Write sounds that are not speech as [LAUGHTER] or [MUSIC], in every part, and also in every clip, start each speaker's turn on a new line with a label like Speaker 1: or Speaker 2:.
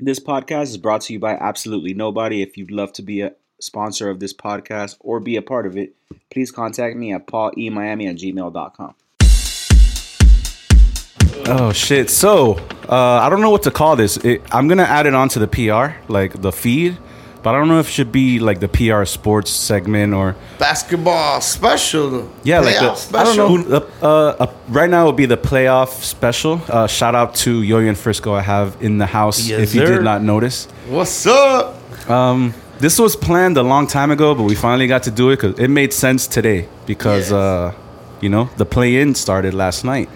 Speaker 1: This podcast is brought to you by absolutely nobody. If you'd love to be a sponsor of this podcast or be a part of it, please contact me at paulemiami at gmail.com.
Speaker 2: Oh shit! So uh, I don't know what to call this. It, I'm gonna add it onto the PR, like the feed, but I don't know if it should be like the PR sports segment or
Speaker 3: basketball special.
Speaker 2: yeah, like
Speaker 3: Playoff
Speaker 2: the, I don't know. who- the- uh, uh, right now it would be the playoff special. Uh, shout out to Yoyo and Frisco. I have in the house.
Speaker 3: Yes,
Speaker 2: if you
Speaker 3: sir.
Speaker 2: did not notice,
Speaker 3: What's up?
Speaker 2: this was planned a long time ago, but we finally got to do it because it made sense today. Because
Speaker 3: Yes.
Speaker 2: uh, you know the play-in started last night.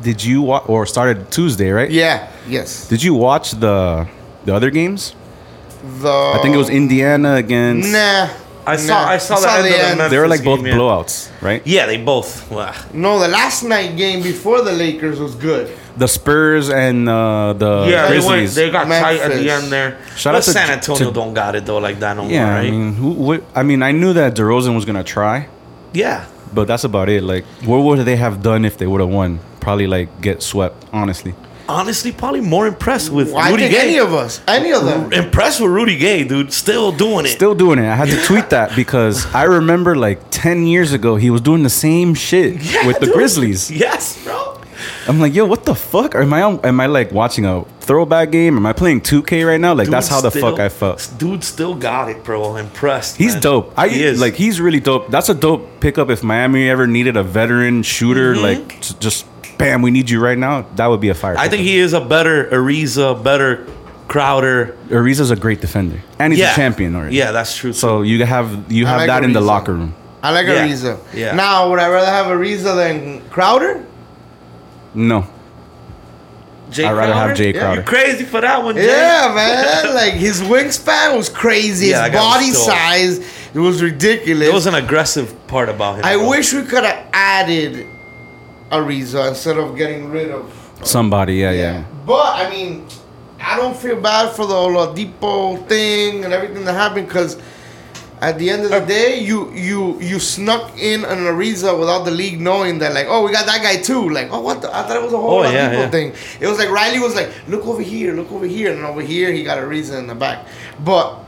Speaker 2: Did you wa- or started Tuesday, right?
Speaker 3: Yeah. Yes.
Speaker 2: Did you watch the the other games?
Speaker 3: The
Speaker 2: I think it was Indiana against.
Speaker 3: Nah.
Speaker 4: I saw-
Speaker 3: nah.
Speaker 4: I saw the end of the Memphis-
Speaker 2: They were like both
Speaker 4: Game, yeah.
Speaker 2: blowouts, right?
Speaker 4: Yeah, they both. Wow.
Speaker 3: No, the last night game before the Lakers was good.
Speaker 2: The Spurs and uh, the
Speaker 4: Yeah, they, went,
Speaker 2: Grizzlies.
Speaker 4: they got tight at the
Speaker 3: Memphis.
Speaker 4: end there.
Speaker 2: Shout
Speaker 4: but
Speaker 2: out to-
Speaker 4: San Antonio
Speaker 2: to-
Speaker 4: don't got it though like that no
Speaker 2: yeah,
Speaker 4: more, right?
Speaker 2: I mean, who, what, I mean, I knew that DeRozan was gonna try,
Speaker 4: yeah.
Speaker 2: but that's about it. Like, what would they have done if they would have won? Probably like get swept, honestly.
Speaker 4: Honestly, probably more impressed with
Speaker 3: Well, I
Speaker 4: Rudy
Speaker 3: think
Speaker 4: Gay.
Speaker 3: any of us, any of them.
Speaker 4: impressed with Rudy Gay, dude. Still doing it.
Speaker 2: Still doing it. I had to tweet that because I remember like ten years ago he was doing the same shit
Speaker 4: [LAUGHS] Yeah,
Speaker 2: with the
Speaker 4: dude.
Speaker 2: Grizzlies.
Speaker 4: Yes, bro.
Speaker 2: I'm like, yo, what the fuck? Am I am I like watching a throwback game? Am I playing 2K right now? Like that's
Speaker 4: Dude
Speaker 2: how the
Speaker 4: still-
Speaker 2: fuck I felt.
Speaker 4: Dude, still got it, bro. Impressed.
Speaker 2: He's
Speaker 4: man.
Speaker 2: dope. I
Speaker 4: He is.
Speaker 2: like he's really dope. That's a dope pickup if Miami ever needed a veteran shooter. Like s- just bam, we need you right now. That would be a fire.
Speaker 4: Mm-hmm. I think he is a better Ariza, better Crowder.
Speaker 2: Ariza's a great defender and he's a champion already.
Speaker 4: Yeah, that's true. So
Speaker 2: So you have you
Speaker 3: I
Speaker 2: have
Speaker 3: like
Speaker 2: that in the
Speaker 3: Ariza.
Speaker 2: locker room.
Speaker 3: I like
Speaker 4: Yeah.
Speaker 3: Ariza.
Speaker 4: Yeah.
Speaker 3: Now, would I rather have Ariza than Crowder?
Speaker 2: No,
Speaker 4: Jay
Speaker 2: I'd rather have Jay
Speaker 3: Yeah,
Speaker 2: Crowder.
Speaker 4: You crazy for that one, Jay?
Speaker 3: Yeah, man. [LAUGHS] Like his wingspan was crazy.
Speaker 4: Yeah, that
Speaker 3: his
Speaker 4: guy was
Speaker 3: body
Speaker 4: tall.
Speaker 3: size, it was ridiculous.
Speaker 4: There was an aggressive part about him.
Speaker 3: I
Speaker 4: bro.
Speaker 3: wish we could have added Ariza instead of getting rid of
Speaker 2: Somebody, yeah, yeah.
Speaker 3: But I mean, I don't feel bad for the Oladipo thing and everything that happened because at the end of the
Speaker 4: Uh,
Speaker 3: day, you you you snuck in an Ariza without the league knowing that like, oh, we got that guy too. Like, oh, what? The? I thought it was a whole
Speaker 4: Oh,
Speaker 3: Oladipo
Speaker 4: yeah, yeah.
Speaker 3: thing. It was like Riley was like, look over here, look over here, and over here he got Ariza in the back. But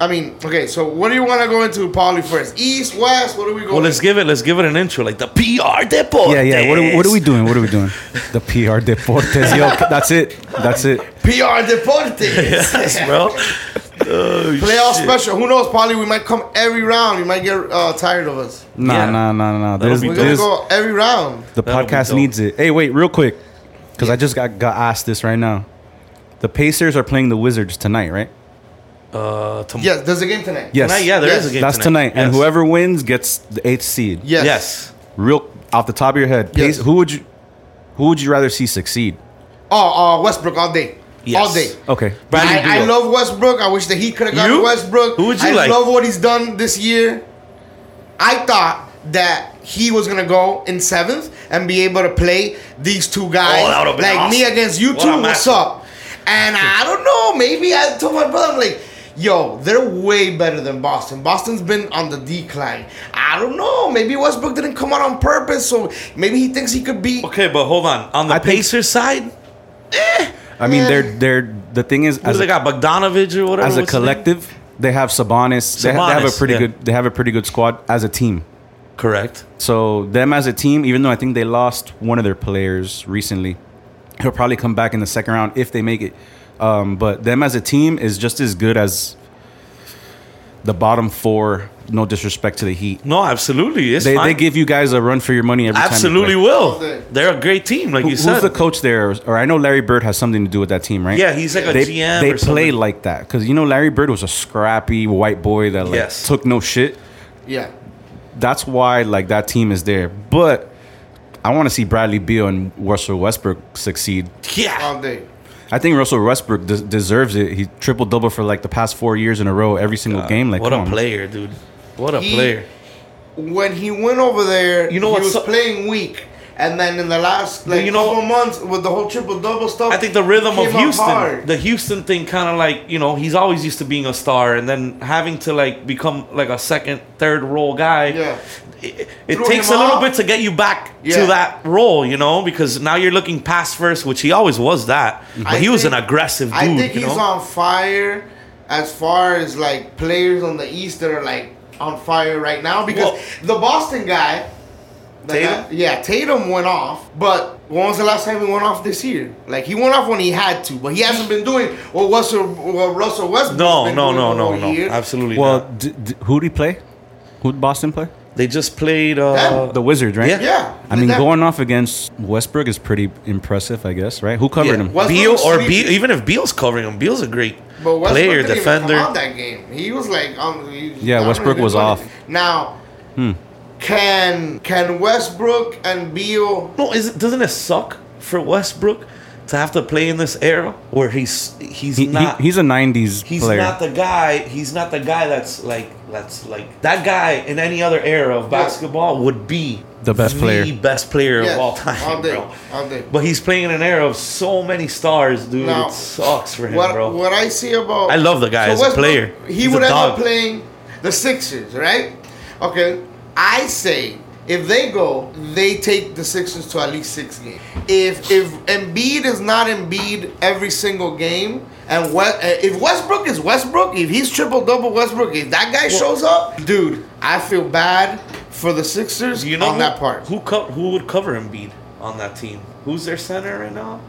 Speaker 3: I mean, okay, so what do you want to go into, Paulie? First, East, West? What are we going?
Speaker 4: Well, let's give it. Let's give it an intro, like the PR Deportes.
Speaker 2: Yeah, yeah. What are, what are we doing? What are we doing? The PR Deportes, yo. That's it. That's it.
Speaker 3: PR Deportes.
Speaker 4: [LAUGHS] [LAUGHS] yes, bro. Oh,
Speaker 3: Playoff
Speaker 4: shit.
Speaker 3: special. Who knows? Probably we might come every round. You might get uh, tired of us.
Speaker 2: Nah,
Speaker 4: Yeah.
Speaker 2: nah, nah, nah.
Speaker 4: That'll
Speaker 2: There's,
Speaker 4: be
Speaker 3: We're gonna
Speaker 2: there's,
Speaker 3: go every round.
Speaker 2: The
Speaker 4: That'll be
Speaker 2: podcast
Speaker 4: dope.
Speaker 2: needs it. Hey, wait, real quick, because I just got, got asked this right now. The Pacers are playing the Wizards tonight, right?
Speaker 4: Uh, tom-
Speaker 3: Yes, there's a game tonight.
Speaker 2: Yes.
Speaker 4: Tonight, yeah, there is
Speaker 3: Yes.
Speaker 4: a game.
Speaker 2: That's tonight. And
Speaker 4: Yes.
Speaker 2: whoever wins gets the eighth seed.
Speaker 3: Yes.
Speaker 4: Yes.
Speaker 2: Real off the top of your head,
Speaker 3: Yes.
Speaker 2: Pac- who would you who would you rather see succeed?
Speaker 3: Oh, uh, Westbrook all day.
Speaker 4: Yes.
Speaker 3: All day.
Speaker 2: Okay.
Speaker 4: Bradley
Speaker 3: I, I
Speaker 4: Beal.
Speaker 3: love Westbrook. I wish that he could have gotten
Speaker 4: You?
Speaker 3: Westbrook.
Speaker 4: Who would you
Speaker 3: I
Speaker 4: like?
Speaker 3: love what he's done this year. I thought that he was gonna go in seventh and be able to play these two guys.
Speaker 4: Oh, that would've been
Speaker 3: like me
Speaker 4: awesome.
Speaker 3: against you
Speaker 4: What
Speaker 3: two.
Speaker 4: a
Speaker 3: What's
Speaker 4: matchup.
Speaker 3: up? And I don't know. Maybe I told my brother, I'm like, yo, they're way better than Boston. Boston's been on the decline. I don't know. Maybe Westbrook didn't come out on purpose, so maybe he thinks he could be.
Speaker 4: Okay, but hold on. On the
Speaker 2: I think-
Speaker 4: Pacers side,
Speaker 2: I mean, they're they're the thing is
Speaker 4: Eh. who
Speaker 2: as
Speaker 4: they
Speaker 2: a,
Speaker 4: got Bogdanovich or whatever.
Speaker 2: as a
Speaker 4: what's his name?
Speaker 2: collective, they have Sabonis. They, ha- they have a
Speaker 4: Sabonis,
Speaker 2: pretty
Speaker 4: yeah.
Speaker 2: good they have a pretty good squad as a team.
Speaker 4: Correct.
Speaker 2: So them as a team, even though I think they lost one of their players recently, he'll probably come back in the second round if they make it. Um, but them as a team is just as good as the bottom four. No disrespect to the Heat,
Speaker 4: No, absolutely. It's
Speaker 2: they,
Speaker 4: fine.
Speaker 2: they give you guys a run for your money every
Speaker 4: absolutely
Speaker 2: time. you
Speaker 4: will.
Speaker 3: Okay.
Speaker 4: They're a great team, like
Speaker 2: play. Who-
Speaker 4: you
Speaker 2: Who's
Speaker 4: said.
Speaker 2: the coach there? Or, I know Larry Bird has something to do with that team, right?
Speaker 4: Yeah, he's like a
Speaker 2: they,
Speaker 4: GM.
Speaker 2: They play
Speaker 4: or something.
Speaker 2: like that because you know Larry Bird was a scrappy white boy that like
Speaker 4: Yes.
Speaker 2: took no shit.
Speaker 3: Yeah.
Speaker 2: that's why like that team is there. But I want to see Bradley Beal and Russell Westbrook succeed.
Speaker 4: yeah.
Speaker 2: Um,
Speaker 3: All day.
Speaker 2: I think Russell Westbrook des- deserves it. He triple double for like the past four years in a row, every single game. Like
Speaker 4: what
Speaker 2: come
Speaker 4: a
Speaker 2: on.
Speaker 4: player, dude. What a
Speaker 3: He-
Speaker 4: player.
Speaker 3: when he went over there,
Speaker 4: You know
Speaker 3: he
Speaker 4: what's
Speaker 3: was
Speaker 4: so-
Speaker 3: playing weak. And then in the last like
Speaker 4: you know-
Speaker 3: couple months with the whole triple double stuff,
Speaker 4: I think the rhythm
Speaker 3: came
Speaker 4: of
Speaker 3: up
Speaker 4: Houston,
Speaker 3: hard.
Speaker 4: the Houston thing, kind of like you know he's always used to being a star, and then having to like become like a second, third role guy.
Speaker 3: Yeah.
Speaker 4: It, it
Speaker 3: Threw
Speaker 4: takes a
Speaker 3: him
Speaker 4: little
Speaker 3: off.
Speaker 4: bit to get you back
Speaker 3: Yeah.
Speaker 4: to that role, you know, because now you're looking pass first, which he always was that, but
Speaker 3: Mm-hmm. I
Speaker 4: he was
Speaker 3: think-
Speaker 4: an aggressive dude.
Speaker 3: I think
Speaker 4: you
Speaker 3: he's
Speaker 4: know?
Speaker 3: on fire as far as like players on the East that are like on fire right now because
Speaker 4: Well-
Speaker 3: the Boston guy, the
Speaker 4: Tatum?
Speaker 3: guy- yeah, Tatum went off. But when was the last time he went off this year? Like he went off when he had to, but he hasn't been doing what Russell, what Russell Westbrook.
Speaker 4: No, no, no, no, no,
Speaker 3: Year.
Speaker 4: absolutely.
Speaker 2: Well,
Speaker 4: not.
Speaker 2: d- d- who did he play? Who would Boston play?
Speaker 4: they just played. Uh,
Speaker 3: Them.
Speaker 2: The Wizards, right?
Speaker 4: Yeah.
Speaker 3: Yeah,
Speaker 2: I mean,
Speaker 3: that-
Speaker 2: going off against Westbrook is pretty impressive, I guess, right? Who covered
Speaker 4: yeah,
Speaker 2: him?
Speaker 3: Westbrook
Speaker 4: Beal or
Speaker 3: sleeping.
Speaker 4: Beal, even if Beal's covering him, Beal's a great
Speaker 3: But Westbrook
Speaker 4: player,
Speaker 3: didn't
Speaker 4: defender.
Speaker 3: Even come out that game, he was like, um, he was-
Speaker 2: Yeah,
Speaker 3: I don't
Speaker 2: Westbrook
Speaker 3: know,
Speaker 2: was
Speaker 3: he didn't
Speaker 2: off. Hmm.
Speaker 3: do anything. Now, can can Westbrook and Beal?
Speaker 4: No, is it, doesn't it suck for Westbrook to have to play in this era where he's he's
Speaker 2: He- he-
Speaker 4: not
Speaker 2: he's a 90s
Speaker 4: he's
Speaker 2: player.
Speaker 4: not the guy he's not the guy that's like that's like that guy in any other era of basketball would be
Speaker 2: The best player.
Speaker 4: the best player
Speaker 3: Yes,
Speaker 4: of all time,
Speaker 3: all day,
Speaker 4: bro.
Speaker 3: all day.
Speaker 4: But he's playing in an era of so many stars, dude.
Speaker 3: No.
Speaker 4: It sucks for him,
Speaker 3: What
Speaker 4: bro.
Speaker 3: what I see about
Speaker 4: I love the guy as a
Speaker 3: Westbrook,
Speaker 4: player.
Speaker 3: He
Speaker 4: He's
Speaker 3: would
Speaker 4: a
Speaker 3: end up
Speaker 4: dog.
Speaker 3: playing the Sixers, right? Okay, I say if they go, they take the Sixers to at least six games. If if Embiid is not Embiid every single game, and what if Westbrook is Westbrook? If he's triple double Westbrook, if that guy shows up, dude, I feel bad for the Sixers
Speaker 4: Do you know
Speaker 3: on
Speaker 4: who,
Speaker 3: that part.
Speaker 4: who co- who would cover Embiid on that team? Who's their center right now?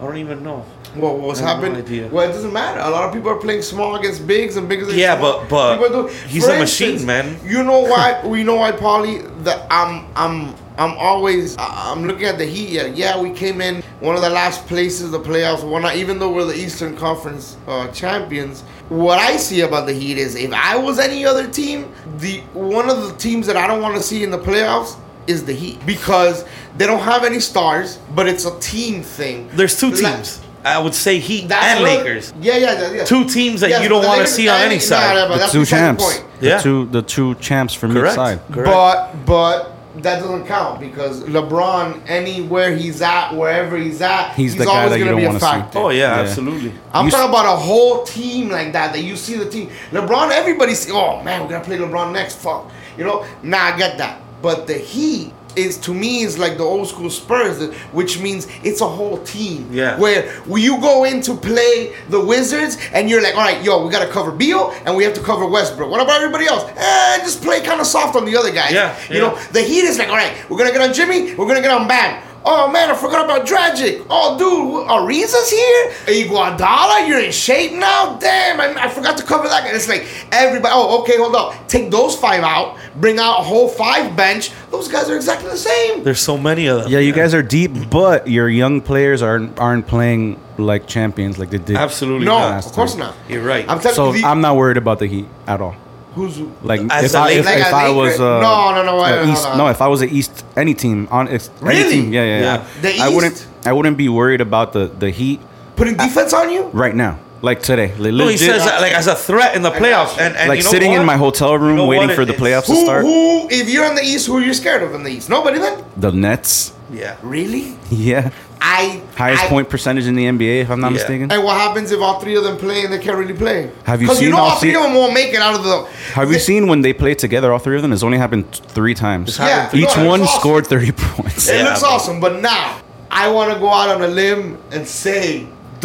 Speaker 4: I don't even know.
Speaker 3: Well, what was
Speaker 4: I have no
Speaker 3: happening?
Speaker 4: idea.
Speaker 3: well, it doesn't matter. A lot of people are playing small against bigs and bigs against
Speaker 4: Yeah,
Speaker 3: small.
Speaker 4: but- but
Speaker 3: People
Speaker 4: he's
Speaker 3: For
Speaker 4: a machine, man.
Speaker 3: You know why? we know why, Paulie. That I'm, I'm, I'm always, I- I'm looking at the Heat. Yeah, yeah, we came in one of the last places the playoffs. Why not? Even though we're the Eastern Conference uh, champions, what I see about the Heat is, if I was any other team, the one of the teams that I don't want to see in the playoffs. Is the Heat because they don't have any stars, but it's a team thing.
Speaker 4: There's two
Speaker 3: La-
Speaker 4: teams. I would say Heat
Speaker 3: that's
Speaker 4: and
Speaker 3: what-
Speaker 4: Lakers.
Speaker 3: Yeah, yeah, yeah, yeah.
Speaker 4: Two teams that
Speaker 3: Yes,
Speaker 4: you don't
Speaker 3: the
Speaker 4: want to
Speaker 3: Lakers
Speaker 4: see on
Speaker 3: and-
Speaker 4: any
Speaker 3: nah,
Speaker 4: side.
Speaker 3: nah, but
Speaker 2: the
Speaker 3: that's
Speaker 2: two
Speaker 3: beside the
Speaker 2: champs.
Speaker 3: point.
Speaker 4: Yeah.
Speaker 2: The two the two champs from each
Speaker 4: Correct.
Speaker 2: side.
Speaker 4: Correct.
Speaker 3: But but that doesn't count because LeBron, anywhere he's at, wherever he's at,
Speaker 2: He's the guy that you
Speaker 3: gonna
Speaker 2: don't
Speaker 3: be a
Speaker 2: wanna see.
Speaker 3: factor.
Speaker 4: oh yeah,
Speaker 2: Yeah.
Speaker 4: absolutely.
Speaker 3: I'm
Speaker 2: You
Speaker 3: talking about a whole team like that. That you see the team. LeBron, everybody see. Oh man, we gotta play LeBron next. Fuck, you know. Nah, I get that. But the Heat is to me is like the old school Spurs, which means it's a whole team.
Speaker 4: Yeah.
Speaker 3: Where when you go in to play the Wizards and you're like, all right, yo, we gotta cover Beal and we have to cover Westbrook. What about everybody else? Eh, just play kind of soft on the other guys.
Speaker 4: Yeah,
Speaker 3: You
Speaker 4: yeah.
Speaker 3: know, the Heat is like, all right, we're gonna get on Jimmy, we're gonna get on Bam. Oh man, I forgot about Dragic. Oh dude, Ariza's here. Iguodala, you're in shape now. Damn, I, I forgot to cover that guy. It's like everybody. Oh, okay, hold up. Take those five out. Bring out a whole five bench. Those guys are exactly the same.
Speaker 4: There's so many of them.
Speaker 2: Yeah, you guys are deep, but your young players aren't aren't playing like champions like they did.
Speaker 4: Absolutely
Speaker 3: No,
Speaker 4: not.
Speaker 3: of course not.
Speaker 4: You're right.
Speaker 3: I'm telling
Speaker 2: So
Speaker 3: you, the-
Speaker 2: I'm not worried about the Heat at all.
Speaker 3: who's
Speaker 2: Like
Speaker 4: As
Speaker 2: if
Speaker 4: a
Speaker 2: I,
Speaker 4: Laker-
Speaker 2: if,
Speaker 4: Like
Speaker 3: a
Speaker 2: if I
Speaker 3: Laker-
Speaker 2: was uh,
Speaker 3: No, no, no, wait,
Speaker 2: a
Speaker 3: wait,
Speaker 2: East,
Speaker 3: hold on.
Speaker 2: no, if I was an East any team on ex-
Speaker 3: Really?
Speaker 2: any team, yeah, yeah,
Speaker 4: Yeah.
Speaker 2: yeah.
Speaker 3: The
Speaker 2: I
Speaker 3: East?
Speaker 2: wouldn't I wouldn't be worried about the the Heat
Speaker 3: putting defense on you.
Speaker 2: right now, like today. Like,
Speaker 4: No, he
Speaker 2: legit, uh,
Speaker 4: says that, like as a threat in the playoffs, and, and
Speaker 2: like
Speaker 4: you know
Speaker 2: sitting in
Speaker 4: what?
Speaker 2: my hotel room
Speaker 4: know
Speaker 2: waiting
Speaker 4: what?
Speaker 2: for the
Speaker 4: It's-
Speaker 2: playoffs to
Speaker 3: Who,
Speaker 2: start.
Speaker 3: who? If you're in the East, who are you scared of in the East? Nobody then.
Speaker 2: The Nets, [LAUGHS]
Speaker 4: Yeah.
Speaker 3: Really?
Speaker 2: yeah,
Speaker 3: I
Speaker 2: highest
Speaker 3: I-
Speaker 2: point percentage in the NBA, if I'm not
Speaker 4: Yeah.
Speaker 2: mistaken.
Speaker 3: And what happens if all three of them play and they can't really play?
Speaker 2: Have you
Speaker 3: 'Cause you
Speaker 2: seen
Speaker 3: know
Speaker 2: all
Speaker 3: all three
Speaker 2: se-
Speaker 3: of them won't make it out of the.
Speaker 2: Have you
Speaker 3: the-
Speaker 2: seen when they play together? All three of them. It's only happened t- three times.
Speaker 3: Yeah,
Speaker 4: Each
Speaker 3: no, it
Speaker 2: Each one
Speaker 3: looks awesome.
Speaker 2: scored thirty [LAUGHS] points.
Speaker 3: It
Speaker 4: Yeah,
Speaker 3: looks
Speaker 4: but-
Speaker 3: awesome, but now I want to go out on a limb and say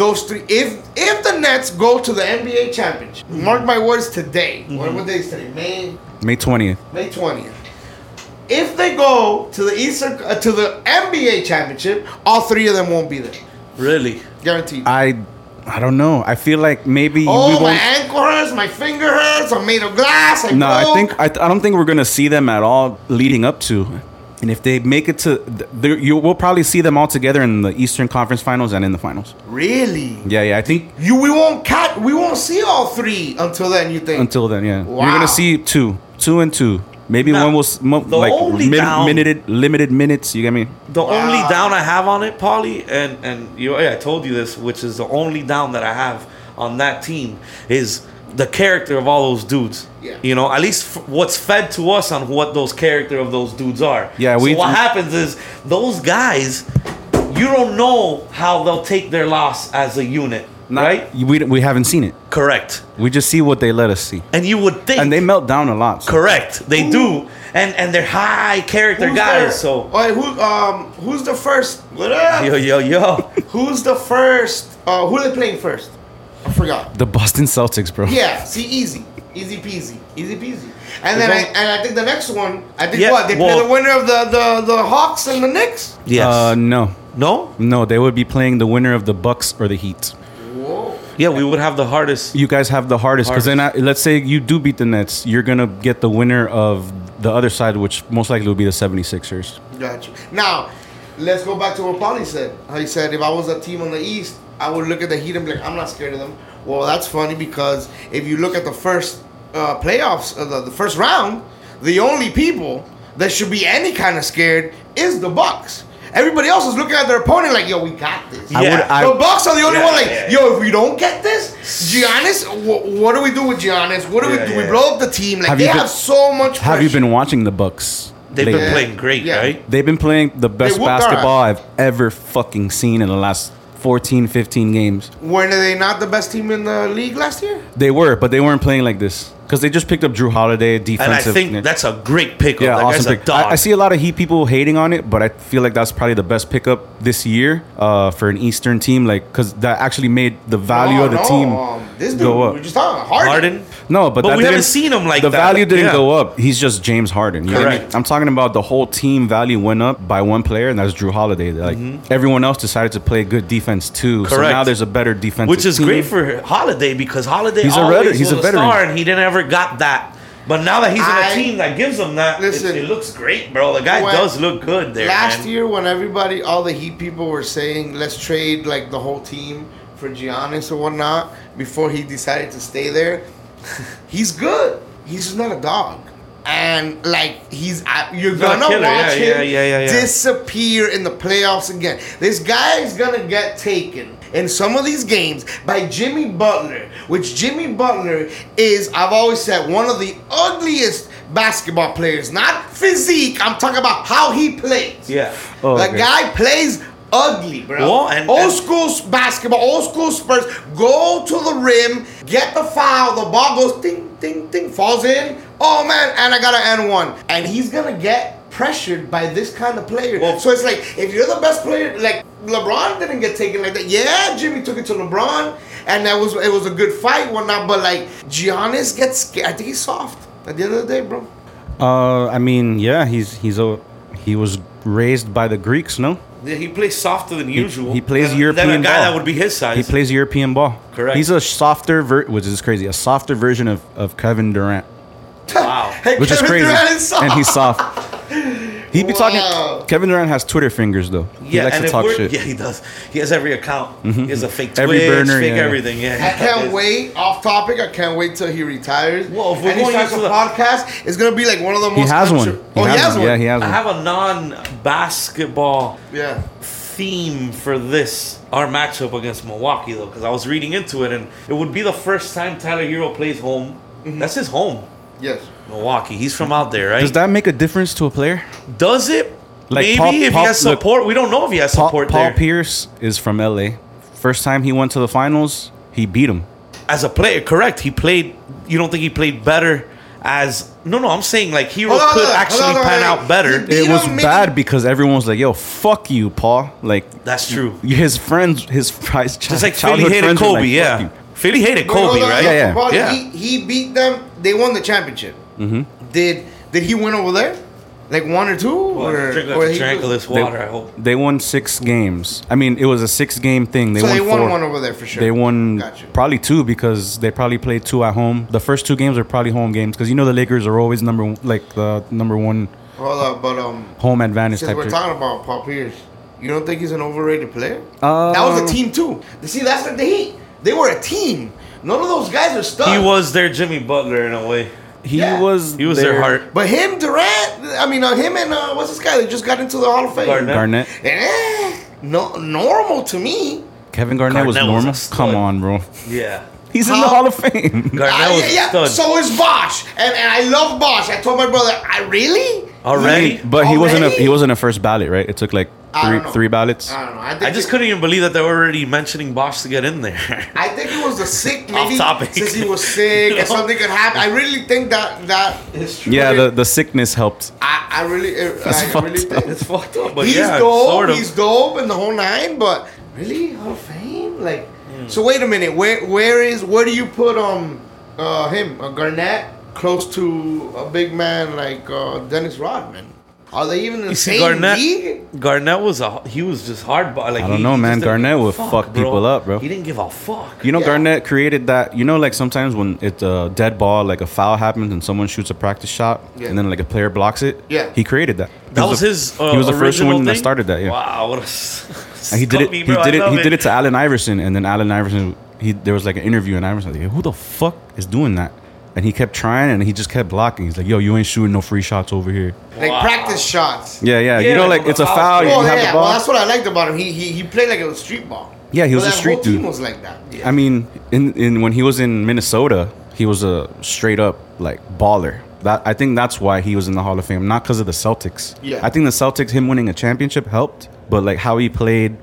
Speaker 3: those three. If if the Nets go to the NBA championship, mark my words today.
Speaker 2: Mm-hmm.
Speaker 3: What, what day is today? May
Speaker 2: May twentieth.
Speaker 3: May twentieth. If they go to the Eastern uh, to the NBA championship, all three of them won't be there,
Speaker 4: Really?
Speaker 3: guaranteed.
Speaker 2: I, I don't know. I feel like maybe we
Speaker 3: oh,
Speaker 2: won't.
Speaker 3: my ankle hurts, my finger hurts. I'm made of glass. I
Speaker 2: no, I
Speaker 3: broke.
Speaker 2: think I, I don't think we're gonna see them at all leading up to. And if they make it to, th- there- you we'll probably see them all together in the Eastern Conference Finals and in the finals.
Speaker 3: really.
Speaker 2: Yeah, yeah. I think
Speaker 3: You we won't cat we won't see all three until then. You think?
Speaker 2: until then, yeah,
Speaker 3: Wow.
Speaker 2: you're gonna see two, two and two. Maybe
Speaker 4: Nah,
Speaker 2: one will s- mo-
Speaker 4: the
Speaker 2: like
Speaker 4: only
Speaker 2: min-
Speaker 4: down-
Speaker 2: minuted, limited minutes. You get me?
Speaker 4: The only
Speaker 3: Wow.
Speaker 4: down I have on it, Paulie, and and you, yeah, I told you this, which is the only down that I have on that team is the character of all those dudes.
Speaker 3: Yeah.
Speaker 4: You know, at least f- what's fed to us on what those character of those dudes are.
Speaker 2: Yeah,
Speaker 4: So
Speaker 2: we-
Speaker 4: what happens is those guys, you don't know how they'll take their loss as a unit,
Speaker 2: Not-
Speaker 4: right?
Speaker 2: We, we haven't seen it.
Speaker 4: Correct.
Speaker 2: We just see what they let us see.
Speaker 4: And you would think
Speaker 2: And they melt down a lot. so-
Speaker 4: correct. They do. And and they're high character
Speaker 3: Who's
Speaker 4: guys,
Speaker 3: their-
Speaker 4: so
Speaker 3: Alright, who um who's the first? What up?
Speaker 4: yo yo yo.
Speaker 3: Who's the first? Uh, who they playing first? I forgot.
Speaker 2: The Boston Celtics, bro.
Speaker 3: Yeah, see, easy, easy peasy, easy peasy. And then I,
Speaker 4: There's only-
Speaker 3: and I think the next one, I think
Speaker 4: Yeah,
Speaker 3: what they
Speaker 4: well-
Speaker 3: play the winner of the, the the Hawks and the Knicks.
Speaker 4: Yes.
Speaker 2: Uh, no.
Speaker 4: no?
Speaker 2: No, they would be playing the winner of the Bucks or the Heat.
Speaker 3: Whoa.
Speaker 4: Yeah, we would have the hardest.
Speaker 2: You guys have the hardest because then, I, let's say you do beat the Nets, you're gonna get the winner of the other side, which most likely would be the 76ers.
Speaker 3: Got you. Now, let's go back to what Paulie said. How he said, if I was a team on the East, I would look at the Heat and be like, I'm not scared of them. Well, that's funny because if you look at the first uh, playoffs, uh, the, the first round, the only people that should be any kind of scared is the Bucks. Everybody else is looking at their opponent like, yo, we got this.
Speaker 4: I would- Yeah. I-
Speaker 3: the Bucks are the only
Speaker 4: Yeah,
Speaker 3: one like,
Speaker 4: yeah,
Speaker 3: yo, if we don't get this, Giannis, wh- what do we do with Giannis? What do
Speaker 4: Yeah,
Speaker 3: we do?
Speaker 4: yeah.
Speaker 3: We blow up the team. Like
Speaker 2: Have
Speaker 3: they
Speaker 2: you been-
Speaker 3: have so much.
Speaker 2: Have you
Speaker 3: pressure.
Speaker 2: been watching the Bucks?
Speaker 4: They've
Speaker 2: lately?
Speaker 4: been playing great,
Speaker 3: Yeah.
Speaker 4: right?
Speaker 2: They've been playing the best
Speaker 3: whooped our
Speaker 2: basketball I've ever fucking seen in the last 14, 15 games.
Speaker 3: Were they not the best team in the league last year?
Speaker 2: They were, but they weren't playing like this because they just picked up Drew Holiday,
Speaker 4: And I
Speaker 2: defensive.
Speaker 4: think that's a great pickup.
Speaker 2: yeah,
Speaker 4: that
Speaker 2: awesome
Speaker 4: guy's a
Speaker 2: pick.
Speaker 4: dog.
Speaker 2: I, I see a lot of Heat people hating on it, but I feel like that's probably the best pickup this year uh, for an Eastern team, like because that actually made the value
Speaker 3: No,
Speaker 2: of the
Speaker 3: no,
Speaker 2: team
Speaker 3: um, this dude,
Speaker 2: go
Speaker 3: We're
Speaker 2: up.
Speaker 3: just talking about Harden.
Speaker 4: Harden.
Speaker 2: No, but,
Speaker 4: But
Speaker 2: that
Speaker 4: we haven't
Speaker 2: didn't-
Speaker 4: seen him like
Speaker 2: the
Speaker 4: that.
Speaker 2: value didn't
Speaker 4: Yeah.
Speaker 2: go up. He's just James Harden. You know what I mean?
Speaker 4: Correct.
Speaker 2: I'm talking about the whole team value went up by one player, and that's Drew Holiday. Like everyone else decided to play good defense too. So
Speaker 4: Mm-hmm. Correct.
Speaker 2: now there's a better defense,
Speaker 4: which is great for Holiday because Holiday
Speaker 2: He's a
Speaker 4: always
Speaker 2: veteran- he's
Speaker 4: was
Speaker 2: a
Speaker 4: a,
Speaker 2: veteran.
Speaker 4: star and he didn't ever got that. But now that he's
Speaker 3: I-
Speaker 4: in a team that gives him that, it's-
Speaker 3: Listen.
Speaker 4: it, looks great, bro. The guy
Speaker 3: When-
Speaker 4: does look good there.
Speaker 3: Last
Speaker 4: man.
Speaker 3: year, when everybody, all the Heat people were saying, let's trade like the whole team for Giannis or whatnot, before he decided to stay there, [LAUGHS] he's good. He's just not a dog. And like he's, I- you're
Speaker 4: Not a
Speaker 3: gonna watch
Speaker 4: killer. Yeah,
Speaker 3: him
Speaker 4: yeah, yeah, yeah, yeah.
Speaker 3: disappear in the playoffs again. This guy is gonna get taken in some of these games by Jimmy Butler, which Jimmy Butler is, I've always said, one of the ugliest basketball players. Not physique. I'm talking about how he plays.
Speaker 4: yeah.
Speaker 2: Oh,
Speaker 3: the
Speaker 2: okay.
Speaker 3: guy plays ugly, bro.
Speaker 4: Well, and-
Speaker 3: old
Speaker 4: and-
Speaker 3: school s- basketball, old school Spurs. Go to the rim, get the foul. The ball goes ding, ding, ding, falls in. Oh man, and I got an N one, and he's gonna get pressured by this kind of player.
Speaker 4: Well-
Speaker 3: so it's like if you're the best player, like LeBron didn't get taken like that. Yeah, Jimmy took it to LeBron, and that was it was a good fight, whatnot. But like Giannis gets scared. I think he's soft. At the end of the day, bro.
Speaker 2: Uh, I mean, yeah, he's he's a he was raised by the Greeks. No,
Speaker 4: Yeah, He plays softer than usual.
Speaker 2: he plays
Speaker 4: than,
Speaker 2: European
Speaker 4: Than a guy
Speaker 2: ball.
Speaker 4: that would be his size.
Speaker 2: he plays European ball.
Speaker 4: Correct.
Speaker 2: He's a softer, ver- which is crazy, a softer version of, of Kevin Durant, [LAUGHS]
Speaker 4: Wow.
Speaker 3: Hey,
Speaker 2: which
Speaker 3: Kevin
Speaker 2: is crazy,
Speaker 3: Durant is soft.
Speaker 2: and he's soft. He'd be
Speaker 3: Wow.
Speaker 2: talking. Kevin Durant has Twitter fingers though. He
Speaker 4: yeah,
Speaker 2: likes
Speaker 4: and
Speaker 2: to
Speaker 4: if
Speaker 2: talk
Speaker 4: we're-
Speaker 2: shit.
Speaker 4: [LAUGHS]
Speaker 2: Mm-hmm.
Speaker 4: Yeah, he does. He has every account. He has a fake Twitch,
Speaker 2: Every burner,
Speaker 4: fake
Speaker 2: yeah.
Speaker 4: everything. Yeah.
Speaker 3: I
Speaker 4: he
Speaker 3: can't
Speaker 4: does.
Speaker 3: wait. Off topic. I can't wait till he retires.
Speaker 4: Well, if we're
Speaker 3: and he
Speaker 4: going
Speaker 3: starts a
Speaker 4: into the-
Speaker 3: podcast, it's gonna be like one of the most.
Speaker 2: He has one.
Speaker 3: contro- Oh, he has one.
Speaker 2: Yeah, he has
Speaker 4: I
Speaker 2: one.
Speaker 4: have a non-basketball
Speaker 3: Yeah.
Speaker 4: theme for this our matchup against Milwaukee though, because I was reading into it, and it would be the first time Tyler Hero plays home. That's his home,
Speaker 3: Yes.
Speaker 4: Milwaukee. He's from out there, right?
Speaker 2: Mm-hmm. Does that make a difference to a player?
Speaker 4: Does it?
Speaker 2: Like,
Speaker 4: Maybe
Speaker 2: Paul-
Speaker 4: if
Speaker 2: Paul-
Speaker 4: he has
Speaker 2: look,
Speaker 4: support, we don't know if he has
Speaker 2: Paul,
Speaker 4: support
Speaker 2: Paul
Speaker 4: there
Speaker 2: Pierce is from LA. First time he went to the finals, he beat him.
Speaker 4: as a player. Correct. He played. You don't think he played better as? No, no. I'm saying like Hero
Speaker 3: Hold on,
Speaker 4: could
Speaker 3: hold on,
Speaker 4: actually
Speaker 3: hold on,
Speaker 4: pan
Speaker 3: hold on.
Speaker 4: out better.
Speaker 3: Beat
Speaker 2: it was
Speaker 3: him, maybe-
Speaker 2: bad because everyone was like, "Yo, fuck you, Paul." Like
Speaker 4: That's true.
Speaker 2: his friends, his [LAUGHS] prize child,
Speaker 4: Just like Philly
Speaker 2: childhood
Speaker 4: hated
Speaker 2: friends were
Speaker 4: Kobe.
Speaker 2: like, "Fuck
Speaker 4: yeah.
Speaker 2: you."
Speaker 4: Philly hated
Speaker 3: Wait, hold
Speaker 4: Kobe,
Speaker 3: on,
Speaker 4: right?
Speaker 2: Yeah, yeah.
Speaker 3: Paul,
Speaker 4: Yeah.
Speaker 3: He, he beat them. They won the championship.
Speaker 2: Mm-hmm.
Speaker 3: Did Did he win over there? Like one or two?
Speaker 4: Well,
Speaker 3: or,
Speaker 4: drink
Speaker 3: or
Speaker 4: like a
Speaker 3: he
Speaker 4: drink of
Speaker 3: was-
Speaker 4: this water. I hope.
Speaker 2: They won six games. I mean, it was a six-game thing. They
Speaker 3: So
Speaker 2: won
Speaker 3: they won
Speaker 2: four.
Speaker 3: one over there for sure.
Speaker 2: They won
Speaker 3: Gotcha.
Speaker 2: probably two because they probably played two at home. The first two games are probably home games because you know the Lakers are always number one, like the number one
Speaker 3: Hold up, but um,
Speaker 2: home advantage
Speaker 3: since
Speaker 2: type.
Speaker 3: we're
Speaker 2: shit.
Speaker 3: talking about Paul Pierce, you don't think he's an overrated player?
Speaker 2: Uh,
Speaker 3: that was a team too. See, that's what they Heat. They were a team. None of those guys are stuck.
Speaker 4: He was their Jimmy Butler in a way.
Speaker 2: He
Speaker 3: Yeah.
Speaker 2: was.
Speaker 4: He was their,
Speaker 2: there-
Speaker 4: heart.
Speaker 3: But him, Durant, I mean, uh, him and uh, what's this guy that just got into the Hall of Fame?
Speaker 4: Garnett.
Speaker 2: Garnett.
Speaker 3: Eh, no, normal to me.
Speaker 2: Kevin Garnett was
Speaker 4: Garnett was
Speaker 2: normal.
Speaker 4: a stud.
Speaker 2: Come on, bro. [LAUGHS]
Speaker 4: Yeah.
Speaker 2: He's in the
Speaker 3: How-
Speaker 2: Hall of
Speaker 4: [LAUGHS]
Speaker 2: Fame.
Speaker 4: Garnett was
Speaker 3: Ah, yeah, yeah.
Speaker 4: stud.
Speaker 3: So is Bosch, and, and I love Bosch. I told my brother, I really.
Speaker 4: already.
Speaker 2: But he wasn't a
Speaker 3: Already?
Speaker 2: he wasn't a first ballot, right? It took like
Speaker 3: I
Speaker 2: three
Speaker 3: don't know.
Speaker 2: three ballots.
Speaker 3: I don't know. I, think
Speaker 4: I just
Speaker 3: it-
Speaker 4: couldn't even believe that they were already mentioning Bosch to get in there. [LAUGHS]
Speaker 3: I think it was the sick.
Speaker 4: Off
Speaker 3: Maybe
Speaker 4: topic.
Speaker 3: since he
Speaker 4: [LAUGHS]
Speaker 3: was sick and
Speaker 4: No.
Speaker 3: something could happen. I really think that that.
Speaker 2: Yeah, the, the sickness helped.
Speaker 3: I, I really, I, I
Speaker 2: fucked
Speaker 3: really
Speaker 2: up.
Speaker 3: think.
Speaker 4: it's fucked up, but
Speaker 3: he's
Speaker 4: yeah,
Speaker 3: dope.
Speaker 4: sort of.
Speaker 3: He's dope and the whole nine, but really Hall of Fame? Like, so wait a minute. Where where is where do you put um uh him uh, Garnett close to a big man like uh, Dennis Rodman? Are they even in the
Speaker 4: You see,
Speaker 3: same league?
Speaker 4: Garnett, Garnett was a he was just hard. bo- Like
Speaker 2: I don't
Speaker 4: he
Speaker 2: know,
Speaker 4: just
Speaker 2: man.
Speaker 4: didn't
Speaker 2: Garnett
Speaker 4: give a
Speaker 2: would fuck people up, bro.
Speaker 4: He didn't give a fuck.
Speaker 2: You know,
Speaker 3: Yeah.
Speaker 2: Garnett created that. You know, like sometimes when it's a dead ball, like a foul happens and someone shoots a practice shot,
Speaker 3: Yeah.
Speaker 2: and then like a player blocks it.
Speaker 3: Yeah.
Speaker 2: he created that. He
Speaker 4: that was
Speaker 2: the-
Speaker 4: his. Uh,
Speaker 2: he was the first
Speaker 4: original
Speaker 2: one that
Speaker 4: thing?
Speaker 2: started that. Yeah,
Speaker 4: Wow, what a s-
Speaker 2: and he
Speaker 4: [LAUGHS]
Speaker 2: did it.
Speaker 4: scummy,
Speaker 2: He
Speaker 4: bro,
Speaker 2: did
Speaker 4: I
Speaker 2: it.
Speaker 4: love
Speaker 2: He did it to Allen Iverson, and then Allen Iverson. He there was like an interview, and Iverson was like, "Who the fuck is doing that?" And he kept trying, and he just kept blocking. He's like, "Yo, you ain't shooting no free shots over here."
Speaker 3: Like
Speaker 4: Wow.
Speaker 3: practice shots.
Speaker 2: Yeah, yeah.
Speaker 4: Yeah,
Speaker 2: you know,
Speaker 4: like
Speaker 2: like
Speaker 4: with
Speaker 2: it's
Speaker 4: the
Speaker 2: a
Speaker 4: foul.
Speaker 2: foul.
Speaker 4: Oh,
Speaker 2: you
Speaker 3: Well,
Speaker 2: have
Speaker 3: yeah,
Speaker 2: the ball.
Speaker 3: well, that's what I liked about him. He he, he played like it was street ball.
Speaker 2: Yeah, he was
Speaker 3: But
Speaker 2: a
Speaker 3: that
Speaker 2: street
Speaker 3: whole
Speaker 2: dude.
Speaker 3: Team was like that. Yeah.
Speaker 2: I mean, in, in when he was in Minnesota, he was a straight up like baller. That I think that's why he was in the Hall of Fame, not because of the Celtics.
Speaker 3: Yeah.
Speaker 2: I think the Celtics, him winning a championship helped, but like how he played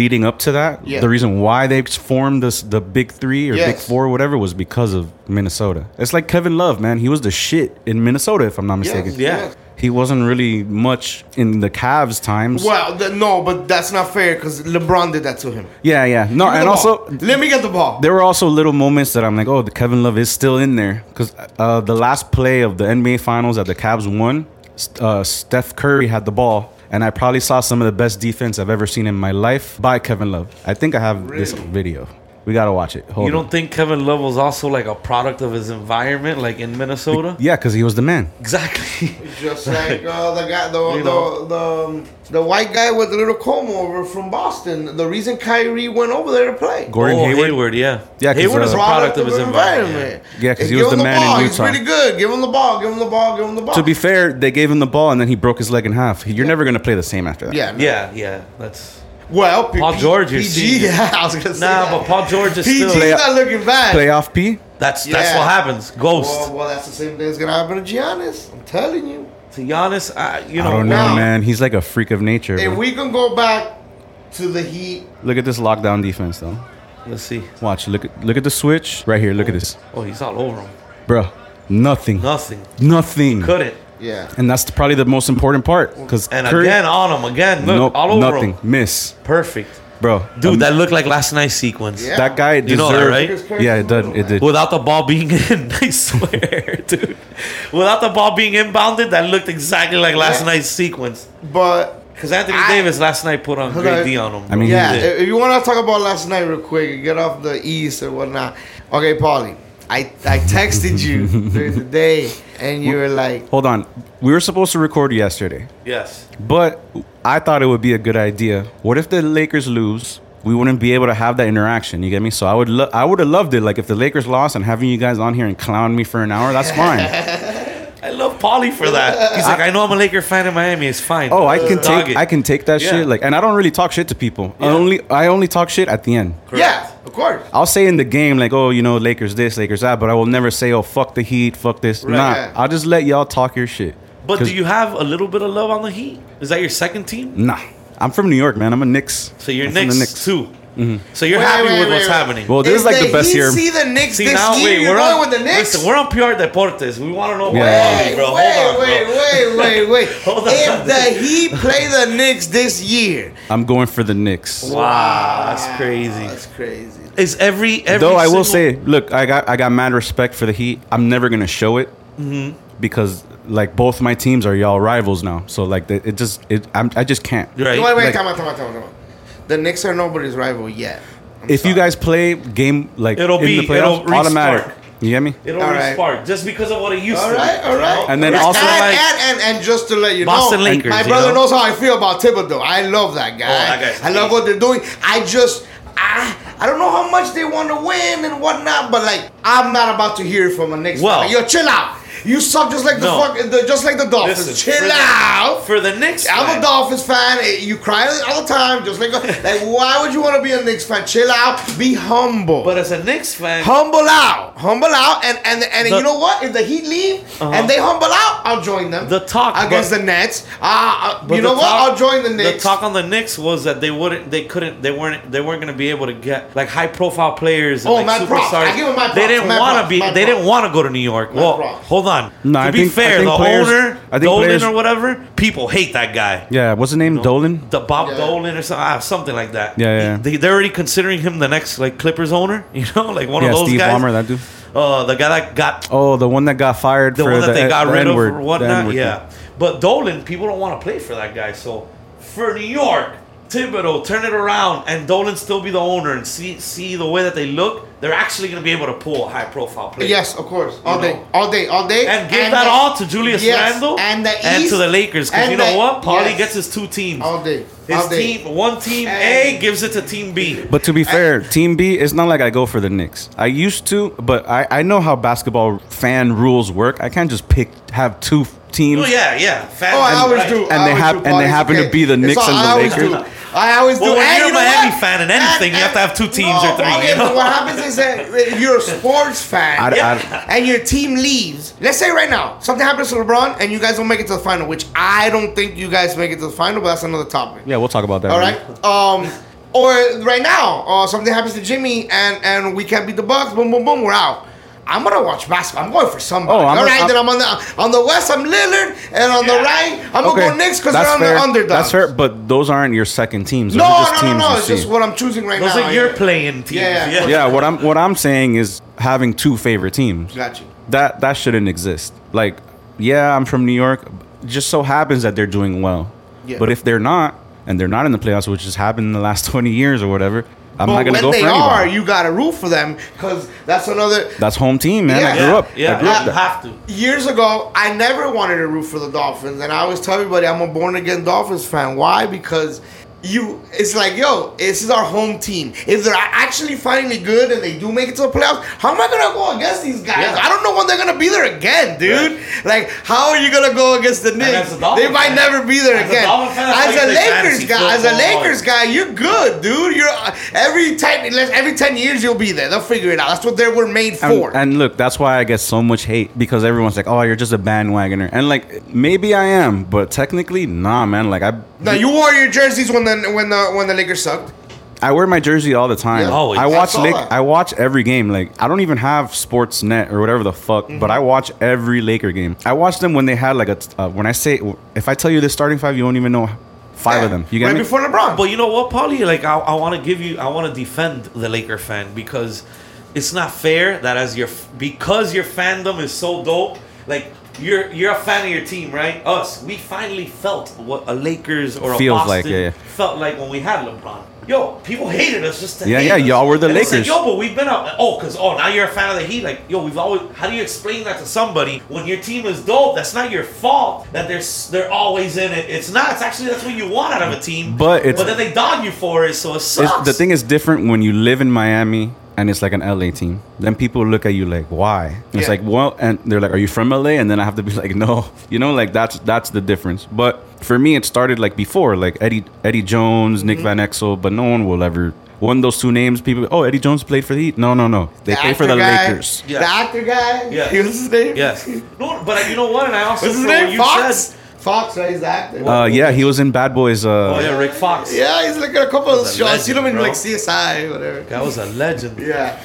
Speaker 2: leading up to that,
Speaker 3: Yeah.
Speaker 2: the reason why they formed this the Big Three or Big
Speaker 3: Yes.
Speaker 2: Four, whatever, was because of Minnesota. It's like Kevin Love, man. He was the shit in Minnesota, if I'm not mistaken.
Speaker 4: yeah.
Speaker 2: He wasn't really much in the Cavs times.
Speaker 3: Well, th- no, but that's not fair because LeBron did that to him.
Speaker 2: Yeah, yeah. No,
Speaker 3: Give me
Speaker 2: and
Speaker 3: the
Speaker 2: also
Speaker 3: ball. let me get the ball.
Speaker 2: there were also little moments that I'm like, oh, the Kevin Love is still in there because uh, the last play of the NBA Finals that the Cavs won, st- uh, Steph Curry had the ball, and I probably saw some of the best defense I've ever seen in my life by Kevin Love. I think I have this
Speaker 3: Really?
Speaker 2: video. We gotta watch it. Hold
Speaker 4: You
Speaker 2: on.
Speaker 4: don't think Kevin Love was also like a product of his environment, like in Minnesota?
Speaker 2: yeah, because he was the man.
Speaker 4: Exactly.
Speaker 3: Just like uh, the guy, the
Speaker 4: [LAUGHS] You
Speaker 3: the,
Speaker 4: know.
Speaker 3: the, um, the white guy with the little comb over from Boston. The reason Kyrie went over there to play.
Speaker 2: Gordon
Speaker 4: oh,
Speaker 2: Hayward.
Speaker 4: Hayward. yeah.
Speaker 2: Yeah, 'cause,
Speaker 4: Hayward is a
Speaker 2: uh,
Speaker 4: product of his environment.
Speaker 2: Yeah, 'cause
Speaker 3: And
Speaker 2: he was
Speaker 3: give him
Speaker 2: the man in
Speaker 3: ball.
Speaker 2: Utah.
Speaker 3: He's pretty good. Give him the ball. Give him the ball. Give him the ball.
Speaker 2: To be fair, they gave him the ball and then he broke his leg in half. He- You're never gonna play the same after that.
Speaker 3: yeah, no.
Speaker 4: Yeah, yeah. yeah that's
Speaker 3: Well, P-
Speaker 4: Paul
Speaker 3: P-
Speaker 4: George, you're
Speaker 3: PG.
Speaker 4: seeing it.
Speaker 3: Yeah, [LAUGHS] I was gonna say.
Speaker 4: nah,
Speaker 3: that.
Speaker 4: but Paul George is
Speaker 3: PG's
Speaker 4: still.
Speaker 3: not looking bad.
Speaker 2: Playoff P.
Speaker 4: That's that's
Speaker 3: Yeah.
Speaker 4: what happens. Ghost
Speaker 3: Well, well, that's the same thing that's gonna happen to Giannis. I'm telling you.
Speaker 4: to Giannis. I, you know,
Speaker 2: I don't know,
Speaker 3: now-
Speaker 2: man. He's like a freak of nature.
Speaker 3: If
Speaker 2: bro.
Speaker 3: we can go back to the Heat,
Speaker 2: look at this lockdown defense, though.
Speaker 4: Let's see.
Speaker 2: Watch. Look at look at the switch right here. Look at this,
Speaker 4: Oh, he's all over him.
Speaker 2: bro. Nothing.
Speaker 4: Nothing.
Speaker 2: Nothing.
Speaker 4: Couldn't.
Speaker 3: yeah,
Speaker 2: And that's probably the most important part because
Speaker 4: And again on him. Again, look,
Speaker 2: nope,
Speaker 4: all over
Speaker 2: nothing
Speaker 4: him.
Speaker 2: miss,
Speaker 4: Perfect.
Speaker 2: bro.
Speaker 4: Dude,
Speaker 2: um,
Speaker 4: that looked like last night's sequence.
Speaker 3: Yeah.
Speaker 2: that guy
Speaker 4: You know that,
Speaker 2: deserved.
Speaker 3: right?
Speaker 2: Yeah, it did. It did.
Speaker 4: Without the ball being [LAUGHS] in, I swear, [LAUGHS] dude. Without the ball being inbounded, that looked exactly like last
Speaker 3: Yeah.
Speaker 4: night's sequence.
Speaker 3: but
Speaker 4: Because Anthony
Speaker 3: I-
Speaker 4: Davis last night put on
Speaker 3: Hold
Speaker 4: great
Speaker 3: on.
Speaker 4: D on him.
Speaker 2: I mean,
Speaker 4: bro.
Speaker 3: Yeah,
Speaker 2: he
Speaker 3: if you want to talk about last night real quick and get off the east and whatnot. Okay, Paulie, I, I texted
Speaker 2: [LAUGHS]
Speaker 3: you during the day and you were like,
Speaker 2: Hold on. We were supposed to record yesterday,
Speaker 4: yes.
Speaker 2: but I thought it would be a good idea. What if the Lakers lose? We wouldn't be able to have that interaction. You get me? So I would. Lo- I would have loved it. Like if the Lakers lost and having you guys on here and clown me for an hour, that's fine.
Speaker 4: [LAUGHS] I love Paulie for that. He's like, I know I'm a Laker fan in Miami. It's fine.
Speaker 2: Oh, I can
Speaker 4: Just dog
Speaker 2: take
Speaker 4: it.
Speaker 2: I can take that
Speaker 4: Yeah.
Speaker 2: shit. Like, and I don't really talk shit to people. I
Speaker 4: Yeah.
Speaker 2: only I only talk shit at the end.
Speaker 4: Correct.
Speaker 3: yeah, of course.
Speaker 2: I'll say in the game like, oh, you know, Lakers this, Lakers that, but I will never say, oh, fuck the Heat, fuck this.
Speaker 4: Right.
Speaker 2: Nah,
Speaker 3: Yeah.
Speaker 2: I'll just let y'all talk your shit.
Speaker 4: But
Speaker 2: 'Cause-
Speaker 4: do you have a little bit of love on the Heat? Is that your second team?
Speaker 2: Nah, I'm from New York, man. I'm a Knicks.
Speaker 4: So you're
Speaker 2: I'm from the
Speaker 4: Knicks, too. So you're
Speaker 3: Wait,
Speaker 4: happy
Speaker 3: wait,
Speaker 4: with
Speaker 3: wait,
Speaker 4: what's
Speaker 3: wait.
Speaker 4: happening.
Speaker 2: Well, this is like the,
Speaker 3: If
Speaker 2: best
Speaker 3: he
Speaker 2: year.
Speaker 3: see the Knicks
Speaker 4: See
Speaker 3: this
Speaker 4: now,
Speaker 3: year,
Speaker 4: wait,
Speaker 3: you're
Speaker 4: we're
Speaker 3: going
Speaker 4: on
Speaker 3: with the Knicks.
Speaker 4: Listen, we're on PR Deportes. We want to know
Speaker 2: Yeah.
Speaker 4: why,
Speaker 3: Wait,
Speaker 4: bro.
Speaker 3: wait,
Speaker 4: Hold on, bro.
Speaker 3: wait, wait, wait, wait.
Speaker 4: [LAUGHS] Hold on.
Speaker 3: If the Heat play the Knicks this year, Oh,
Speaker 2: I'm going for the Knicks.
Speaker 4: Wow, that's crazy.
Speaker 3: that's crazy.
Speaker 4: Is every every
Speaker 2: Though I will
Speaker 4: single-
Speaker 2: say, look, I got I got mad respect for the Heat. I'm never gonna show it
Speaker 4: Mm-hmm.
Speaker 2: because like both my teams are y'all rivals now. So like it, it just it I'm, I just can't.
Speaker 4: Right.
Speaker 3: Wait, wait,
Speaker 2: like-
Speaker 3: come on, come on, come on, come on. The Knicks are nobody's rival yet. I'm
Speaker 2: if you
Speaker 3: sorry.
Speaker 2: guys play game like
Speaker 4: It'll
Speaker 2: in
Speaker 4: be-
Speaker 2: the playoffs,
Speaker 4: it'll
Speaker 2: automatic.
Speaker 4: restart.
Speaker 2: You get me?
Speaker 4: It'll
Speaker 3: All
Speaker 4: already
Speaker 3: right.
Speaker 4: spark just because of what it used
Speaker 3: All
Speaker 4: to. be,
Speaker 3: right, all
Speaker 4: you
Speaker 3: right.
Speaker 4: know?
Speaker 2: And then
Speaker 4: It's
Speaker 2: also,
Speaker 4: kinda
Speaker 3: and,
Speaker 4: like-
Speaker 3: and, and, and just to let you
Speaker 4: Boston
Speaker 3: know,
Speaker 4: Lakers,
Speaker 3: my
Speaker 4: you
Speaker 3: brother
Speaker 4: know?
Speaker 3: knows how I feel about Thibodeau. I love that guy.
Speaker 4: Oh, that guy's
Speaker 3: I love
Speaker 4: amazing.
Speaker 3: what they're doing. I just, I, I don't know how much they want to win and whatnot, but like, I'm not about to hear from a Knicks.
Speaker 4: Well-
Speaker 3: fan. yo, chill out. You suck just like the
Speaker 4: No.
Speaker 3: fuck, the, just like the Dolphins.
Speaker 4: Listen, for
Speaker 3: Chill
Speaker 4: the-
Speaker 3: out.
Speaker 4: For the Knicks,
Speaker 3: I'm a
Speaker 4: fan,
Speaker 3: Dolphins fan. eh, You cry all the time, just like like. Why would you want to be a Knicks fan? Chill out. Be humble.
Speaker 4: But as a Knicks fan,
Speaker 3: humble out, humble out, and and and
Speaker 4: The-
Speaker 3: you know what? If the Heat leave
Speaker 4: Uh-huh.
Speaker 3: and they humble out, I'll join them.
Speaker 4: The talk,
Speaker 3: against
Speaker 4: but-
Speaker 3: the Nets. Ah, uh,
Speaker 4: But
Speaker 3: you
Speaker 4: the
Speaker 3: know what?
Speaker 4: talk-
Speaker 3: I'll join the Knicks.
Speaker 4: The talk on the Knicks was that they wouldn't, they couldn't, they weren't, they weren't going to be able to get like high profile players. And,
Speaker 3: Oh,
Speaker 4: like,
Speaker 3: my props. I
Speaker 4: superstars.
Speaker 3: give 'em my
Speaker 4: They
Speaker 3: props,
Speaker 4: didn't
Speaker 3: my
Speaker 4: want to
Speaker 3: props,
Speaker 4: be.
Speaker 3: my
Speaker 4: They didn't
Speaker 3: props.
Speaker 4: want to go to New York. well,
Speaker 3: props.
Speaker 4: hold on.
Speaker 2: No,
Speaker 4: to
Speaker 2: I
Speaker 4: be
Speaker 2: think- I
Speaker 4: fair,
Speaker 2: think
Speaker 4: the
Speaker 2: players-
Speaker 4: owner,
Speaker 2: I think
Speaker 4: Dolan
Speaker 2: players-
Speaker 4: or whatever, people hate that guy.
Speaker 2: Yeah, what's the name? Dolan.
Speaker 4: The Bob
Speaker 3: Yeah.
Speaker 4: Dolan or something, ah, something like that.
Speaker 2: Yeah, yeah.
Speaker 4: They, they're already considering him the next like Clippers owner. [LAUGHS] You know, like one
Speaker 2: yeah,
Speaker 4: of those
Speaker 2: Steve
Speaker 4: guys.
Speaker 2: Ballmer, that dude.
Speaker 4: Uh, the guy that got
Speaker 2: Oh, the one that got fired.
Speaker 4: the
Speaker 2: for
Speaker 4: one that
Speaker 2: the,
Speaker 4: they got
Speaker 2: the
Speaker 4: rid
Speaker 2: N-word,
Speaker 4: of or
Speaker 2: the
Speaker 4: whatnot.
Speaker 2: N-word thing.
Speaker 4: Yeah, but Dolan, people don't want to play for that guy. So for New York, Thibodeau, turn it around, and Dolan still be the owner and see see the way that they look. They're actually going to be able to pull high profile players.
Speaker 3: Yes, of course. All
Speaker 4: You
Speaker 3: day,
Speaker 4: know.
Speaker 3: all day, all day.
Speaker 4: And give that
Speaker 3: the-
Speaker 4: all to Julius
Speaker 3: yes,
Speaker 4: Randle
Speaker 3: and the East,
Speaker 4: to the Lakers because
Speaker 3: and
Speaker 4: you know
Speaker 3: the-
Speaker 4: what? Paulie
Speaker 3: yes.
Speaker 4: gets his two teams.
Speaker 3: all day.
Speaker 4: His
Speaker 3: all day.
Speaker 4: team, one team A
Speaker 3: And-
Speaker 4: gives it to team B.
Speaker 2: But to be fair, Team B, it's not like I go for the Knicks. I used to, but I, I know how basketball fan rules work. I can't just pick have two teams.
Speaker 4: Oh yeah, yeah. Fans,
Speaker 3: Oh, I
Speaker 4: right.
Speaker 3: always do.
Speaker 2: And
Speaker 3: I
Speaker 2: they
Speaker 3: always
Speaker 2: hap-
Speaker 3: do,
Speaker 2: and they
Speaker 3: Paul,
Speaker 2: happen
Speaker 3: it's
Speaker 2: to be the
Speaker 3: It's
Speaker 2: Knicks
Speaker 3: all-
Speaker 2: and the
Speaker 3: I always
Speaker 2: Lakers.
Speaker 3: do. I always do.
Speaker 4: Well, when
Speaker 3: and
Speaker 4: you're
Speaker 3: you
Speaker 4: a
Speaker 3: know
Speaker 4: Miami
Speaker 3: what?
Speaker 4: fan in anything, you have to have two teams or three,
Speaker 3: Paul,
Speaker 4: you
Speaker 3: yeah, but
Speaker 4: know?
Speaker 3: What happens is that if you're a sports fan
Speaker 2: I- I-
Speaker 3: and your team leaves, let's say right now something happens to LeBron and you guys don't make it to the final, which I don't think you guys make it to the final, but that's another topic.
Speaker 2: Yeah, we'll talk about that.
Speaker 3: All
Speaker 2: later.
Speaker 3: right. Um, or right now, uh, something happens to Jimmy, and and we can't beat the Bucks. Boom, boom, boom. We're out. I'm gonna watch basketball. I'm going for somebody.
Speaker 2: Oh, I'm
Speaker 3: All
Speaker 2: a-
Speaker 3: right,
Speaker 2: I'm-
Speaker 3: then I'm on the on the west. I'm Lillard, and on the right, I'm gonna go Knicks because
Speaker 2: that's
Speaker 3: they're on
Speaker 2: fair.
Speaker 3: the underdog.
Speaker 2: That's fair, but those aren't your second teams. Those
Speaker 3: No,
Speaker 2: are just
Speaker 3: no, no,
Speaker 2: teams
Speaker 3: no.
Speaker 2: you
Speaker 3: It's
Speaker 2: see.
Speaker 3: just what I'm choosing right
Speaker 4: Those
Speaker 3: now.
Speaker 4: are your playing teams.
Speaker 3: Yeah, yeah.
Speaker 2: yeah, what I'm what I'm saying is having two favorite teams.
Speaker 3: Got you.
Speaker 2: That that shouldn't exist. Like, yeah, I'm from New York. Just so happens that they're doing well.
Speaker 3: Yeah.
Speaker 2: But if they're not, and they're not in the playoffs, which has happened in the last [LAUGHS] 20 years or whatever, I'm
Speaker 3: But
Speaker 2: not gonna
Speaker 3: when
Speaker 2: go
Speaker 3: they
Speaker 2: for
Speaker 3: are,
Speaker 2: anybody.
Speaker 3: you gotta root for them because that's another.
Speaker 2: That's home team, man. I
Speaker 3: Yeah.
Speaker 2: grew
Speaker 4: Yeah,
Speaker 2: up.
Speaker 4: Yeah,
Speaker 2: I grew up
Speaker 4: you
Speaker 2: there.
Speaker 4: have to.
Speaker 3: years ago, I never wanted to root for the Dolphins, and I always tell everybody I'm a born again Dolphins fan. Why? Because you, it's like, yo, this is our home team. If they're actually finally good and they do make it to the playoffs, how am I gonna go against these guys?
Speaker 4: Yeah.
Speaker 3: I don't know when they're gonna be there again, dude. Like, how are you gonna go against the Knicks?
Speaker 4: as a Dolphin
Speaker 3: They might
Speaker 4: fan-
Speaker 3: never be there
Speaker 4: as a
Speaker 3: again.
Speaker 4: Dolphin fan, I
Speaker 3: as
Speaker 4: like
Speaker 3: a
Speaker 4: the
Speaker 3: Lakers
Speaker 4: fantasy
Speaker 3: guy, as a
Speaker 4: football.
Speaker 3: Lakers guy, you're good, dude. You're uh, every ten, every ten years you'll be there. They'll figure it out. That's what they were made for.
Speaker 2: And, and look, that's why I get so much hate because everyone's like, "Oh, you're just a bandwagoner," and like maybe I am, but technically, nah, man. Like I,
Speaker 3: No, you wore your jerseys when the when the when the Lakers sucked.
Speaker 2: I wear my jersey all the time.
Speaker 3: Yeah.
Speaker 4: Always.
Speaker 2: I watch
Speaker 3: I saw
Speaker 2: Lake,
Speaker 3: that.
Speaker 2: I watch every game. Like I don't even have Sportsnet or whatever the fuck,
Speaker 3: Mm-hmm.
Speaker 2: but I watch every Laker game. I watch them when they had like a. t- Uh, when I say if I tell you the starting five, you won't even know five of them. You get
Speaker 3: right
Speaker 2: me?
Speaker 3: before LeBron.
Speaker 4: But you know what, Paulie? Like, I, I want to give you, I want to defend the Laker fan because it's not fair that as your because your fandom is so dope. Like, you're you're a fan of your team, right? Us, we finally felt what a Lakers or a
Speaker 2: Feels
Speaker 4: Boston
Speaker 2: like, yeah, yeah.
Speaker 4: felt like when we had LeBron. Yo, people hated us just to
Speaker 2: Yeah,
Speaker 4: hate
Speaker 2: yeah,
Speaker 4: us.
Speaker 2: y'all were the
Speaker 4: And it's like,
Speaker 2: Lakers.
Speaker 4: yo, but we've been up. Oh, cause oh, now you're a fan of the Heat. Like, yo, we've always. How do you explain that to somebody when your team is dope? That's not your fault that they're s- they're always in it. It's not. It's actually that's what you want out of a team.
Speaker 2: But it's-
Speaker 4: but then they dog you for it, so it
Speaker 2: It's,
Speaker 4: sucks.
Speaker 2: the thing is different when you live in Miami and it's like an LA team. Then people look at you like, why? And It's
Speaker 3: Yeah.
Speaker 2: like, well, and they're like, are you from LA? And then I have to be [LAUGHS] like, no, you know, like that's that's the difference. But for me, it started like before, like Eddie Eddie Jones, Nick
Speaker 3: Mm-hmm.
Speaker 2: Van Exel, but no one will ever. One those two names, people. Oh, Eddie Jones played for the Heat. No, no, no. They play for
Speaker 3: actor
Speaker 2: the
Speaker 3: guy,
Speaker 2: Lakers. Uh,
Speaker 4: Yeah.
Speaker 3: The actor guy.
Speaker 4: Yeah.
Speaker 3: He was his name.
Speaker 4: yes. No, but you know what? And I also
Speaker 3: What's his
Speaker 4: for what
Speaker 3: name?
Speaker 4: you
Speaker 3: Fox.
Speaker 4: said-
Speaker 3: Fox, right? He's the actor.
Speaker 2: Uh, yeah, he was in Bad Boys. Uh,
Speaker 4: oh yeah, Rick Fox.
Speaker 3: yeah, he's like in a couple of
Speaker 4: He's a
Speaker 3: shows. I seen him in
Speaker 4: legend,
Speaker 3: like
Speaker 4: bro.
Speaker 3: CSI, whatever.
Speaker 4: That was a legend.
Speaker 3: Yeah.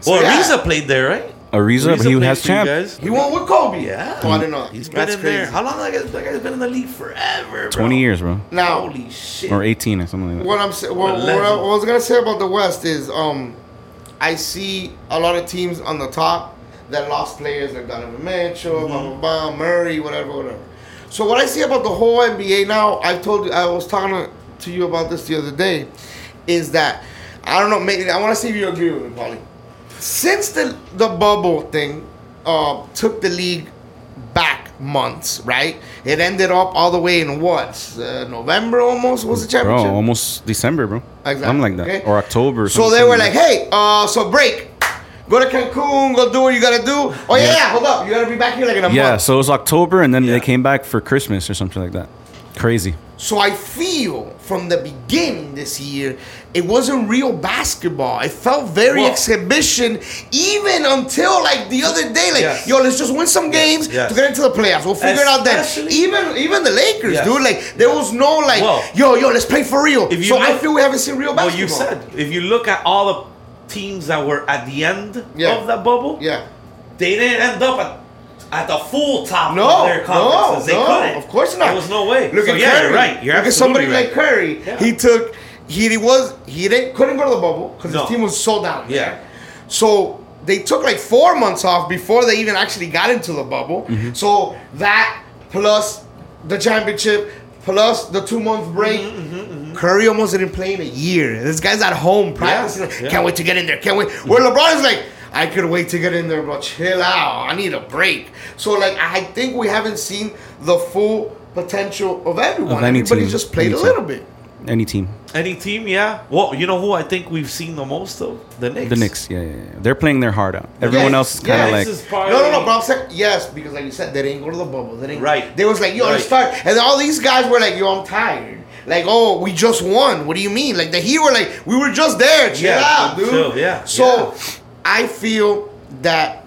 Speaker 3: So,
Speaker 4: Well,
Speaker 3: yeah.
Speaker 4: Ariza played there, right?
Speaker 2: Ariza,
Speaker 4: Ariza
Speaker 2: he
Speaker 4: played
Speaker 2: has
Speaker 4: for you
Speaker 2: champ.
Speaker 4: guys.
Speaker 3: He won with Kobe.
Speaker 4: Yeah.
Speaker 3: Oh, I didn't know. that.
Speaker 4: He's been
Speaker 3: That's
Speaker 4: in
Speaker 3: crazy.
Speaker 4: there. How long? That guy's, that guy's been in the league forever. Bro.
Speaker 2: Twenty years, bro,
Speaker 3: Now,
Speaker 4: Holy shit.
Speaker 2: or eighteen or something like that.
Speaker 3: what I'm sa- what, what
Speaker 4: a
Speaker 3: I
Speaker 4: legend.
Speaker 3: what I was gonna say about the West is um, I see a lot of teams on the top that lost players like Donovan Mitchell, blah blah blah, Murray, whatever, whatever. So what I see about the whole NBA now, I told you, I was talking to, to you about this the other day, is that I don't know, maybe I want to see if you agree with me, Paulie. Since the the bubble thing uh, took the league back months, right? It ended up all the way in what uh, November almost was the
Speaker 2: Bro,
Speaker 3: championship.
Speaker 2: almost December, bro.
Speaker 3: Exactly,
Speaker 2: Something like that,
Speaker 3: okay?
Speaker 2: or October. or
Speaker 3: So
Speaker 2: something
Speaker 3: they were
Speaker 2: that.
Speaker 3: like, hey, uh, so break. Go to Cancun. Go do what you gotta do. Oh yeah,
Speaker 2: Yeah.
Speaker 3: yeah, hold up. You gotta be back here like in a
Speaker 2: yeah,
Speaker 3: month.
Speaker 2: so it was October, and then
Speaker 4: Yeah.
Speaker 2: they came back for Christmas or something like that. Crazy.
Speaker 3: So I feel from the beginning this year, it wasn't real basketball. It felt very
Speaker 4: Well-
Speaker 3: exhibition, even until like the other day. Like,
Speaker 4: Yes.
Speaker 3: yo, let's just win some games
Speaker 4: yes.
Speaker 3: to get into the playoffs. We'll figure it out then.
Speaker 4: Especially-
Speaker 3: Even even the Lakers,
Speaker 4: Yes.
Speaker 3: dude. Like, there was no like,
Speaker 4: Well-
Speaker 3: yo, yo, let's play for real.
Speaker 4: If you
Speaker 3: so I
Speaker 4: look-
Speaker 3: feel we haven't seen real
Speaker 4: Well, you
Speaker 3: basketball.
Speaker 4: said if you look at all the teams that were at the end
Speaker 3: Yeah.
Speaker 4: of that bubble,
Speaker 3: Yeah.
Speaker 4: they didn't end up at, at the full top
Speaker 3: No,
Speaker 4: of their
Speaker 3: no,
Speaker 4: conferences. they
Speaker 3: no.
Speaker 4: couldn't.
Speaker 3: Of course not.
Speaker 4: There was no way.
Speaker 3: Look
Speaker 4: So,
Speaker 3: at
Speaker 4: yeah,
Speaker 3: Curry.
Speaker 4: you're right. You're
Speaker 3: Look at
Speaker 4: absolutely
Speaker 3: somebody
Speaker 4: right.
Speaker 3: like Curry.
Speaker 4: Yeah.
Speaker 3: He took. He, was. He didn't. Couldn't go to the bubble because
Speaker 4: No.
Speaker 3: his team was so down.
Speaker 4: Yeah.
Speaker 3: there. So they took like four months off before they even actually got into the bubble.
Speaker 2: Mm-hmm.
Speaker 3: So that plus the championship plus the two month break.
Speaker 2: Mm-hmm,
Speaker 3: Curry almost didn't play in a year. This guy's at home practicing. like,
Speaker 4: yeah.
Speaker 3: Can't wait to get in there. Can't wait. Where
Speaker 2: Mm-hmm.
Speaker 3: LeBron is like, I could wait to get in there, but chill out. I need a break. So like, I think we haven't seen the full potential of everyone.
Speaker 2: Of any
Speaker 3: Everybody
Speaker 2: team.
Speaker 3: just played
Speaker 2: Any
Speaker 3: a
Speaker 2: team.
Speaker 3: little bit.
Speaker 2: Any team.
Speaker 4: Any team, yeah. Well, you know who I think we've seen the most of? The Knicks.
Speaker 2: The Knicks, yeah, yeah, yeah. They're playing their heart out. Everyone
Speaker 3: Yes,
Speaker 2: else is
Speaker 3: yeah,
Speaker 2: kind of
Speaker 4: Knicks
Speaker 2: like,
Speaker 4: is
Speaker 3: No,
Speaker 4: probably-
Speaker 3: no, no. But I'm saying yes because, like you said, they didn't go to the bubble. They didn't.
Speaker 4: Right.
Speaker 3: They was like, yo, let's
Speaker 4: Right.
Speaker 3: start. And all these guys were like, yo, I'm tired. Like, oh, we just won. What do you mean? Like the Heat were like, we were just there. Chill
Speaker 4: Yeah,
Speaker 3: out, dude.
Speaker 4: chill, yeah,
Speaker 3: So, I feel that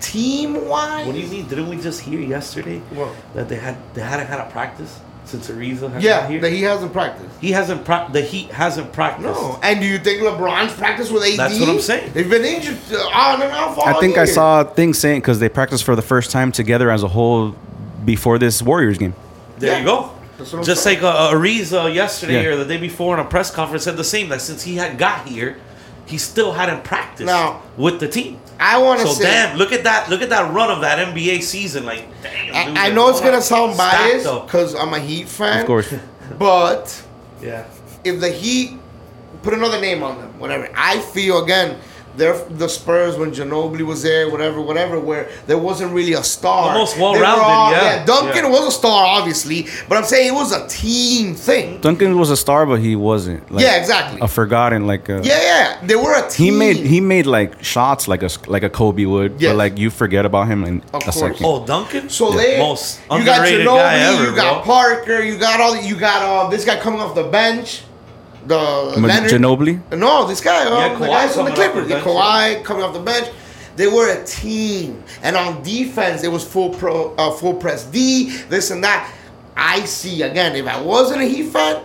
Speaker 3: team wise.
Speaker 4: What do you mean? Didn't we just hear yesterday
Speaker 3: What?
Speaker 4: that they had they hadn't had a practice since Ariza has
Speaker 3: Yeah,
Speaker 4: been here?
Speaker 3: that he hasn't practiced.
Speaker 4: he hasn't pra- the Heat hasn't practiced.
Speaker 3: No. And do you think LeBron's practice with AD?
Speaker 4: That's what I'm saying.
Speaker 3: They've been injured uh, on and off all
Speaker 2: I think I
Speaker 3: year.
Speaker 2: saw things saying because they practiced for the first time together as a whole before this Warriors game.
Speaker 4: There
Speaker 3: Yeah.
Speaker 4: you go.
Speaker 3: That's what I'm
Speaker 4: Just
Speaker 3: saying.
Speaker 4: like uh, Ariza yesterday
Speaker 2: Yeah.
Speaker 4: or the day before in a press conference said the same that since he had got here, he still hadn't practiced
Speaker 3: Now-
Speaker 4: with the team.
Speaker 3: I want to
Speaker 4: So
Speaker 3: say.
Speaker 4: damn, look at that! Look at that run of that NBA season. Like, damn. dude,
Speaker 3: I, I
Speaker 4: like,
Speaker 3: know it's
Speaker 4: hold
Speaker 3: gonna
Speaker 4: on.
Speaker 3: sound
Speaker 4: Stop,
Speaker 3: biased
Speaker 4: though.
Speaker 3: because I'm a Heat fan.
Speaker 2: Of course.
Speaker 3: But
Speaker 4: Yeah.
Speaker 3: if the Heat put another name on them, whatever, I feel again, they're the Spurs when Ginobili was there, whatever, whatever, where there wasn't really a star.
Speaker 4: The most
Speaker 3: They were
Speaker 4: well-rounded,
Speaker 3: all-
Speaker 4: yeah.
Speaker 3: Duncan
Speaker 4: Yeah.
Speaker 3: was a star, obviously, but I'm saying it was a team thing.
Speaker 2: Duncan was a star, but he wasn't. Like,
Speaker 3: Yeah, exactly.
Speaker 2: A forgotten, like, a,
Speaker 3: Yeah, yeah, they were a
Speaker 2: He
Speaker 3: team.
Speaker 2: made he made like shots like a like a Kobe would,
Speaker 3: Yes.
Speaker 2: but like you forget about him in
Speaker 3: Of
Speaker 2: a
Speaker 3: course.
Speaker 2: second.
Speaker 4: Oh, Duncan.
Speaker 3: So they
Speaker 4: most
Speaker 3: you got
Speaker 4: underrated
Speaker 3: Ginobili,
Speaker 4: guy ever,
Speaker 3: you got
Speaker 4: bro.
Speaker 3: Parker, you got all you got uh, this guy coming off the bench, the
Speaker 2: Ma-
Speaker 3: Oh, Leonard.
Speaker 2: Ginobili.
Speaker 3: No, this guy,
Speaker 4: Yeah,
Speaker 3: um, the
Speaker 4: Kawhi
Speaker 3: guys from the
Speaker 4: coming off
Speaker 3: Clippers.
Speaker 4: the
Speaker 3: Yeah,
Speaker 4: bench,
Speaker 3: Kawhi coming off the bench. They were a team, and on defense, it was full pro, uh, full press D, this and that. I see again. If I wasn't a Heat fan,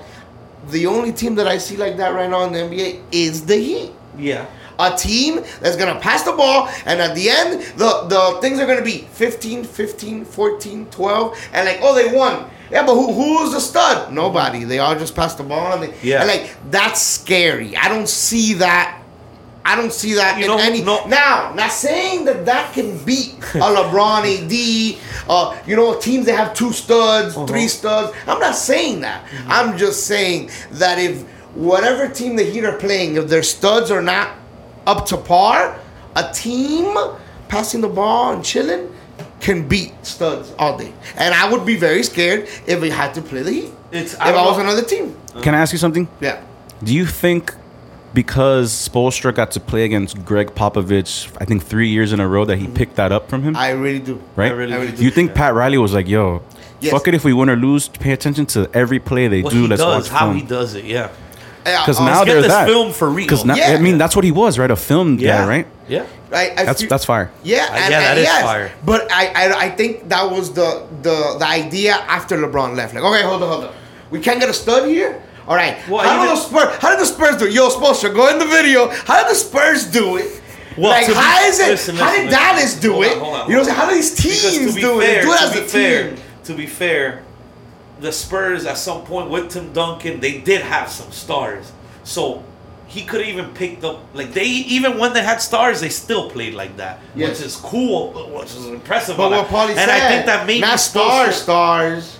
Speaker 3: the only team that I see like that right now in the NBA is the Heat.
Speaker 4: Yeah.
Speaker 3: A team that's gonna pass the ball, and at the end, the, the things are gonna be 15, 15, 14, 12, and like, oh, they won. Yeah, but who who's the stud? Nobody. They all just passed the ball, and, they,
Speaker 4: Yeah.
Speaker 3: and like that's scary. I don't see that. I don't see that
Speaker 4: You
Speaker 3: in
Speaker 4: know,
Speaker 3: any.
Speaker 4: no-
Speaker 3: Now, not saying that that can beat a LeBron AD, uh, you know, teams that have two studs,
Speaker 4: Uh-huh.
Speaker 3: three studs. I'm not saying that.
Speaker 4: Mm-hmm.
Speaker 3: I'm just saying that if whatever team the Heat are playing, if their studs are not up to par, a team passing the ball and chilling can beat studs all day. And I would be very scared if we had to play the Heat.
Speaker 4: It's-
Speaker 3: if
Speaker 4: I
Speaker 3: I,
Speaker 4: don't
Speaker 3: was
Speaker 4: know.
Speaker 3: another team.
Speaker 2: Can I ask you something?
Speaker 3: Yeah.
Speaker 2: Do you think because Spoelstra got to play against Greg Popovich, I think three years in a row that he picked that up from him,
Speaker 3: Mm-hmm. I really do.
Speaker 2: right?
Speaker 4: I really
Speaker 3: I really do.
Speaker 2: you think Pat Riley was like, "Yo,
Speaker 3: Yes.
Speaker 2: fuck it if we win or lose, pay attention to every play they
Speaker 4: What
Speaker 2: do.
Speaker 4: he
Speaker 2: Let's
Speaker 4: does,
Speaker 2: watch
Speaker 4: how
Speaker 2: film."
Speaker 4: he does it. Yeah.
Speaker 2: Because now
Speaker 4: get
Speaker 2: they're
Speaker 4: this
Speaker 2: that
Speaker 4: film for real.
Speaker 2: Because now,
Speaker 3: Yeah.
Speaker 2: I mean, that's what he was, right? A film
Speaker 4: Yeah.
Speaker 2: guy, right?
Speaker 4: Yeah.
Speaker 3: I, I
Speaker 2: That's
Speaker 3: feel-
Speaker 2: that's fire.
Speaker 3: Yeah, and,
Speaker 4: Uh, yeah,
Speaker 3: and
Speaker 4: that is
Speaker 3: yes,
Speaker 4: fire.
Speaker 3: But I, I I think that was the the the idea after LeBron left. Like, okay, hold on, hold on. We can't get a stud here. All right.
Speaker 4: Well,
Speaker 3: how
Speaker 4: even-
Speaker 3: did the Spurs? How did the Spurs do? it? Yo, Spolster, go in the video. How did the Spurs do it?
Speaker 4: Well,
Speaker 3: like,
Speaker 4: to be-
Speaker 3: how is it?
Speaker 4: listen,
Speaker 3: how
Speaker 4: listen,
Speaker 3: did
Speaker 4: listen.
Speaker 3: Dallas do
Speaker 4: Hold
Speaker 3: it?
Speaker 4: on, hold on,
Speaker 3: you know, what
Speaker 4: hold
Speaker 3: I'm saying? how do these
Speaker 4: Because
Speaker 3: teams
Speaker 4: to be
Speaker 3: do it? They
Speaker 4: fair,
Speaker 3: Do it
Speaker 4: to
Speaker 3: as
Speaker 4: be
Speaker 3: a
Speaker 4: fair,
Speaker 3: team.
Speaker 4: to be fair, the Spurs at some point with Tim Duncan, they did have some stars. So he could even pick the like they even when they had stars, they still played like that,
Speaker 3: Yes.
Speaker 4: which is cool, which is impressive.
Speaker 3: But
Speaker 4: about
Speaker 3: what Paulie
Speaker 4: it.
Speaker 3: said,
Speaker 4: and I think that maybe
Speaker 3: not
Speaker 4: Spolstra-
Speaker 3: stars, stars.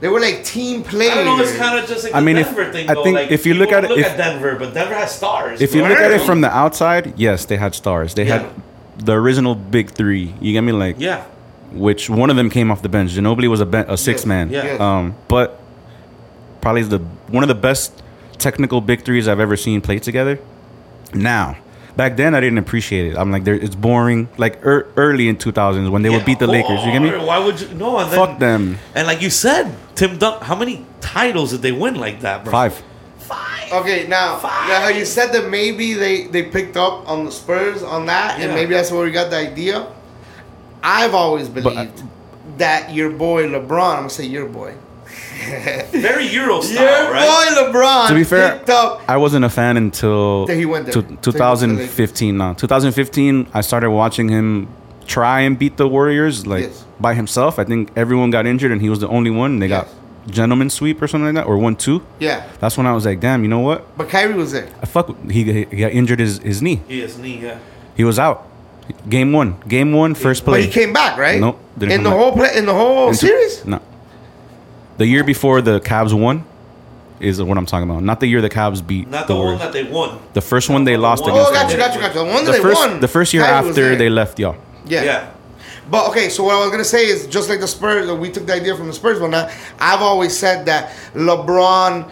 Speaker 3: They were like team players.
Speaker 4: I don't know. It's kind of just like
Speaker 2: I
Speaker 4: the
Speaker 2: mean, if-
Speaker 4: Denver thing.
Speaker 2: I
Speaker 4: though.
Speaker 2: think
Speaker 4: like,
Speaker 2: if you look at
Speaker 4: people
Speaker 2: it-
Speaker 4: look
Speaker 2: if-
Speaker 4: at Denver, but Denver has stars.
Speaker 2: If you
Speaker 4: bro.
Speaker 2: look at it
Speaker 3: Right.
Speaker 2: from the outside, yes, they had stars. They
Speaker 4: Yeah.
Speaker 2: had the original big three. You get me? Like,
Speaker 4: yeah,
Speaker 2: which one of them came off the bench. Ginobili was a, ben- a six man.
Speaker 4: yeah. Yes.
Speaker 2: Um, but probably the one of the best technical big threes I've ever seen played together. Now, back then I didn't appreciate it. I'm like, there- it's boring. Like er, early in 2000s when they would beat the Lakers. You get me?
Speaker 4: oh, Why would you? No, and then,
Speaker 2: Fuck them.
Speaker 4: And like you said, Tim Duncan, how many titles did they win like that, bro?
Speaker 2: Five.
Speaker 4: Five.
Speaker 3: Okay, now,
Speaker 4: Five.
Speaker 3: now how you said that maybe they, they picked up on the Spurs on that, and
Speaker 4: Yeah.
Speaker 3: maybe that's where we got the idea. I've always
Speaker 2: uh,
Speaker 3: believed that your boy LeBron, I'm gonna say your
Speaker 4: [LAUGHS]
Speaker 3: boy,
Speaker 4: Very Euro style,
Speaker 3: your
Speaker 4: right?
Speaker 3: boy LeBron
Speaker 2: To be fair,
Speaker 3: picked up.
Speaker 2: I wasn't a fan until
Speaker 3: Till he went there.
Speaker 2: two-
Speaker 3: Till he went to the
Speaker 2: 2015. Now, 2015, I started watching him try and beat the Warriors like
Speaker 3: Yes.
Speaker 2: by himself. I think everyone got injured and he was the only one. They
Speaker 3: Yes.
Speaker 2: got gentleman sweep or something like that, or one two.
Speaker 3: Yeah,
Speaker 2: That's when I was like, damn, you know what?
Speaker 3: but Kyrie was there.
Speaker 2: I fuck. with- He, he got injured his, his knee.
Speaker 4: Yes, knee. Yeah.
Speaker 2: He was out. Game one. Game one. First
Speaker 3: But
Speaker 2: play.
Speaker 3: he came back, right?
Speaker 2: Nope, didn't
Speaker 3: In
Speaker 2: come
Speaker 3: the
Speaker 2: back.
Speaker 3: whole play, in the whole
Speaker 2: Into-
Speaker 3: series.
Speaker 2: No. The year before the Cavs won is what I'm talking about. Not the year the Cavs beat.
Speaker 4: Not the one
Speaker 2: Warriors.
Speaker 4: that they won.
Speaker 2: The first one they lost
Speaker 4: Oh,
Speaker 2: against.
Speaker 3: Oh,
Speaker 2: the
Speaker 4: got
Speaker 3: gotcha,
Speaker 2: Warriors.
Speaker 3: gotcha, gotcha. The one that
Speaker 2: The
Speaker 3: they
Speaker 2: first,
Speaker 3: won.
Speaker 2: the first year
Speaker 3: Kyrie was
Speaker 2: after
Speaker 3: there.
Speaker 2: they left y'all.
Speaker 3: Yeah.
Speaker 4: yeah.
Speaker 3: But okay, so what I was gonna say is just like the Spurs, we took the idea from the Spurs. Well, now I've always said that LeBron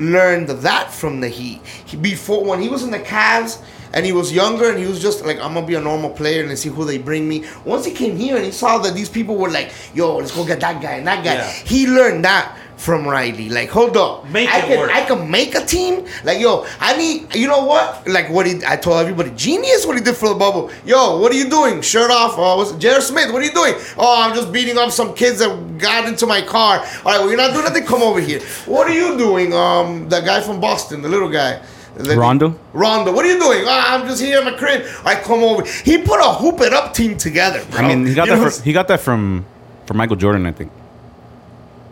Speaker 3: learned that from the Heat. He, before when he was in the Cavs and he was younger and he was just like, I'm gonna be a normal player and see who they bring me. Once he came here and he saw that these people were like, Yo, let's go get that guy and that guy.
Speaker 4: Yeah.
Speaker 3: He learned that. From Riley, like hold up,
Speaker 4: Make
Speaker 3: I
Speaker 4: it
Speaker 3: can
Speaker 4: work.
Speaker 3: I can make a team. Like yo, I need you know what? Like what he I told everybody, genius what he did for the bubble. Yo, what are you doing? Shirt off. Oh, what's Jared Smith? What are you doing? Oh, I'm just beating up some kids that got into my car. All right, well, you're not doing nothing. Come over here. What are you doing? Um, the guy from Boston, the little guy. The-
Speaker 2: Rondo?
Speaker 3: Rondo, what are you doing? Ah, I'm just here in my crib. I come over. He put a hoop it up team together. Bro.
Speaker 2: I mean, he got
Speaker 3: You know
Speaker 2: that.
Speaker 3: what
Speaker 2: From,
Speaker 3: I'm
Speaker 2: he got that from from Michael Jordan, I think,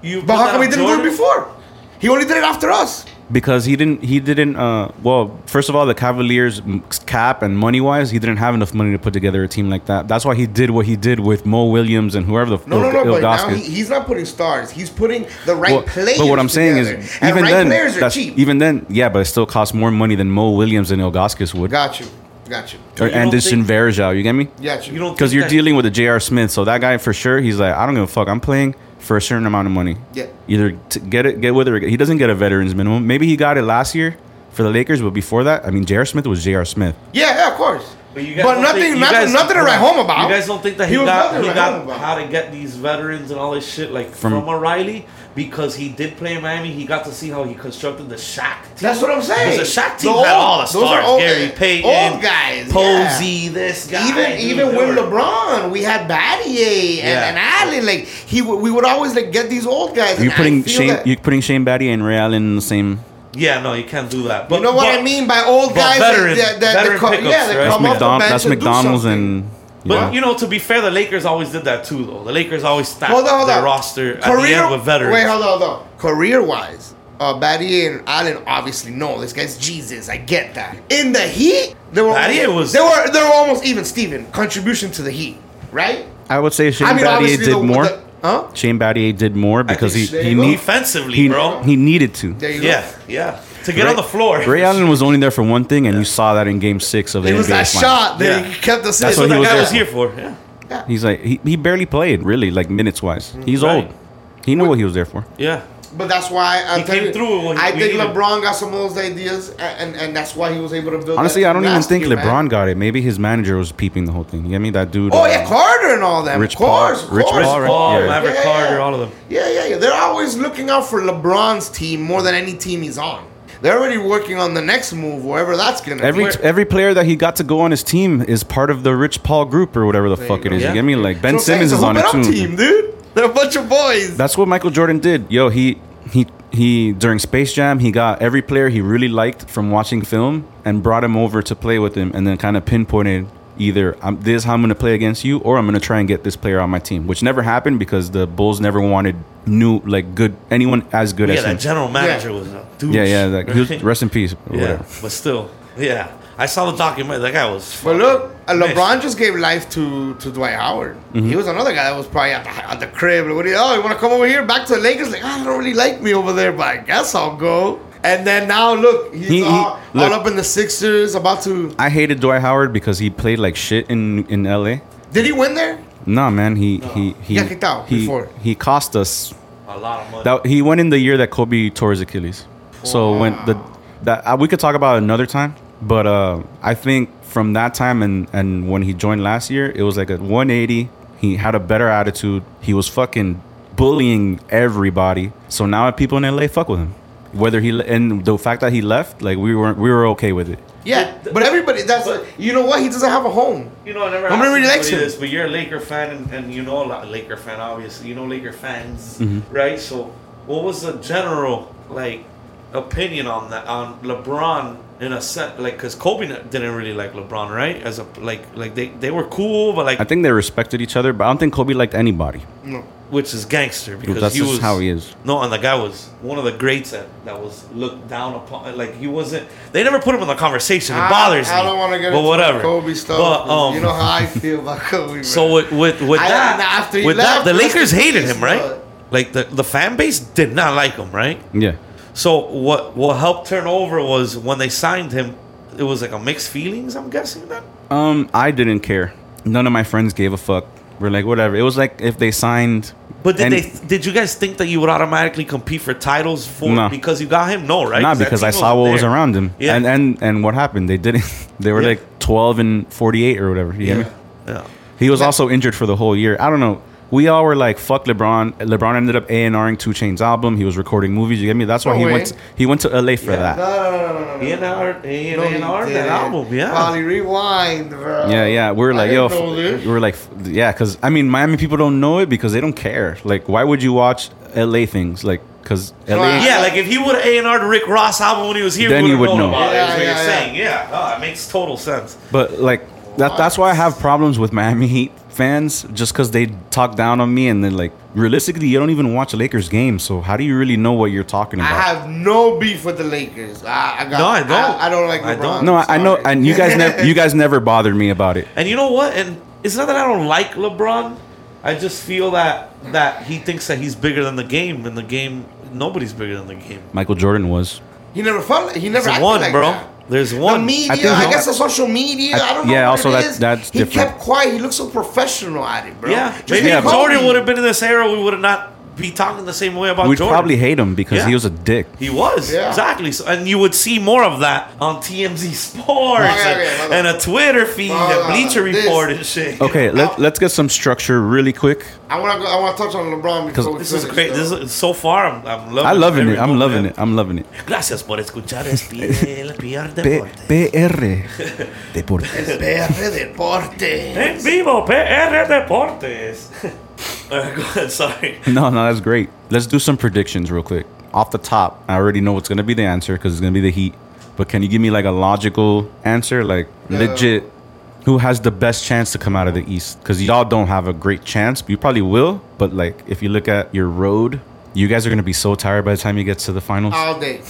Speaker 4: You
Speaker 3: saying? but how come he didn't do
Speaker 4: Jordan?
Speaker 3: it before? He only did it after us.
Speaker 2: because he didn't. He didn't. Uh, well, first of all, the Cavaliers m- cap and money wise, he didn't have enough money to put together a team like that. That's why he did what he did with Mo Williams and whoever the
Speaker 3: No, no,
Speaker 2: fuck
Speaker 3: no. But now
Speaker 2: Ilgauskas.
Speaker 3: he, he's not putting stars. He's putting the right
Speaker 2: Well,
Speaker 3: players.
Speaker 2: But what I'm saying
Speaker 3: together.
Speaker 2: is,
Speaker 3: and
Speaker 2: even
Speaker 3: right
Speaker 2: then,
Speaker 3: players are
Speaker 2: that's-
Speaker 3: cheap.
Speaker 2: even then, yeah, but it still costs more money than Mo Williams and Ilgaskis would,
Speaker 3: got you, got you,
Speaker 2: or
Speaker 4: You don't
Speaker 2: Anderson
Speaker 4: think-
Speaker 2: Varejao. You get me?
Speaker 3: got you.
Speaker 4: You don't
Speaker 2: Because
Speaker 4: think
Speaker 2: you're
Speaker 4: that-
Speaker 2: dealing with a J.R. Smith, so that guy for sure, he's like, I don't give a fuck. I'm playing for a certain amount of money.
Speaker 3: Yeah.
Speaker 2: Either t- get it, get with it. Or get, he doesn't get a veterans minimum. Maybe he got it last year for the Lakers, but before that, I mean, J.R. Smith was J.R. Smith.
Speaker 3: Yeah, yeah, of course. But,
Speaker 4: But, you guys don't
Speaker 3: nothing,
Speaker 4: think- you
Speaker 3: nothing,
Speaker 4: guys-
Speaker 3: nothing to write home about.
Speaker 4: You guys don't think that
Speaker 3: He
Speaker 4: he,
Speaker 3: was
Speaker 4: got
Speaker 3: nothing
Speaker 4: he
Speaker 3: to write home
Speaker 4: got
Speaker 3: about.
Speaker 4: how to get these veterans and all this shit like
Speaker 2: From-
Speaker 4: from, O'Reilly because he did play in Miami. He got to see how he constructed the Shaq team.
Speaker 3: That's what I'm saying.
Speaker 4: Because the Shaq
Speaker 3: The
Speaker 4: team had
Speaker 3: old-
Speaker 4: all the
Speaker 3: those are
Speaker 4: stars:
Speaker 3: old-
Speaker 4: Gary Payton,
Speaker 3: old guys,
Speaker 4: Posey, this guy.
Speaker 3: even
Speaker 4: dude,
Speaker 3: even
Speaker 4: they
Speaker 3: with
Speaker 4: were-
Speaker 3: LeBron, we had Battier and,
Speaker 4: Yeah.
Speaker 3: and Allen. Like he, w- we would always like get these old guys.
Speaker 2: You're
Speaker 3: and I
Speaker 2: putting
Speaker 3: feel
Speaker 2: Shane,
Speaker 3: that-
Speaker 2: you're putting Shane Battier and Ray Allen in the same.
Speaker 4: Yeah, no, you can't do that. But
Speaker 3: you know what I mean by old
Speaker 4: but
Speaker 3: guys
Speaker 4: veteran-
Speaker 3: that, that, that,
Speaker 4: veteran
Speaker 3: that co-
Speaker 4: pickups,
Speaker 3: yeah, that
Speaker 4: right?
Speaker 2: That's,
Speaker 3: come off the
Speaker 2: McDon-
Speaker 3: bench
Speaker 2: that's
Speaker 3: and do
Speaker 2: McDonald's
Speaker 3: something.
Speaker 2: and.
Speaker 4: But you know, to be fair, the Lakers always did that too, though. The Lakers always stacked
Speaker 3: hold on, hold
Speaker 4: their
Speaker 3: on.
Speaker 4: roster at the end with veterans.
Speaker 3: Wait, hold on, hold on. Career wise, uh, Battier and Allen obviously no. This guy's Jesus. I get that. In the Heat, they were
Speaker 4: Battier was-
Speaker 3: they were they were almost even. Steven contribution to the Heat, right?
Speaker 2: I would say Shane Battier
Speaker 3: obviously
Speaker 2: did
Speaker 3: the-
Speaker 2: more.
Speaker 3: the- huh?
Speaker 2: Shane Battier did more because he
Speaker 3: think so.
Speaker 2: he,
Speaker 3: There you
Speaker 2: need,
Speaker 4: defensively,
Speaker 2: he,
Speaker 4: bro.
Speaker 2: he needed to.
Speaker 3: There you go.
Speaker 4: yeah, yeah. To get on the floor.
Speaker 2: Ray Allen was only there for one thing, and you saw that in Game Six of the
Speaker 3: It was
Speaker 2: NBA
Speaker 3: that
Speaker 2: Finals.
Speaker 3: shot that
Speaker 4: Yeah.
Speaker 3: he kept us
Speaker 2: That's
Speaker 4: That's what
Speaker 2: what
Speaker 4: that
Speaker 2: he was
Speaker 4: guy
Speaker 2: there
Speaker 4: was
Speaker 2: for.
Speaker 4: here for. Yeah,
Speaker 2: He's like he, he barely played really, like minutes
Speaker 3: Mm-hmm.
Speaker 2: wise. He's
Speaker 4: Right.
Speaker 2: old. He knew what he was there for.
Speaker 4: yeah.
Speaker 3: But that's why I'm
Speaker 4: He
Speaker 3: telling
Speaker 4: came
Speaker 3: you,
Speaker 4: through when
Speaker 3: I
Speaker 4: we
Speaker 3: think
Speaker 4: needed him.
Speaker 3: LeBron got some of those ideas, a- and, and that's why he was able to build.
Speaker 2: Honestly,
Speaker 3: that
Speaker 2: I don't even
Speaker 3: last
Speaker 2: think
Speaker 3: year,
Speaker 2: LeBron
Speaker 3: man.
Speaker 2: got it. Maybe his manager was peeping the whole thing. You get me? That dude.
Speaker 3: Oh
Speaker 2: uh,
Speaker 3: yeah, Carter and all that.
Speaker 2: Rich
Speaker 3: of course,
Speaker 2: Paul-
Speaker 3: of
Speaker 2: Rich
Speaker 3: course.
Speaker 2: Paul,
Speaker 4: Paul,
Speaker 2: right? Yeah.
Speaker 4: Maverick
Speaker 3: Yeah, yeah,
Speaker 4: Carter,
Speaker 3: yeah.
Speaker 4: all of them.
Speaker 3: Yeah, yeah, yeah. They're always looking out for LeBron's team more than any team he's on. They're already working on the next move, wherever that's gonna
Speaker 2: Every
Speaker 3: be.
Speaker 2: every player that he got to go on his team is part of the Rich Paul group or whatever the
Speaker 3: There
Speaker 2: fuck
Speaker 3: you
Speaker 2: it
Speaker 3: go.
Speaker 2: is.
Speaker 4: Yeah.
Speaker 2: You get me? Like Ben
Speaker 3: So,
Speaker 2: Simmons
Speaker 3: hey, it's
Speaker 2: is
Speaker 3: a
Speaker 2: on it
Speaker 3: hoop
Speaker 2: too.
Speaker 3: up team, dude. They're a bunch of boys.
Speaker 2: That's what Michael Jordan did. Yo, he he he during Space Jam, he got every player he really liked from watching film and brought him over to play with him, and then kind of pinpointed either I'm, this is how I'm going to play against you, or I'm going to try and get this player on my team, which never happened because the Bulls never wanted new like good anyone as good
Speaker 4: Yeah,
Speaker 2: as him.
Speaker 4: that general manager was a douche.
Speaker 2: yeah, yeah, like,
Speaker 4: [LAUGHS]
Speaker 2: he was-
Speaker 4: right?
Speaker 2: rest in peace. Or
Speaker 4: yeah,
Speaker 2: whatever.
Speaker 4: but still, yeah. I saw the documentary. That guy was.
Speaker 3: But look, uh,
Speaker 4: Nice.
Speaker 3: LeBron just gave life to to Dwight Howard.
Speaker 2: Mm-hmm.
Speaker 3: He was another guy that was probably at the, at the crib. Like, what do you, oh, you want to come over here? Back to the Lakers? Like, "Ah, I don't really like me over there, but I guess I'll go. And then now look, he's
Speaker 2: He- he-
Speaker 3: all,
Speaker 2: look.
Speaker 3: all up in the Sixers, about to.
Speaker 2: I hated Dwight Howard because he played like shit in in L.A.
Speaker 3: Did he win there?
Speaker 2: Nah, man, he he he
Speaker 3: got kicked out
Speaker 2: he,
Speaker 3: before.
Speaker 2: he cost us
Speaker 4: a lot of money.
Speaker 2: That he went in the year that Kobe tore his Achilles. So when the that uh, we could talk about it another time, But uh, I think from that time and, and when he joined last year, it was like a 180. He had a better attitude. He was fucking bullying everybody. So now people in LA fuck with him. Whether he le- and the fact that he left, like we weren't, we were okay with it.
Speaker 3: Yeah, but everybody. That's
Speaker 4: But-
Speaker 3: you know what? He doesn't have a home.
Speaker 4: You know, I never
Speaker 3: I'm
Speaker 4: asked
Speaker 3: gonna relax
Speaker 4: anybody
Speaker 3: him.
Speaker 4: this, but you're a Laker fan, and, and you know a lot of Laker fan, obviously. You know Laker fans,
Speaker 2: Mm-hmm.
Speaker 4: right? So, what was the general like opinion on that on LeBron in a set? Like, because Kobe n- didn't really like LeBron, right? As a like, like they they were cool, but like,
Speaker 2: I think they respected each other, but I don't think Kobe liked anybody.
Speaker 3: No.
Speaker 4: which is gangster because
Speaker 2: that's
Speaker 4: he
Speaker 2: just
Speaker 4: was
Speaker 2: how he is.
Speaker 4: No, and the guy was one of the greats that that was looked down upon. Like he wasn't. They never put him in the conversation. It bothers
Speaker 3: Ah, I,
Speaker 4: me.
Speaker 3: I don't want to get
Speaker 4: but
Speaker 3: into
Speaker 4: whatever.
Speaker 3: Kobe stuff.
Speaker 4: But,
Speaker 3: 'cause
Speaker 4: um,
Speaker 3: you know how I feel about
Speaker 4: [LAUGHS]
Speaker 3: Kobe.
Speaker 4: So
Speaker 3: man.
Speaker 4: with with, with
Speaker 3: I-
Speaker 4: that,
Speaker 3: after he
Speaker 4: with
Speaker 3: left,
Speaker 4: that, the
Speaker 3: rest
Speaker 4: Lakers
Speaker 3: in
Speaker 4: hated
Speaker 3: peace,
Speaker 4: him, right?
Speaker 3: but-
Speaker 4: Like the the fan base did not like him, right?
Speaker 2: Yeah.
Speaker 4: So what what helped turn over was when they signed him. It was like a mixed feelings, I'm guessing. Then
Speaker 2: Um, I didn't care. None of my friends gave a fuck. We're like, whatever. It was like if they signed.
Speaker 4: But did
Speaker 2: any-
Speaker 4: they? Did you guys think that you would automatically compete for titles for
Speaker 2: No.
Speaker 4: because you got him? No, right?
Speaker 2: Not
Speaker 4: that
Speaker 2: because I
Speaker 4: team
Speaker 2: saw what was
Speaker 4: there.
Speaker 2: around him.
Speaker 4: Yeah.
Speaker 2: And and and what happened? They didn't. [LAUGHS] They were
Speaker 4: Yeah.
Speaker 2: like twelve and forty-eight or whatever. You yeah.
Speaker 4: Yeah. yeah.
Speaker 2: He was also injured for the whole year. I don't know. We all were like, "Fuck LeBron." LeBron ended up A and Ring Two Chain's album. He was recording movies. You get me? That's why
Speaker 3: No
Speaker 2: he
Speaker 3: way.
Speaker 2: went. To, he went to LA for that.
Speaker 3: no, no, no, no, no, no, no.
Speaker 4: A and R, A
Speaker 3: No, he
Speaker 4: and R, that
Speaker 3: didn't.
Speaker 4: album, yeah.
Speaker 3: Probably rewind, bro.
Speaker 2: Yeah, yeah. We were
Speaker 3: I
Speaker 2: like,
Speaker 3: didn't
Speaker 2: yo,
Speaker 3: know
Speaker 2: f-
Speaker 3: this.
Speaker 2: we were like, f- yeah, because I mean, Miami people don't know it because they don't care. Like, why would you watch LA things? Like, because LA.
Speaker 3: I-
Speaker 4: Yeah, like if he would have A and R Rick Ross album when he was here,
Speaker 2: Then
Speaker 4: we
Speaker 2: you
Speaker 4: would've
Speaker 2: would
Speaker 4: known
Speaker 2: know.
Speaker 4: About it,
Speaker 3: Yeah,
Speaker 4: is what you're
Speaker 3: yeah, yeah.
Speaker 4: saying. Yeah, oh, it makes total sense.
Speaker 2: But like that, that's why I have problems with Miami Heat fans, just because they talk down on me, and then like realistically, you don't even watch Lakers games, so how do you really know what you're talking
Speaker 3: I
Speaker 2: about?
Speaker 3: have no beef with the Lakers. I, I got.
Speaker 4: No, I don't.
Speaker 3: I, don't like
Speaker 4: I
Speaker 3: LeBron.
Speaker 4: don't.
Speaker 2: no, I, I know,
Speaker 3: Sorry.
Speaker 2: and you guys never, you guys never bothered me about it.
Speaker 4: And you know what? And it's not that I don't like LeBron. I just feel that that he thinks that he's bigger than the game, and the game nobody's bigger than the game.
Speaker 2: Michael Jordan was.
Speaker 3: He never felt. Like, he never.
Speaker 4: There's
Speaker 3: acted
Speaker 4: one,
Speaker 3: like
Speaker 4: bro.
Speaker 3: That.
Speaker 4: There's
Speaker 3: The
Speaker 4: one.
Speaker 3: media, I,
Speaker 2: I think he-
Speaker 3: guess the social media. I,
Speaker 2: I-
Speaker 3: don't know.
Speaker 2: yeah,
Speaker 3: what
Speaker 2: also
Speaker 3: it
Speaker 2: that-
Speaker 3: is.
Speaker 2: that's
Speaker 3: he
Speaker 2: different.
Speaker 3: kept quiet. He looked so professional at it, bro.
Speaker 4: yeah,
Speaker 3: Just
Speaker 4: maybe
Speaker 2: Yeah,
Speaker 4: if
Speaker 2: but-
Speaker 4: Jordan would have been in this era, we would have not be talking the same way about
Speaker 2: We'd
Speaker 4: Oh, Jordan.
Speaker 2: probably hate him because
Speaker 4: Yeah.
Speaker 2: he was a dick.
Speaker 4: He was
Speaker 3: Yeah.
Speaker 4: exactly, so, and you would see more of that on TMZ Sports
Speaker 3: Okay,
Speaker 4: and,
Speaker 3: okay, hold on.
Speaker 4: and a Twitter feed,
Speaker 3: Hold
Speaker 4: and
Speaker 3: on,
Speaker 4: Bleacher
Speaker 3: this-
Speaker 4: Report, and shit.
Speaker 2: Okay,
Speaker 3: I'll-
Speaker 2: let, let's get some structure really quick.
Speaker 3: I want to. I want to touch on LeBron because
Speaker 2: 'Cause
Speaker 4: This is great. This is so far. I'm, I'm loving.
Speaker 2: I loving it.
Speaker 4: every
Speaker 2: I'm
Speaker 4: moment.
Speaker 2: loving it. I'm loving it.
Speaker 4: Gracias por escuchar el PR
Speaker 2: P-
Speaker 4: Deporte.
Speaker 2: PR Deportes.
Speaker 3: PR
Speaker 4: [LAUGHS]
Speaker 3: Deporte.
Speaker 4: En vivo, PR [LAUGHS] Deportes. All right, go ahead. Oh Sorry.
Speaker 2: [LAUGHS] No, no, that's great. Let's do some predictions real quick. Off the top, I already know what's gonna be the answer because it's gonna be the Heat. But can you give me like a logical answer, like legit? Who has the best chance to come out of the East? Because y'all don't have a great chance. You probably will, but like if you look at your road, you guys are gonna be so tired by the time you get to the finals.
Speaker 3: All day.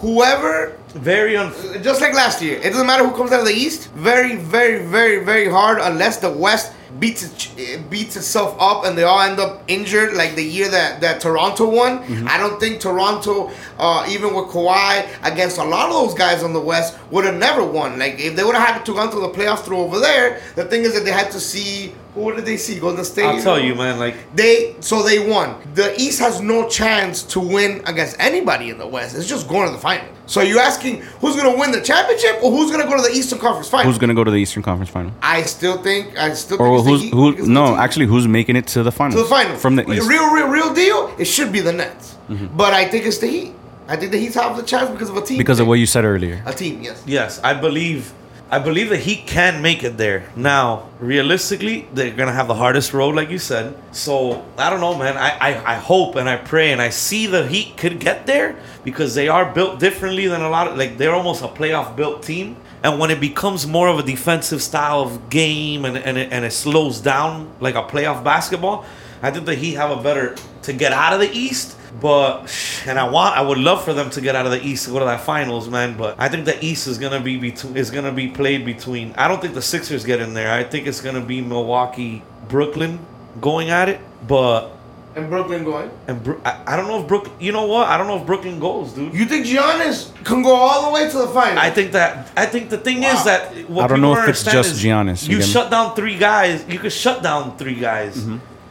Speaker 3: Whoever,
Speaker 4: Very unfair.
Speaker 3: just like last year, it doesn't matter who comes out of the East. Very, very, very, very hard unless the West beats it, beats itself up and they all end up injured. Like the year that that Toronto won. I don't think Toronto, uh, even with Kawhi against a lot of those guys on the West, would have never won. Like if they would have had to gone to the playoffs through over there, the thing is that they had to see. Who did they see? Golden State.
Speaker 4: I'll tell you, man. Like
Speaker 3: They so they won. The East has no chance to win against anybody in the West. It's just going to the final. So you're asking who's gonna win the championship or who's gonna go to the Eastern Conference final?
Speaker 2: Who's gonna go to the Eastern Conference final?
Speaker 3: I still think I still think
Speaker 2: Or
Speaker 3: it's the
Speaker 2: who's
Speaker 3: Heat.
Speaker 2: who?
Speaker 3: It's the
Speaker 2: No,
Speaker 3: team.
Speaker 2: actually, who's making it to the finals?
Speaker 3: to the final
Speaker 2: from the East. Mm-hmm.
Speaker 3: Real, real, real deal. It should be the Nets, but I think it's the Heat. I think the Heat have the chance because of a team.
Speaker 2: Because of
Speaker 3: thing.
Speaker 2: what you said earlier.
Speaker 3: a team, yes.
Speaker 4: yes, I believe. I believe that he can make it there. Now, realistically, they're gonna have the hardest road, like you said. So I don't know, man. I, I, I hope and I pray and I see the Heat could get there because they are built differently than a lot of like they're almost a playoff built team. And when it becomes more of a defensive style of game and and it, and it slows down like a playoff basketball, I think the Heat have a better to get out of the East. But and I want I would love for them to get out of the East to go to that finals, man. But I think the East is gonna be between is gonna be played between. I don't think the Sixers get in there. I think it's gonna be Milwaukee, Brooklyn going at it. But
Speaker 3: And Brooklyn going.
Speaker 4: and Bro- I, I don't know if Brook. You know what? I don't know if Brooklyn goes, dude.
Speaker 3: You think Giannis can go all the way to the final?
Speaker 4: I think that I think the thing is
Speaker 3: Wow.
Speaker 4: that what
Speaker 2: I don't
Speaker 4: people
Speaker 2: know if it's
Speaker 4: understand
Speaker 2: just
Speaker 4: is
Speaker 2: Giannis, you
Speaker 4: You
Speaker 2: get me? Mm-hmm.
Speaker 4: shut down three guys. You could shut down three guys.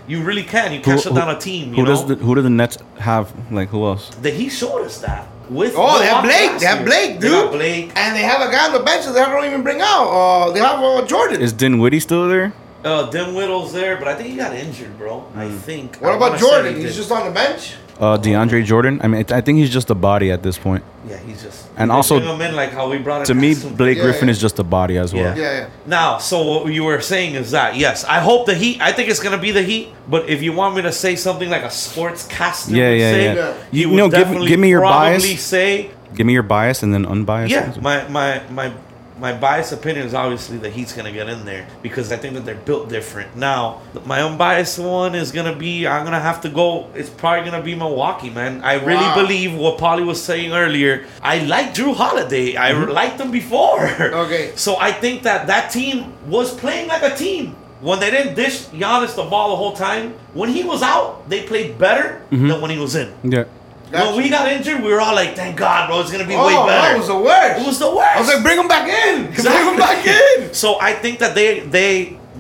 Speaker 4: You really can. You can't shut down a team. You
Speaker 2: who
Speaker 4: know?
Speaker 2: does the, who do the Nets have? Like who else?
Speaker 4: that he showed us that. with.
Speaker 3: Oh, they
Speaker 4: Milwaukee
Speaker 3: have Blake.
Speaker 4: last
Speaker 3: They have
Speaker 4: year.
Speaker 3: Blake, dude.
Speaker 4: They got Blake.
Speaker 3: And they have a guy on the bench that they don't even bring out. Uh, they have uh, Jordan.
Speaker 2: Is Dinwiddie still there?
Speaker 4: Uh, Dimwittl's there, but I think he got injured, bro. I think.
Speaker 3: Hmm. what
Speaker 4: I
Speaker 3: about
Speaker 4: wanna say
Speaker 3: Jordan?
Speaker 4: he
Speaker 3: He's
Speaker 4: did.
Speaker 3: just on the bench.
Speaker 2: Uh, DeAndre Jordan. I mean, it, I think he's just a body at this point.
Speaker 4: Yeah, he's just.
Speaker 2: And
Speaker 4: they
Speaker 2: also-
Speaker 4: bring him in like how we brought it
Speaker 2: To me, Blake Griffin is just a body as well.
Speaker 3: Yeah, yeah.
Speaker 4: Now, so what you were saying is that yes, I hope the Heat. I think it's gonna be the Heat. But if you want me to say something like a sports caster,
Speaker 2: Yeah,
Speaker 4: would
Speaker 2: yeah,
Speaker 4: say,
Speaker 3: yeah.
Speaker 4: You,
Speaker 2: You
Speaker 4: would
Speaker 2: know, give-
Speaker 4: definitely
Speaker 2: give me your
Speaker 4: probably
Speaker 2: bias.
Speaker 4: Say
Speaker 2: Give me your bias and then unbiased.
Speaker 4: yeah,
Speaker 2: ones.
Speaker 4: my my my my biased opinion is obviously the Heat's gonna get in there because I think that they're built different. Now, my unbiased one is gonna be I'm gonna have to go. It's probably gonna be Milwaukee, man. I really
Speaker 3: Wow.
Speaker 4: believe what Polly was saying earlier. I like Drew Holiday. I liked him before.
Speaker 3: Mm-hmm. Okay.
Speaker 4: [LAUGHS] So I think that that team was playing like a team. When they didn't dish Giannis the ball the whole time, when he was out, they played better than when he was in.
Speaker 2: yeah.
Speaker 3: Mm-hmm. Gotcha.
Speaker 4: When we got injured, we were all like, "Thank God, bro! It's gonna be
Speaker 3: Oh,
Speaker 4: way better."
Speaker 3: that was the worst.
Speaker 4: It was the worst.
Speaker 3: I was like, bring him back in. [LAUGHS] Bring him back
Speaker 4: Exactly.
Speaker 3: in.
Speaker 4: [LAUGHS] So I think that they they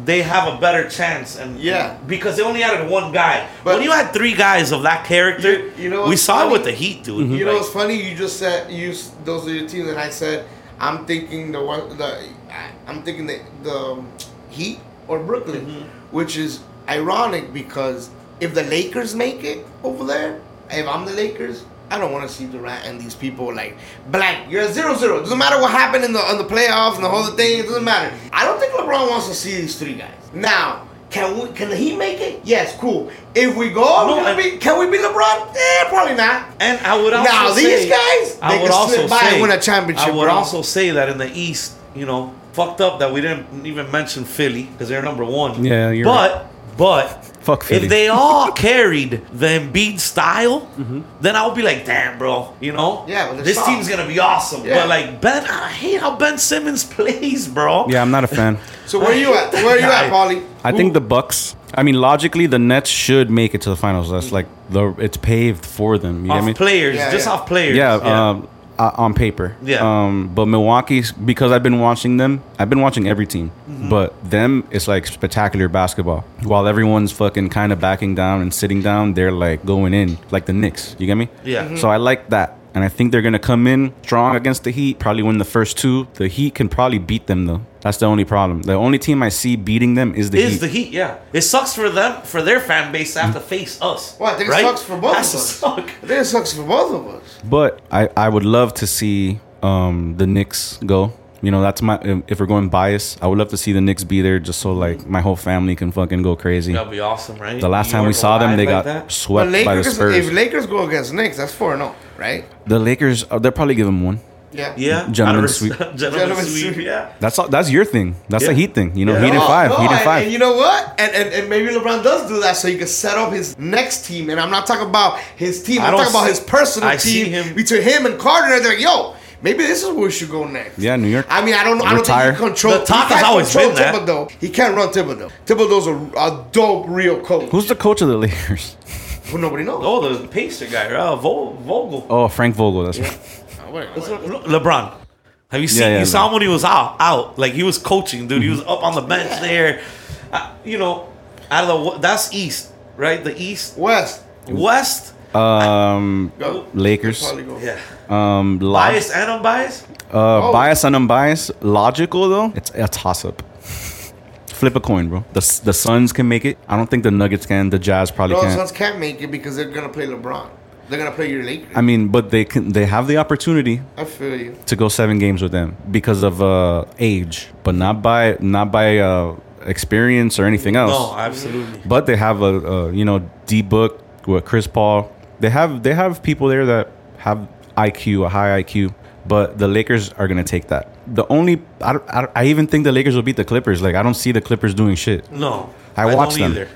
Speaker 4: they have a better chance, and
Speaker 3: Yeah.
Speaker 4: because they only added one guy.
Speaker 3: But-
Speaker 4: when you had three guys of that character,
Speaker 3: You- you know
Speaker 4: we
Speaker 3: what's
Speaker 4: saw it
Speaker 3: funny?
Speaker 4: with the Heat, dude.
Speaker 3: You know
Speaker 4: Like,
Speaker 3: what's funny? You just said you s- those are your teams, and I said I'm thinking the one the I- I'm thinking the the um, Heat or Brooklyn,
Speaker 4: Mm-hmm.
Speaker 3: which is ironic because if the Lakers make it over there, if I'm the Lakers. I don't want to see Durant and these people like blank. You're a zero zero. Doesn't matter what happened in the on the playoffs and the whole thing. It doesn't matter. I don't think LeBron wants to see these three guys. Now, can we? Can he make it? Yes, cool. If we go,
Speaker 4: No,
Speaker 3: we're gonna
Speaker 4: I-
Speaker 3: be, can we be LeBron? Eh, probably not.
Speaker 4: and I would also
Speaker 3: Now,
Speaker 4: say,
Speaker 3: these guys,
Speaker 4: I
Speaker 3: they
Speaker 4: would
Speaker 3: can
Speaker 4: also
Speaker 3: slip by
Speaker 4: say,
Speaker 3: and win a championship,
Speaker 4: I would
Speaker 3: bro.
Speaker 4: also say that in the East, you know, fucked up that we didn't even mention Philly because they're number one.
Speaker 2: Yeah, you're
Speaker 4: but
Speaker 2: right.
Speaker 4: but.
Speaker 2: Fuck Philly.
Speaker 4: If
Speaker 2: [LAUGHS]
Speaker 4: they all carried the Embiid style, then I'll be like, damn, bro, you know?
Speaker 3: Mm-hmm. Yeah, but they're
Speaker 4: this
Speaker 3: soft.
Speaker 4: team's gonna be awesome.
Speaker 3: Yeah.
Speaker 4: But like Ben, I hate how Ben Simmons [LAUGHS] plays, bro.
Speaker 2: Yeah, I'm not a fan.
Speaker 3: So where you at? Where you at, Paulie?
Speaker 2: I think the Bucks. I mean, logically, the Nets should make it to the finals. That's like the it's paved for them. You get
Speaker 4: off
Speaker 2: me?
Speaker 4: players,
Speaker 3: Yeah,
Speaker 4: just
Speaker 3: yeah.
Speaker 4: off players.
Speaker 2: Yeah, Um, uh, on paper.
Speaker 4: Yeah.
Speaker 2: Um, but Milwaukee's because I've been watching them. I've been watching every team,
Speaker 4: Mm-hmm.
Speaker 2: but them it's like spectacular basketball. While everyone's fucking kind of backing down and sitting down, they're like going in, like the Knicks. You get me?
Speaker 4: Yeah. Mhm.
Speaker 2: So I like that. And I think they're gonna come in strong against the Heat. Probably win the first two. The Heat can probably beat them though. That's the only problem. The only team I see beating them is the
Speaker 4: is
Speaker 2: Heat.
Speaker 4: the Heat? Yeah, it sucks for them, for their fan base to have to face us.
Speaker 3: Well, I think it
Speaker 4: right?
Speaker 3: sucks for both
Speaker 4: That's
Speaker 3: of
Speaker 4: a
Speaker 3: us.
Speaker 4: [LAUGHS] suck.
Speaker 3: I think it sucks for both of us.
Speaker 2: But I, I would love to see um, the Knicks go. You know, that's my if- if we're going bias, I would love to see the Knicks be there just so like my whole family can fucking go crazy.
Speaker 4: That'd be awesome, right?
Speaker 2: The last
Speaker 4: You
Speaker 2: time we
Speaker 4: weren't
Speaker 2: saw them,
Speaker 4: alive
Speaker 2: they
Speaker 4: like
Speaker 2: got
Speaker 4: that?
Speaker 3: but
Speaker 2: swept by the
Speaker 3: Lakers,
Speaker 2: Spurs.
Speaker 3: if Lakers go against Knicks, that's four zero, right?
Speaker 2: the Lakers, uh, they're probably giving one.
Speaker 3: Yeah.
Speaker 4: Yeah,
Speaker 2: [LAUGHS] Gentlemen
Speaker 4: Out of res-
Speaker 2: sweep.
Speaker 4: [LAUGHS] gentlemen,
Speaker 3: Gentlemen
Speaker 4: sweep,
Speaker 3: sweep.
Speaker 4: Yeah,
Speaker 2: That's all, that's your thing. That's
Speaker 4: Yeah.
Speaker 2: the Heat thing. You know,
Speaker 4: Yeah.
Speaker 2: Heat and
Speaker 3: No,
Speaker 2: five.
Speaker 3: Oh, no,
Speaker 2: heat and
Speaker 3: and,
Speaker 2: five.
Speaker 3: and you know what? And, and and maybe LeBron does do that so he can set up his next team. And I'm not talking about his team.
Speaker 4: I
Speaker 3: I'm
Speaker 4: don't
Speaker 3: talking about
Speaker 4: see-
Speaker 3: his personal
Speaker 4: I see
Speaker 3: team
Speaker 4: him-
Speaker 3: between him and Carter. They're like, yo, maybe this is where we should go next.
Speaker 2: yeah, New York.
Speaker 3: I mean, I don't know. I don't
Speaker 2: Retire.
Speaker 3: think he controls.
Speaker 4: The talk has always been that.
Speaker 3: Thibodeau. He can't run Thibodeau. Thibodeau's a, a dope, real coach.
Speaker 2: Who's the coach of the Lakers? [LAUGHS]
Speaker 3: who nobody knows?
Speaker 4: Oh, the Pacer guy, uh, Vo- Vogel.
Speaker 2: Oh, Frank Vogel. That's right.
Speaker 4: That's what- Le- LeBron. Have you seen?
Speaker 2: Yeah, yeah,
Speaker 4: you saw
Speaker 2: LeBron.
Speaker 4: him when he was out, out. Like he was coaching, dude. He was up on the bench there. Uh, you know, out of the that's East, right? The East,
Speaker 3: West.
Speaker 4: West.
Speaker 2: Um,
Speaker 3: Go.
Speaker 2: Lakers.
Speaker 3: Probably go.
Speaker 4: Yeah.
Speaker 2: um, log-
Speaker 4: Biased and unbiased.
Speaker 3: Oh.
Speaker 2: Uh, bias and unbiased, logical though, it's a toss up. [LAUGHS] Flip a coin, bro. The the Suns can make it. I don't think the Nuggets can. The Jazz probably
Speaker 3: No, the
Speaker 2: can't.
Speaker 3: Suns can't make it because they're gonna play LeBron. They're gonna play your Lakers.
Speaker 2: I mean, but they can. They have the opportunity
Speaker 3: I feel you.
Speaker 2: to go seven games with them because of uh, age, but not by not by uh, experience or anything else.
Speaker 4: No, Oh, absolutely.
Speaker 2: But they have a, a you know D book with Chris Paul. They have they have people there that have IQ, a high IQ. But the Lakers are gonna take that. The only I, don't- I, don't- I even think the Lakers will beat the Clippers. Like I don't see the Clippers doing shit.
Speaker 4: No,
Speaker 2: I watched
Speaker 4: don't
Speaker 2: them.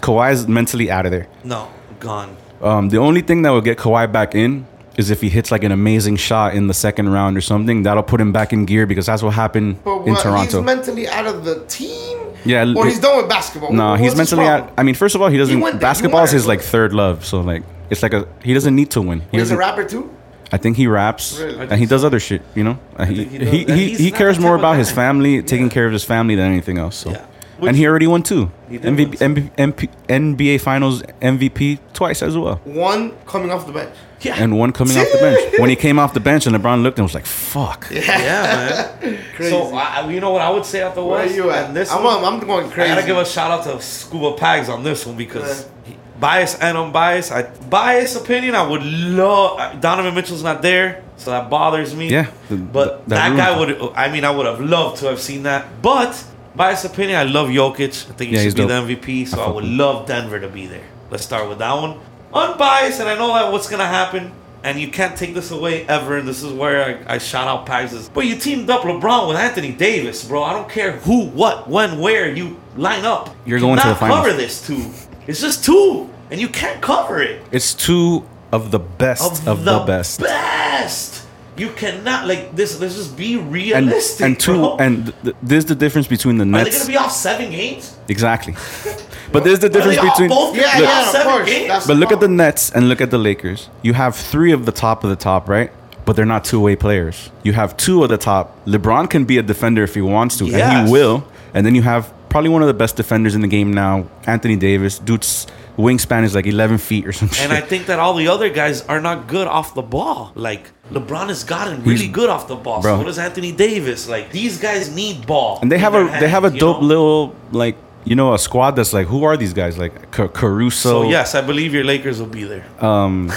Speaker 2: Kawhi's mentally out of there.
Speaker 4: No,
Speaker 3: [LAUGHS]
Speaker 4: gone.
Speaker 2: Um, the only thing that will get Kawhi back in is if he hits like an amazing shot in the second round or something. That'll put him back in gear because that's what happened
Speaker 3: But what,
Speaker 2: in Toronto.
Speaker 3: he's mentally out of the team.
Speaker 2: Yeah,
Speaker 3: Or
Speaker 2: it-
Speaker 3: he's done with basketball.
Speaker 2: No,
Speaker 3: What-
Speaker 2: he's
Speaker 3: what's his
Speaker 2: mentally
Speaker 3: problem?
Speaker 2: out. I mean, first of all, he doesn't.
Speaker 3: went there. He
Speaker 2: basketball is
Speaker 3: won.
Speaker 2: his like third love, so like it's like a he doesn't need to win. He
Speaker 3: He's a
Speaker 2: doesn't-
Speaker 3: rapper too.
Speaker 2: I think he raps
Speaker 3: Really?
Speaker 2: and he does other shit. You know, Uh, he
Speaker 4: think
Speaker 2: he
Speaker 4: he does. And
Speaker 2: he,
Speaker 4: he's
Speaker 2: he
Speaker 4: not
Speaker 2: cares
Speaker 4: the
Speaker 2: more
Speaker 4: type of
Speaker 2: about his
Speaker 4: guy.
Speaker 2: family, taking care of his family than anything else. So
Speaker 4: Yeah.
Speaker 2: and he already won two
Speaker 4: He did
Speaker 2: MVP, MVP, NBA Finals MVP twice as well,
Speaker 3: One coming off the bench.
Speaker 4: Yeah.
Speaker 2: and one coming off the
Speaker 4: [LAUGHS]
Speaker 2: bench. When he came off the bench, and LeBron looked and was like, "Fuck."
Speaker 4: yeah, man. So I, I- you know what I would say out the
Speaker 3: Where are
Speaker 4: West?
Speaker 3: you at?
Speaker 4: And This
Speaker 3: I'm,
Speaker 4: one,
Speaker 3: I'm going
Speaker 4: I
Speaker 3: crazy.
Speaker 4: gotta give a shout out to Scuba Pags on this one because he- biased and unbiased. I biased opinion. I would love Donovan Mitchell's not there, so that bothers me.
Speaker 2: Yeah, the-
Speaker 4: but
Speaker 2: the- that
Speaker 4: that,
Speaker 2: room.
Speaker 4: guy would. I mean, I would have loved to have seen that. But biased opinion, I love Jokic. I think he
Speaker 2: Yeah, he's
Speaker 4: should be
Speaker 2: dope.
Speaker 4: the MVP. So
Speaker 2: I
Speaker 4: I,
Speaker 2: fuck
Speaker 4: would
Speaker 2: with
Speaker 4: love Denver to be there. Let's start with that one. Unbiased, and I know that what's gonna happen. And you can't take this away ever. And this is where I, I shout out Pags. But you teamed up LeBron with Anthony Davis, bro. I don't care who, what, when, where you line up.
Speaker 2: You're going to
Speaker 4: cannot
Speaker 2: the finals.
Speaker 4: cover this two. It's just two, and you can't cover it.
Speaker 2: It's two of the best of, the, best.
Speaker 4: best. You cannot like this. Let's just be
Speaker 2: And,
Speaker 4: realistic.
Speaker 2: and two
Speaker 4: bro.
Speaker 2: and th- th- there's the difference between the
Speaker 4: are they gonna
Speaker 2: Nets
Speaker 4: be off seven games?
Speaker 2: exactly, but there's the
Speaker 4: Are
Speaker 2: difference
Speaker 4: they all
Speaker 2: between
Speaker 4: both Oh. gonna
Speaker 3: yeah,
Speaker 4: be
Speaker 2: Look.
Speaker 4: off
Speaker 3: yeah, of
Speaker 4: seven
Speaker 3: course.
Speaker 4: games?
Speaker 3: That's
Speaker 2: But look at the
Speaker 3: problem.
Speaker 2: Nets and look at the Lakers. You have three of the top of the top, right? But they're not two-way players. You have two of the top. LeBron can be a defender if he wants to, and
Speaker 4: Yes.
Speaker 2: he will. And then you have probably one of the best defenders in the game now, Anthony Davis. Dude's wingspan is like 11 feet or some shit.
Speaker 4: And I think that all the other guys are not good off the ball. Like LeBron has gotten really good off the ball.
Speaker 2: Bro.
Speaker 4: So does Anthony Davis. Like these guys need ball.
Speaker 2: And they
Speaker 4: in
Speaker 2: have a
Speaker 4: their
Speaker 2: they
Speaker 4: hands,
Speaker 2: have a
Speaker 4: you
Speaker 2: dope
Speaker 4: know?
Speaker 2: little like you know a squad that's like who are these guys like Ca- Caruso.
Speaker 4: So yes, I believe your Lakers will be there.
Speaker 2: Uh,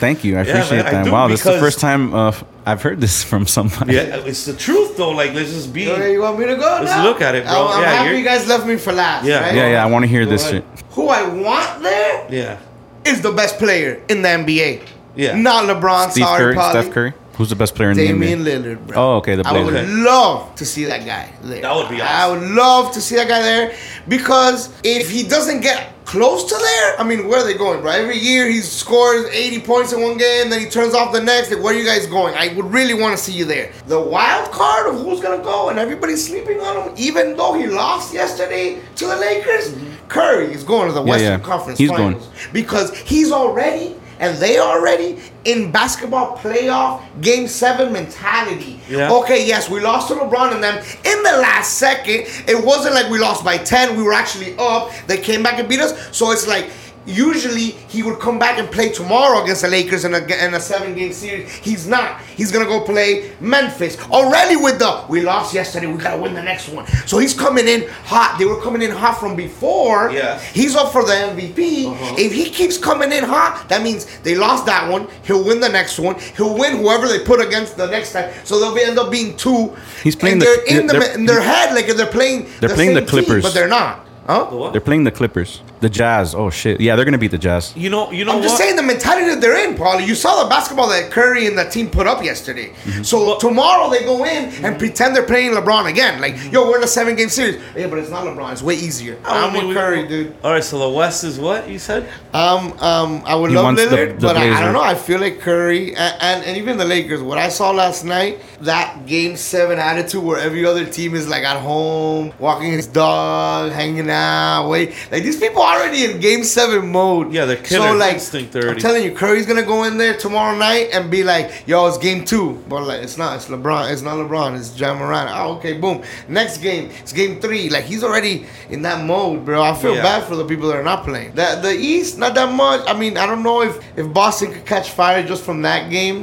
Speaker 2: Thank you. I
Speaker 4: man,
Speaker 2: appreciate
Speaker 4: I
Speaker 2: that.
Speaker 4: do
Speaker 2: wow, this is the
Speaker 4: because-
Speaker 2: first time uh, I've heard this from somebody.
Speaker 4: Yeah, it's the truth though. Like let's just be.
Speaker 3: Okay, you want me to go
Speaker 4: Let's
Speaker 3: now?
Speaker 4: look at it, bro.
Speaker 3: I'm, I'm
Speaker 4: Yeah,
Speaker 3: happy
Speaker 4: you're-
Speaker 3: you guys left me for last.
Speaker 4: Yeah.
Speaker 3: right?
Speaker 2: [LAUGHS] Yeah, yeah, I want to hear this
Speaker 3: Who I-
Speaker 2: shit.
Speaker 3: Who I want there
Speaker 4: Yeah.
Speaker 3: is the best player in the NBA.
Speaker 4: Yeah.
Speaker 3: Not LeBron,
Speaker 2: Steve
Speaker 3: sorry,
Speaker 2: Curry,
Speaker 3: Polly.
Speaker 2: Steph Curry. Who's the best player in the NBA?
Speaker 3: Damian Lillard, bro.
Speaker 2: Oh, okay, the
Speaker 3: I would
Speaker 2: Blazers.
Speaker 3: love to see that guy there.
Speaker 4: That would be
Speaker 3: I
Speaker 4: awesome.
Speaker 3: would love to see that guy there because if he doesn't get close to there, I mean, where are they going, bro? Every year he scores 80 points in one game, then he turns off the next. Like, where are you guys going? I would really want to see you there. The wild card of who's going to go and everybody's sleeping on him, even though he lost yesterday to the Lakers, Curry is going to the
Speaker 2: Mm-hmm. Yeah,
Speaker 3: Western
Speaker 2: yeah.
Speaker 3: Conference
Speaker 2: He's
Speaker 3: Finals
Speaker 2: going.
Speaker 3: because he's already and they already in basketball playoff game seven mentality.
Speaker 4: Yeah.
Speaker 3: Okay, yes, we lost to LeBron and them in the last second. It wasn't like we lost by 10, we were actually up. They came back and beat us. So it's like usually he would come back and play tomorrow against the Lakers in a, in a seven game series. He's not. He's gonna go play Memphis already with the we lost yesterday, we gotta win the next one. So he's coming in hot. They were coming in hot from before.
Speaker 4: Yeah.
Speaker 3: He's up for the MVP.
Speaker 2: Uh-huh.
Speaker 3: If he keeps coming in hot, that means they lost that one. He'll win the next one. He'll win whoever they put against the next time. So they'll be, end up being two.
Speaker 2: He's playing
Speaker 3: and
Speaker 2: the-
Speaker 3: they're in, the,
Speaker 2: they're-
Speaker 3: in their head like they're playing.
Speaker 2: They're playing the
Speaker 3: same team,
Speaker 2: Clippers.
Speaker 3: but they're not. Huh?
Speaker 4: What?
Speaker 2: They're playing the Clippers. The Jazz. Oh shit. Yeah, they're gonna beat the Jazz.
Speaker 4: You know. You know
Speaker 3: I'm
Speaker 4: what?
Speaker 3: just saying the mentality that they're in, Paulie. You saw the basketball that Curry and the team put up yesterday.
Speaker 2: Mm-hmm.
Speaker 3: So tomorrow they go in and pretend they're playing LeBron again. Like, yo, we're in a seven game series. Yeah, but it's not LeBron. It's way easier.
Speaker 4: I
Speaker 3: I'm
Speaker 4: mean,
Speaker 3: with
Speaker 4: we-
Speaker 3: Curry, dude.
Speaker 4: All right, so the West is what you said.
Speaker 3: Um, um, I would
Speaker 2: He
Speaker 3: love
Speaker 2: wants the-
Speaker 3: Lillard,
Speaker 2: the
Speaker 3: but I, I
Speaker 2: Blazers.
Speaker 3: don't know. I feel like Curry and, and, and even the Lakers. What I saw last night, that Game Seven attitude, where every other team is like at home, walking his dog, hanging out, wait. Like these people are already in Game Seven mode.
Speaker 4: Yeah, they're killer instinct
Speaker 3: I'm
Speaker 4: already.
Speaker 3: telling you, Curry's gonna go in there tomorrow night and be like, "Yo, it's Game two. but like it's not. It's LeBron. It's not LeBron. It's John Moran. Oh, okay, boom. Next game, it's Game three. Like he's already in that mode, bro. I feel
Speaker 4: Yeah.
Speaker 3: bad for the people that are not playing. The the East, not that much. I mean, I don't know if if Boston could catch fire just from that game.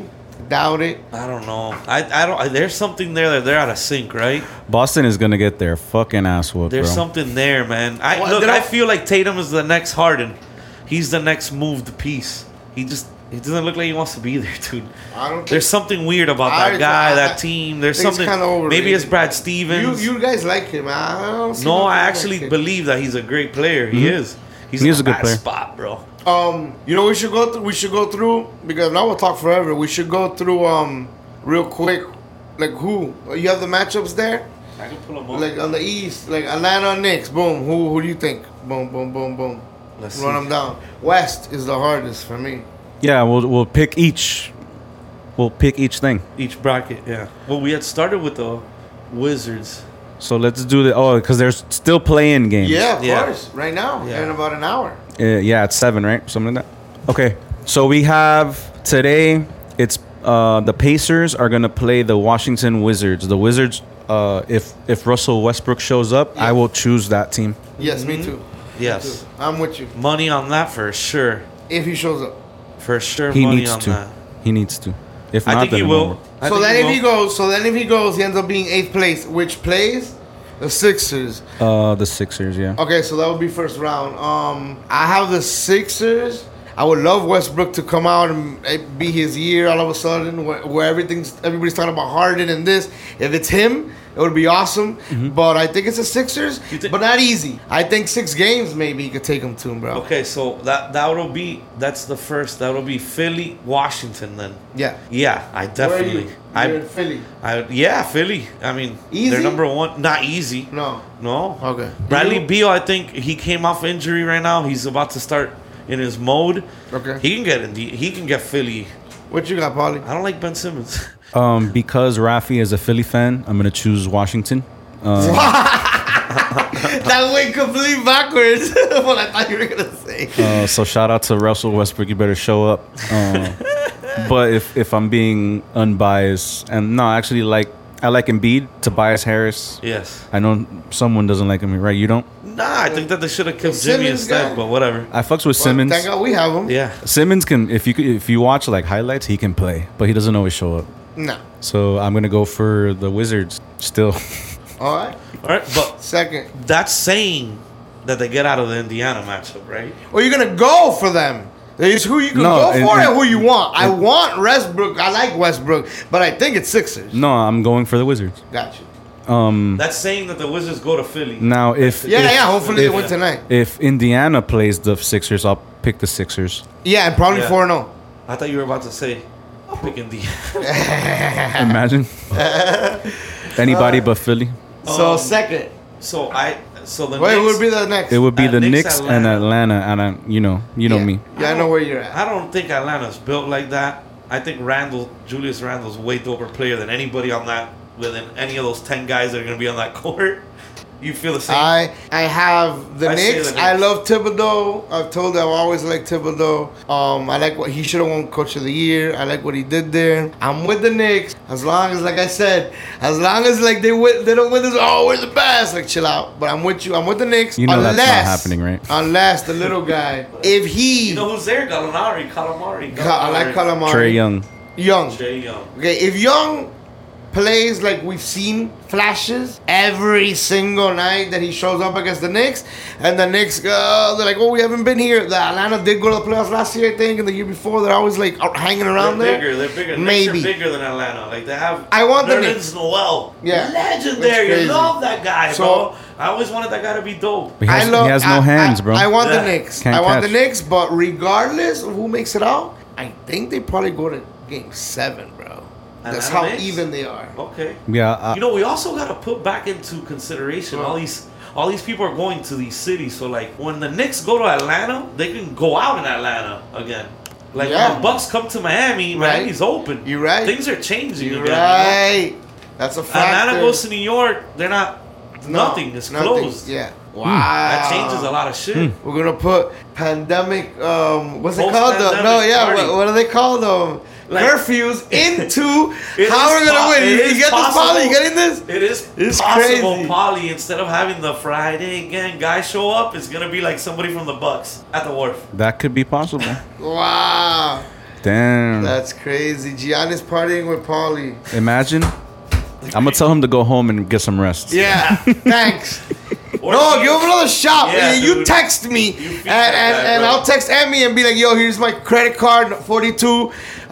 Speaker 3: Doubt it.
Speaker 4: I don't know. I I don't. there's something there that they're out of sync, right?
Speaker 2: Boston is gonna get their fucking ass whooped, bro.
Speaker 4: There's something there, man. I
Speaker 3: Well,
Speaker 4: look.
Speaker 3: did I-
Speaker 4: I feel like Tatum is the next Harden. He's the next moved piece. He just. He doesn't look like he wants to be [LAUGHS] there, dude.
Speaker 3: I don't.
Speaker 4: There's something weird about
Speaker 3: I-
Speaker 4: that guy,
Speaker 3: I-
Speaker 4: that team. There's
Speaker 3: think it's
Speaker 4: something.
Speaker 3: kinda overrated.
Speaker 4: Maybe it's Brad
Speaker 3: you
Speaker 4: Stevens.
Speaker 3: you guys like him. I don't. See
Speaker 4: no,
Speaker 3: nothing
Speaker 4: I
Speaker 3: like
Speaker 4: actually
Speaker 3: him.
Speaker 4: believe that he's a great player. He is. He's
Speaker 2: Mm-hmm. He
Speaker 4: in
Speaker 2: is a good
Speaker 4: bad
Speaker 2: player.
Speaker 4: spot, bro.
Speaker 3: Um, you know what we should go through. We should go through because now we'll talk forever. We should go through um real quick, like who you have the matchups there,
Speaker 4: I can pull him up.
Speaker 3: like on the East, like Atlanta Knicks. Boom. Who who do you think? Boom boom boom boom.
Speaker 4: Let's
Speaker 3: Run
Speaker 4: see.
Speaker 3: them down. West is the hardest for me.
Speaker 2: yeah, we'll we'll pick each. We'll pick each thing.
Speaker 4: Each bracket, yeah. Well, we had started with the Wizards.
Speaker 2: So let's do the oh, because there's still play-in games.
Speaker 3: Yeah, of
Speaker 4: Yeah.
Speaker 3: course. Right now,
Speaker 4: Yeah.
Speaker 3: in about an hour.
Speaker 2: Uh, yeah, it's seven, right? Something like that. Okay, so we have today. It's uh, the Pacers are gonna play the Washington Wizards. The Wizards uh, if if Russell Westbrook shows up, I will choose that team.
Speaker 3: Yes,
Speaker 4: Mm-hmm.
Speaker 3: me too.
Speaker 4: Yes.
Speaker 3: I'm with you.
Speaker 4: Money on that for sure.
Speaker 3: If he shows up.
Speaker 4: For sure,
Speaker 2: He
Speaker 4: money
Speaker 2: needs
Speaker 4: on
Speaker 2: to.
Speaker 4: that.
Speaker 2: He needs to. If not,
Speaker 4: I think
Speaker 2: then
Speaker 4: he
Speaker 2: it
Speaker 4: will.
Speaker 2: won't work.
Speaker 4: I
Speaker 3: so
Speaker 4: think
Speaker 3: then if he
Speaker 4: will.
Speaker 3: goes, so then if he goes, he ends up being eighth place, which plays the Sixers.
Speaker 2: Uh, the Sixers, yeah.
Speaker 3: Okay, so that would be first round. Um, I have the Sixers. I would love Westbrook to come out and it be his year all of a sudden, where, where everything's everybody's talking about Harden and this. If it's him, it would be awesome. But I think it's the Sixers,
Speaker 4: Mm-hmm. thi-
Speaker 3: but not easy. I think six games maybe you could take him to him, bro.
Speaker 4: Okay, so that that'll be that's the first. That'll be Philly, Washington. Then.
Speaker 3: Yeah.
Speaker 4: Yeah, I definitely.
Speaker 3: Where are you? You're in
Speaker 4: I,
Speaker 3: Philly.
Speaker 4: I yeah, Philly. I mean,
Speaker 3: Easy?
Speaker 4: they're number one. Not easy.
Speaker 3: No.
Speaker 4: No.
Speaker 3: Okay.
Speaker 4: Bradley
Speaker 3: You-
Speaker 4: Beal, I think he came off injury right now. He's about to start in his mode.
Speaker 3: Okay.
Speaker 4: He can get in the, he can get Philly.
Speaker 3: What you got, Paulie?
Speaker 4: I don't like Ben Simmons. [LAUGHS]
Speaker 2: Um, because Rafi is a Philly fan, I'm gonna choose Washington.
Speaker 3: that went completely backwards. [LAUGHS] what I thought you were gonna say.
Speaker 2: Uh, so shout out to Russell Westbrook. You better show up. Uh, but if if I'm being unbiased, and no, I actually like I like Embiid, Tobias Harris.
Speaker 4: yes.
Speaker 2: I know someone doesn't like him, right? You don't.
Speaker 4: Nah, I think that they should have killed Jimmy
Speaker 3: Simmons
Speaker 4: instead,
Speaker 3: guy.
Speaker 4: but whatever.
Speaker 2: I fucks with Simmons.
Speaker 3: Thank God we have him.
Speaker 4: Yeah.
Speaker 2: Simmons can if you could- if you watch like highlights, he can play, but he doesn't always show up.
Speaker 3: No.
Speaker 2: So I'm gonna go for the Wizards still. [LAUGHS]
Speaker 3: All right.
Speaker 4: All right, but
Speaker 3: Second.
Speaker 4: that's saying that they get out of the Indiana matchup, right?
Speaker 3: Or you're gonna go for them. It's who you can
Speaker 2: No,
Speaker 3: go
Speaker 2: and-
Speaker 3: for and,
Speaker 2: and-
Speaker 3: who you want. I want Westbrook. I like Westbrook, but I think it's Sixers.
Speaker 2: no, I'm going for the Wizards.
Speaker 3: Got you.
Speaker 4: That's saying that the Wizards go to Philly.
Speaker 2: Now if
Speaker 3: Yeah,
Speaker 2: if,
Speaker 3: yeah. Hopefully
Speaker 2: if-
Speaker 3: they win tonight.
Speaker 2: If Indiana plays the Sixers, I'll pick the Sixers.
Speaker 3: Yeah, and probably
Speaker 4: Yeah.
Speaker 3: four and oh. zero.
Speaker 4: I thought you were about to say I'm
Speaker 3: [LAUGHS]
Speaker 4: picking the
Speaker 2: Imagine anybody but Philly.
Speaker 3: So
Speaker 4: Um,
Speaker 3: second.
Speaker 4: [LAUGHS] So I so the
Speaker 3: Wait, who
Speaker 4: Knicks,
Speaker 3: would be the next?
Speaker 2: It would be
Speaker 4: Uh,
Speaker 2: the
Speaker 4: Knicks,
Speaker 2: Knicks and Atlanta, and I, you know, you know
Speaker 3: yeah.
Speaker 2: me.
Speaker 3: Yeah, I know where you're at.
Speaker 4: I don't think Atlanta's built like that. I think Randall Julius Randall's way doper player than anybody on that within any of those ten guys that are gonna be on that [LAUGHS] court. You feel the same?
Speaker 3: I I have the
Speaker 4: I say
Speaker 3: Knicks.
Speaker 4: the
Speaker 3: I
Speaker 4: Knicks.
Speaker 3: love Thibodeau. I've told you I've always liked Thibodeau. Um, I like what he should have won Coach of the Year. I like what he did there. I'm with the Knicks as long as, like I said, as long as like they win, they don't win this. Oh, we're the best. Like chill out. But I'm with you. I'm with the Knicks.
Speaker 2: You know that's not happening, right?
Speaker 3: Unless the little guy, if he,
Speaker 4: you know who's there? Gallinari, Calamari.
Speaker 3: I like Calamari.
Speaker 2: Trey Young.
Speaker 3: Young.
Speaker 4: Trey Young.
Speaker 3: Okay, if Young plays like we've seen flashes every single night that he shows up against the Knicks, and the Knicks go, they're like, oh, we haven't been here. The Atlanta did go to the playoffs last year, I think, and the year before. They're always like out- hanging
Speaker 4: They're
Speaker 3: around
Speaker 4: bigger.
Speaker 3: there.
Speaker 4: They're bigger.
Speaker 3: Maybe.
Speaker 4: Maybe bigger than Atlanta. Like they have.
Speaker 3: I want the
Speaker 4: Nerlens
Speaker 3: Knicks.
Speaker 4: Noel.
Speaker 3: Yeah. That's
Speaker 4: legendary.
Speaker 3: crazy.
Speaker 4: Love that guy,
Speaker 3: So-
Speaker 4: bro. I always wanted that guy to be dope.
Speaker 2: He has,
Speaker 3: I love,
Speaker 2: he has no
Speaker 3: I- I-
Speaker 2: hands, bro.
Speaker 3: I want the
Speaker 4: Yeah.
Speaker 3: Knicks.
Speaker 2: Can't
Speaker 3: I want
Speaker 2: catch.
Speaker 3: the Knicks, but regardless of who makes it out, I think they probably go to game seven, bro. That's
Speaker 4: Atlanta
Speaker 3: how
Speaker 4: Knicks? Oh,
Speaker 3: even they are.
Speaker 4: Okay.
Speaker 2: yeah, I,
Speaker 4: you know we also got to put back into consideration all these all these people are going to these cities so like when the Knicks go to Atlanta they can go out in Atlanta again like
Speaker 3: Yeah.
Speaker 4: when the Bucks come to Miami
Speaker 3: Right.
Speaker 4: Miami's open
Speaker 3: You're right.
Speaker 4: things are changing
Speaker 3: You're
Speaker 4: again, you know?
Speaker 3: right. That's a fact.
Speaker 4: Atlanta goes to New York they're not nothing is closed
Speaker 3: Yeah. Wow.
Speaker 4: that changes a lot of shit
Speaker 3: We're gonna put pandemic. Um, what's it called? though?
Speaker 4: Post-pandemic
Speaker 3: No, yeah.
Speaker 4: party.
Speaker 3: What, what are they called? Um,
Speaker 4: Like- [LAUGHS]
Speaker 3: curfews into
Speaker 4: It
Speaker 3: how
Speaker 4: is
Speaker 3: we're gonna
Speaker 4: po-
Speaker 3: win.
Speaker 4: it
Speaker 3: You,
Speaker 4: is
Speaker 3: get this, Polly? You
Speaker 4: possible.
Speaker 3: getting this?
Speaker 4: it is
Speaker 3: It's
Speaker 4: possible,
Speaker 3: crazy.
Speaker 4: Polly. Instead of having the Friday gang guys show up, it's gonna be like somebody from the Bucks at the wharf.
Speaker 2: that could be possible.
Speaker 3: Wow,
Speaker 2: Damn.
Speaker 3: that's crazy. Giannis partying with
Speaker 4: [LAUGHS]
Speaker 3: Polly.
Speaker 2: Imagine. I'm gonna tell him to go home and get some rest.
Speaker 3: Yeah, thanks.
Speaker 4: Or
Speaker 3: No, give
Speaker 4: [LAUGHS]
Speaker 3: him another shot.
Speaker 4: Yeah,
Speaker 3: you you
Speaker 4: dude.
Speaker 3: text me,
Speaker 4: You
Speaker 3: and,
Speaker 4: feed
Speaker 3: and,
Speaker 4: that guy,
Speaker 3: and
Speaker 4: bro.
Speaker 3: I'll text Emmy and be like, yo, here's my credit card, 42, uh,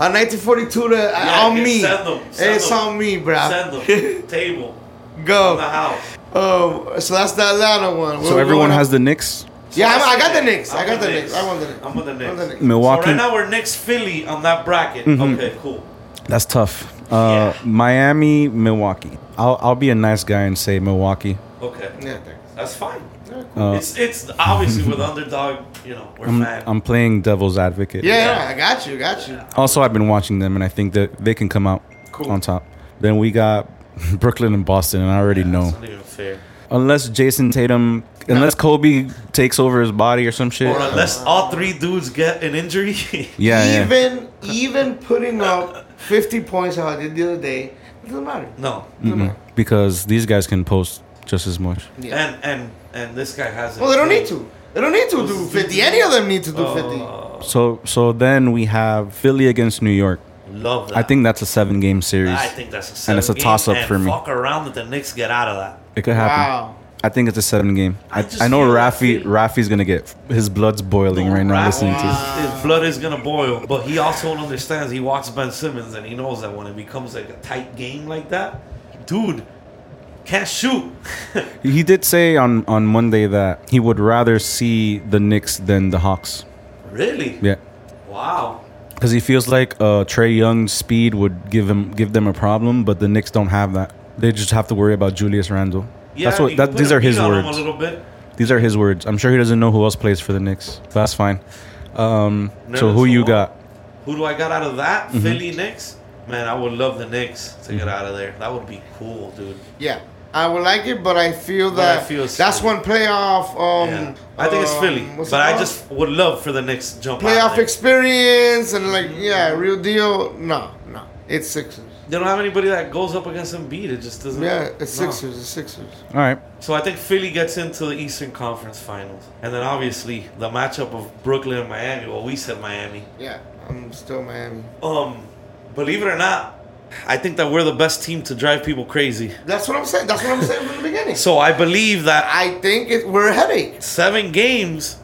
Speaker 3: 1942 to, uh,
Speaker 4: Yeah,
Speaker 3: on
Speaker 4: dude,
Speaker 3: me.
Speaker 4: send them, send
Speaker 3: it's
Speaker 4: them.
Speaker 3: on me, bro.
Speaker 4: Send them table
Speaker 3: [LAUGHS] Go.
Speaker 4: the house.
Speaker 3: Oh, so that's the Atlanta one.
Speaker 2: So everyone has the Knicks.
Speaker 3: Yeah, I'm,
Speaker 4: That's
Speaker 3: I got the
Speaker 4: it.
Speaker 3: Knicks. I
Speaker 4: I'm
Speaker 3: got
Speaker 4: with
Speaker 3: the Knicks. I want the Knicks.
Speaker 4: I'm with the Knicks.
Speaker 3: I'm with
Speaker 2: Milwaukee.
Speaker 4: So right now we're Knicks Philly on that bracket.
Speaker 2: Mm-hmm.
Speaker 4: Okay, cool.
Speaker 2: That's tough. Uh,
Speaker 4: Yeah. I'll
Speaker 2: I'll I'll be a nice guy and say Milwaukee.
Speaker 4: Okay,
Speaker 3: Yeah, thanks.
Speaker 4: that's fine.
Speaker 2: Uh,
Speaker 4: it's it's obviously
Speaker 2: [LAUGHS]
Speaker 4: with underdog. You know, we're
Speaker 2: I'm,
Speaker 4: fan.
Speaker 2: I'm playing devil's advocate.
Speaker 3: Yeah, yeah, I got you. Got you.
Speaker 2: Also, I've been watching them, and I think that they can come out
Speaker 3: Cool.
Speaker 2: on top. Then we got [LAUGHS] Brooklyn and Boston, and I already know.
Speaker 4: It's not even fair.
Speaker 2: Unless Jason Tatum, unless Kobe takes over his body or some shit.
Speaker 4: Or unless all three dudes get an injury. [LAUGHS]
Speaker 2: yeah, yeah.
Speaker 3: even even putting up 50 points how I did the other day It doesn't matter.
Speaker 4: No.
Speaker 3: Doesn't
Speaker 2: Mm-hmm.
Speaker 3: matter.
Speaker 2: because these guys can post just as much.
Speaker 3: Yeah.
Speaker 4: And and and this guy has.
Speaker 3: Well, they don't need to. They don't need to do 50. Any of them need to do
Speaker 4: Oh.
Speaker 3: 50.
Speaker 2: So so then we have Philly against New York.
Speaker 4: Love that.
Speaker 2: I think that's a seven game series.
Speaker 4: I think that's a
Speaker 2: And it's a
Speaker 4: seven game,
Speaker 2: toss-up
Speaker 4: and
Speaker 2: for me.
Speaker 4: Fuck around that the Knicks get out of that.
Speaker 2: It could happen.
Speaker 3: Wow.
Speaker 2: I think it's a seven game.
Speaker 4: I
Speaker 2: I,
Speaker 4: just
Speaker 2: I, know
Speaker 4: feel like
Speaker 2: Rafi
Speaker 4: Philly-
Speaker 2: Rafi's gonna get his blood's boiling right now
Speaker 4: Rafi,
Speaker 2: listening to this.
Speaker 4: his, his blood is gonna boil, but he also understands. He watches Ben Simmons, and he knows that when it becomes like a tight game like that, dude can't shoot. [LAUGHS]
Speaker 2: He did say on, on Monday that he would rather see the Knicks than the Hawks.
Speaker 4: really?
Speaker 2: Yeah.
Speaker 4: Wow.
Speaker 2: Because he feels like uh, Trey Young's speed would give him give them a problem, but the Knicks don't have that. They just have to worry about Julius Randle.
Speaker 4: Yeah,
Speaker 2: That's
Speaker 4: you
Speaker 2: what. That,
Speaker 4: put
Speaker 2: these
Speaker 4: a
Speaker 2: are his
Speaker 4: beat on him
Speaker 2: words.
Speaker 4: A little bit.
Speaker 2: These are his words. I'm sure he doesn't know who else plays for the Knicks. But that's fine. Um,
Speaker 4: No,
Speaker 2: so who
Speaker 4: so
Speaker 2: you
Speaker 4: what?
Speaker 2: got?
Speaker 4: Who do I got out of that?
Speaker 2: Mm-hmm.
Speaker 4: Philly Knicks. Man, I would love the Knicks to get out of there. That would be cool, dude.
Speaker 3: Yeah. I would like it, but I feel
Speaker 4: But I
Speaker 3: that
Speaker 4: feel it's
Speaker 3: that's
Speaker 4: Philly.
Speaker 3: one playoff. Um,
Speaker 4: Yeah. I think it's
Speaker 3: um,
Speaker 4: Philly,
Speaker 3: what's it
Speaker 4: but I
Speaker 3: called?
Speaker 4: just would love for the Knicks to jump out. of
Speaker 3: playoff
Speaker 4: there.
Speaker 3: experience and like yeah, real deal. No, no, it's Sixers.
Speaker 4: They don't have anybody that goes up against Embiid. It just doesn't.
Speaker 3: Yeah, it's
Speaker 4: no.
Speaker 3: Sixers. It's Sixers.
Speaker 2: All right.
Speaker 4: So I think Philly gets into the Eastern Conference Finals, and then obviously the matchup of Brooklyn and Miami. Well, we said Miami.
Speaker 3: Yeah, I'm still Miami.
Speaker 4: Um, believe it or not, I think that we're the best team to drive people crazy.
Speaker 3: That's what I'm saying. That's what I'm saying from the beginning. [LAUGHS]
Speaker 4: So I believe that
Speaker 3: I think it, we're a headache.
Speaker 4: seven games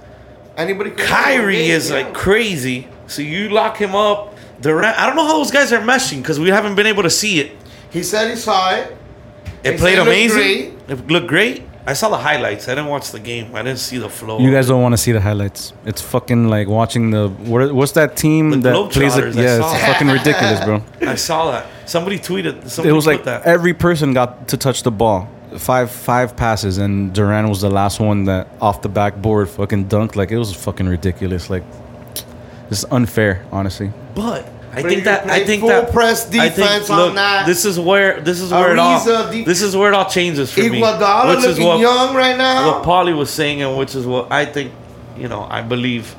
Speaker 3: Anybody? can-
Speaker 4: Kyrie is
Speaker 3: Yeah.
Speaker 4: like crazy. So you lock him up. Durant. I don't know how those guys are meshing because we haven't been able to see it.
Speaker 3: he said he saw it.
Speaker 4: It
Speaker 3: They
Speaker 4: played
Speaker 3: say it looked
Speaker 4: amazing. It looked great. I saw the highlights. I didn't watch the game. I didn't see the flow.
Speaker 2: You guys don't want to see the highlights. It's fucking like watching the what, what's that team
Speaker 4: The
Speaker 2: that plays? Like,
Speaker 4: Globetrotters, I
Speaker 2: yeah,
Speaker 4: saw.
Speaker 2: it's fucking ridiculous,
Speaker 4: [LAUGHS]
Speaker 2: bro.
Speaker 4: I saw that. Somebody tweeted. Somebody
Speaker 2: it was like
Speaker 4: put that.
Speaker 2: every person got to touch the ball. Five five passes and Duran was the last one that off the backboard fucking dunked. Like it was fucking ridiculous. Like it's unfair, honestly.
Speaker 4: But I
Speaker 3: But
Speaker 4: think
Speaker 3: if
Speaker 4: that
Speaker 3: you
Speaker 4: I
Speaker 3: play
Speaker 4: think
Speaker 3: full
Speaker 4: that
Speaker 3: press
Speaker 4: I think,
Speaker 3: defense on that,
Speaker 4: This is where this is where it all
Speaker 3: Ariza de-
Speaker 4: this is where it all changes for me.
Speaker 3: Iguodala
Speaker 4: Which is
Speaker 3: looking
Speaker 4: what
Speaker 3: young right now.
Speaker 4: what Paulie was saying, and which is what I think. You know, I believe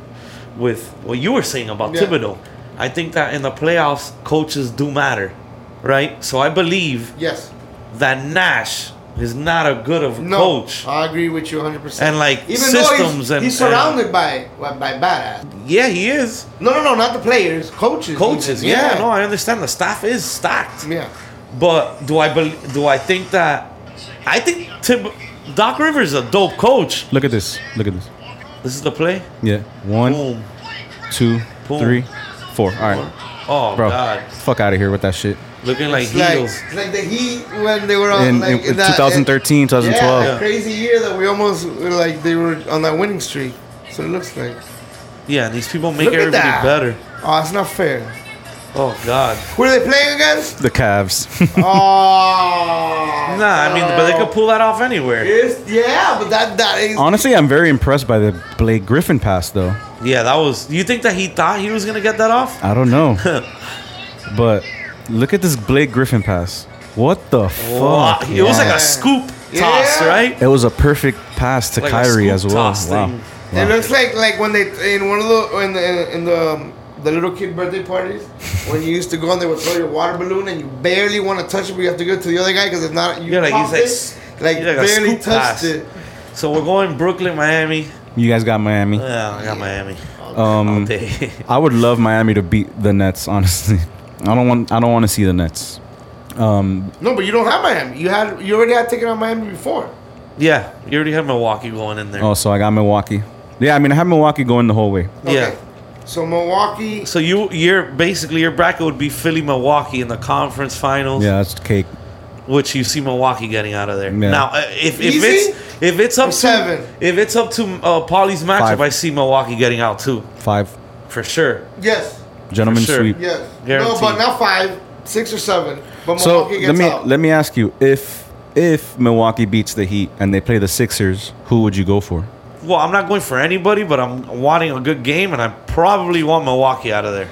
Speaker 4: with what you were saying about
Speaker 3: Yeah.
Speaker 4: Thibodeau. I think that in the playoffs, coaches do matter, right? So I believe
Speaker 3: yes.
Speaker 4: that Nash is not a good of a
Speaker 3: No.
Speaker 4: coach.
Speaker 3: I agree with you 100. percent
Speaker 4: And, like,
Speaker 3: even though
Speaker 4: systems
Speaker 3: he's,
Speaker 4: and-
Speaker 3: he's
Speaker 4: and-
Speaker 3: surrounded by by by badass.
Speaker 4: Yeah, he is.
Speaker 3: No, no, no, not the players, coaches.
Speaker 4: Coaches,
Speaker 3: even.
Speaker 4: yeah. No, I understand. The staff is stacked.
Speaker 3: yeah.
Speaker 4: But do I bel do I think that I think Tib- Doc Rivers is a dope coach.
Speaker 2: Look at this. Look at this.
Speaker 4: This is the play.
Speaker 2: Yeah. One,
Speaker 4: Boom.
Speaker 2: two,
Speaker 4: Boom.
Speaker 2: three, four. All right,
Speaker 4: Oh
Speaker 2: bro.
Speaker 4: god.
Speaker 2: Fuck out of here with that shit.
Speaker 4: Looking like
Speaker 3: It's like,
Speaker 4: heels.
Speaker 3: it's like the Heat when they were on
Speaker 2: In,
Speaker 3: Uh, like,
Speaker 2: in, in
Speaker 3: that- eh,
Speaker 2: 2013,
Speaker 3: Yeah,
Speaker 2: 2012.
Speaker 3: that crazy year that we almost were like they were on that winning streak. So it looks like.
Speaker 4: Yeah, and these people make
Speaker 3: Look at
Speaker 4: everybody
Speaker 3: that.
Speaker 4: better.
Speaker 3: Oh, it's not fair.
Speaker 4: Oh god.
Speaker 3: Who are they playing
Speaker 2: [LAUGHS]
Speaker 3: against?
Speaker 2: The Cavs.
Speaker 3: oh. Nah,
Speaker 4: Nah, I mean, but they could pull that off anywhere.
Speaker 3: It's, yeah, but that that is.
Speaker 2: honestly, I'm very impressed by the Blake Griffin pass, though.
Speaker 4: Yeah, that was. You think that he thought he was gonna get that off?
Speaker 2: I don't
Speaker 4: [LAUGHS]
Speaker 2: know. but look at this Blake Griffin pass. What the
Speaker 4: Wow.
Speaker 2: fuck?
Speaker 4: It was like
Speaker 2: Yeah.
Speaker 4: a scoop
Speaker 3: Yeah.
Speaker 4: toss, right?
Speaker 2: It was a perfect pass to
Speaker 4: Like a
Speaker 2: Kyrie
Speaker 4: scoop
Speaker 2: as well.
Speaker 4: toss
Speaker 2: Wow.
Speaker 4: thing.
Speaker 3: It looks like like when they in one of the in the in the, um, the little kid birthday parties when you used to go and they would throw your water balloon and you barely want to touch it, but you have to go to the other guy because if not, you
Speaker 4: Yeah, like,
Speaker 3: popped
Speaker 4: he's
Speaker 3: it, like,
Speaker 4: he's like a
Speaker 3: barely
Speaker 4: scoop
Speaker 3: touched
Speaker 4: pass.
Speaker 3: it.
Speaker 4: So we're going Brooklyn, Miami.
Speaker 2: You guys got Miami.
Speaker 4: Yeah, I got Miami. all
Speaker 2: Um,
Speaker 4: day.
Speaker 2: I would love Miami to beat the Nets, [LAUGHS] honestly. I don't want I don't want to see the Nets. Um,
Speaker 3: No, but you don't have Miami. You had you already had taken out Miami before.
Speaker 4: [LAUGHS] yeah, you already have Milwaukee going in there.
Speaker 2: oh, so I got Milwaukee. Yeah, I mean I have Milwaukee going the whole way.
Speaker 4: Yeah.
Speaker 3: So Milwaukee.
Speaker 4: So you, your basically your bracket would be Philly, Milwaukee in the conference finals,
Speaker 2: Yeah, that's cake.
Speaker 4: which you see Milwaukee getting out of there.
Speaker 2: Yeah.
Speaker 4: Now, uh, if, if
Speaker 3: Easy?
Speaker 4: it's if it's up
Speaker 3: Or
Speaker 4: to
Speaker 3: seven?
Speaker 4: if it's up to uh, Paulie's matchup,
Speaker 2: Five.
Speaker 4: I see Milwaukee getting out too
Speaker 2: Five
Speaker 4: for sure.
Speaker 3: Yes.
Speaker 2: gentlemen
Speaker 4: For sure.
Speaker 2: sweep.
Speaker 3: Yes. No,
Speaker 4: Guaranteed.
Speaker 3: but not five, six or seven. But
Speaker 2: So
Speaker 3: Milwaukee
Speaker 2: let
Speaker 3: gets
Speaker 2: me
Speaker 3: out.
Speaker 2: let me ask you if if Milwaukee beats the Heat and they play the Sixers, who would you go for?
Speaker 4: Well, I'm not going for anybody, but I'm wanting a good game, and I probably want Milwaukee out of there.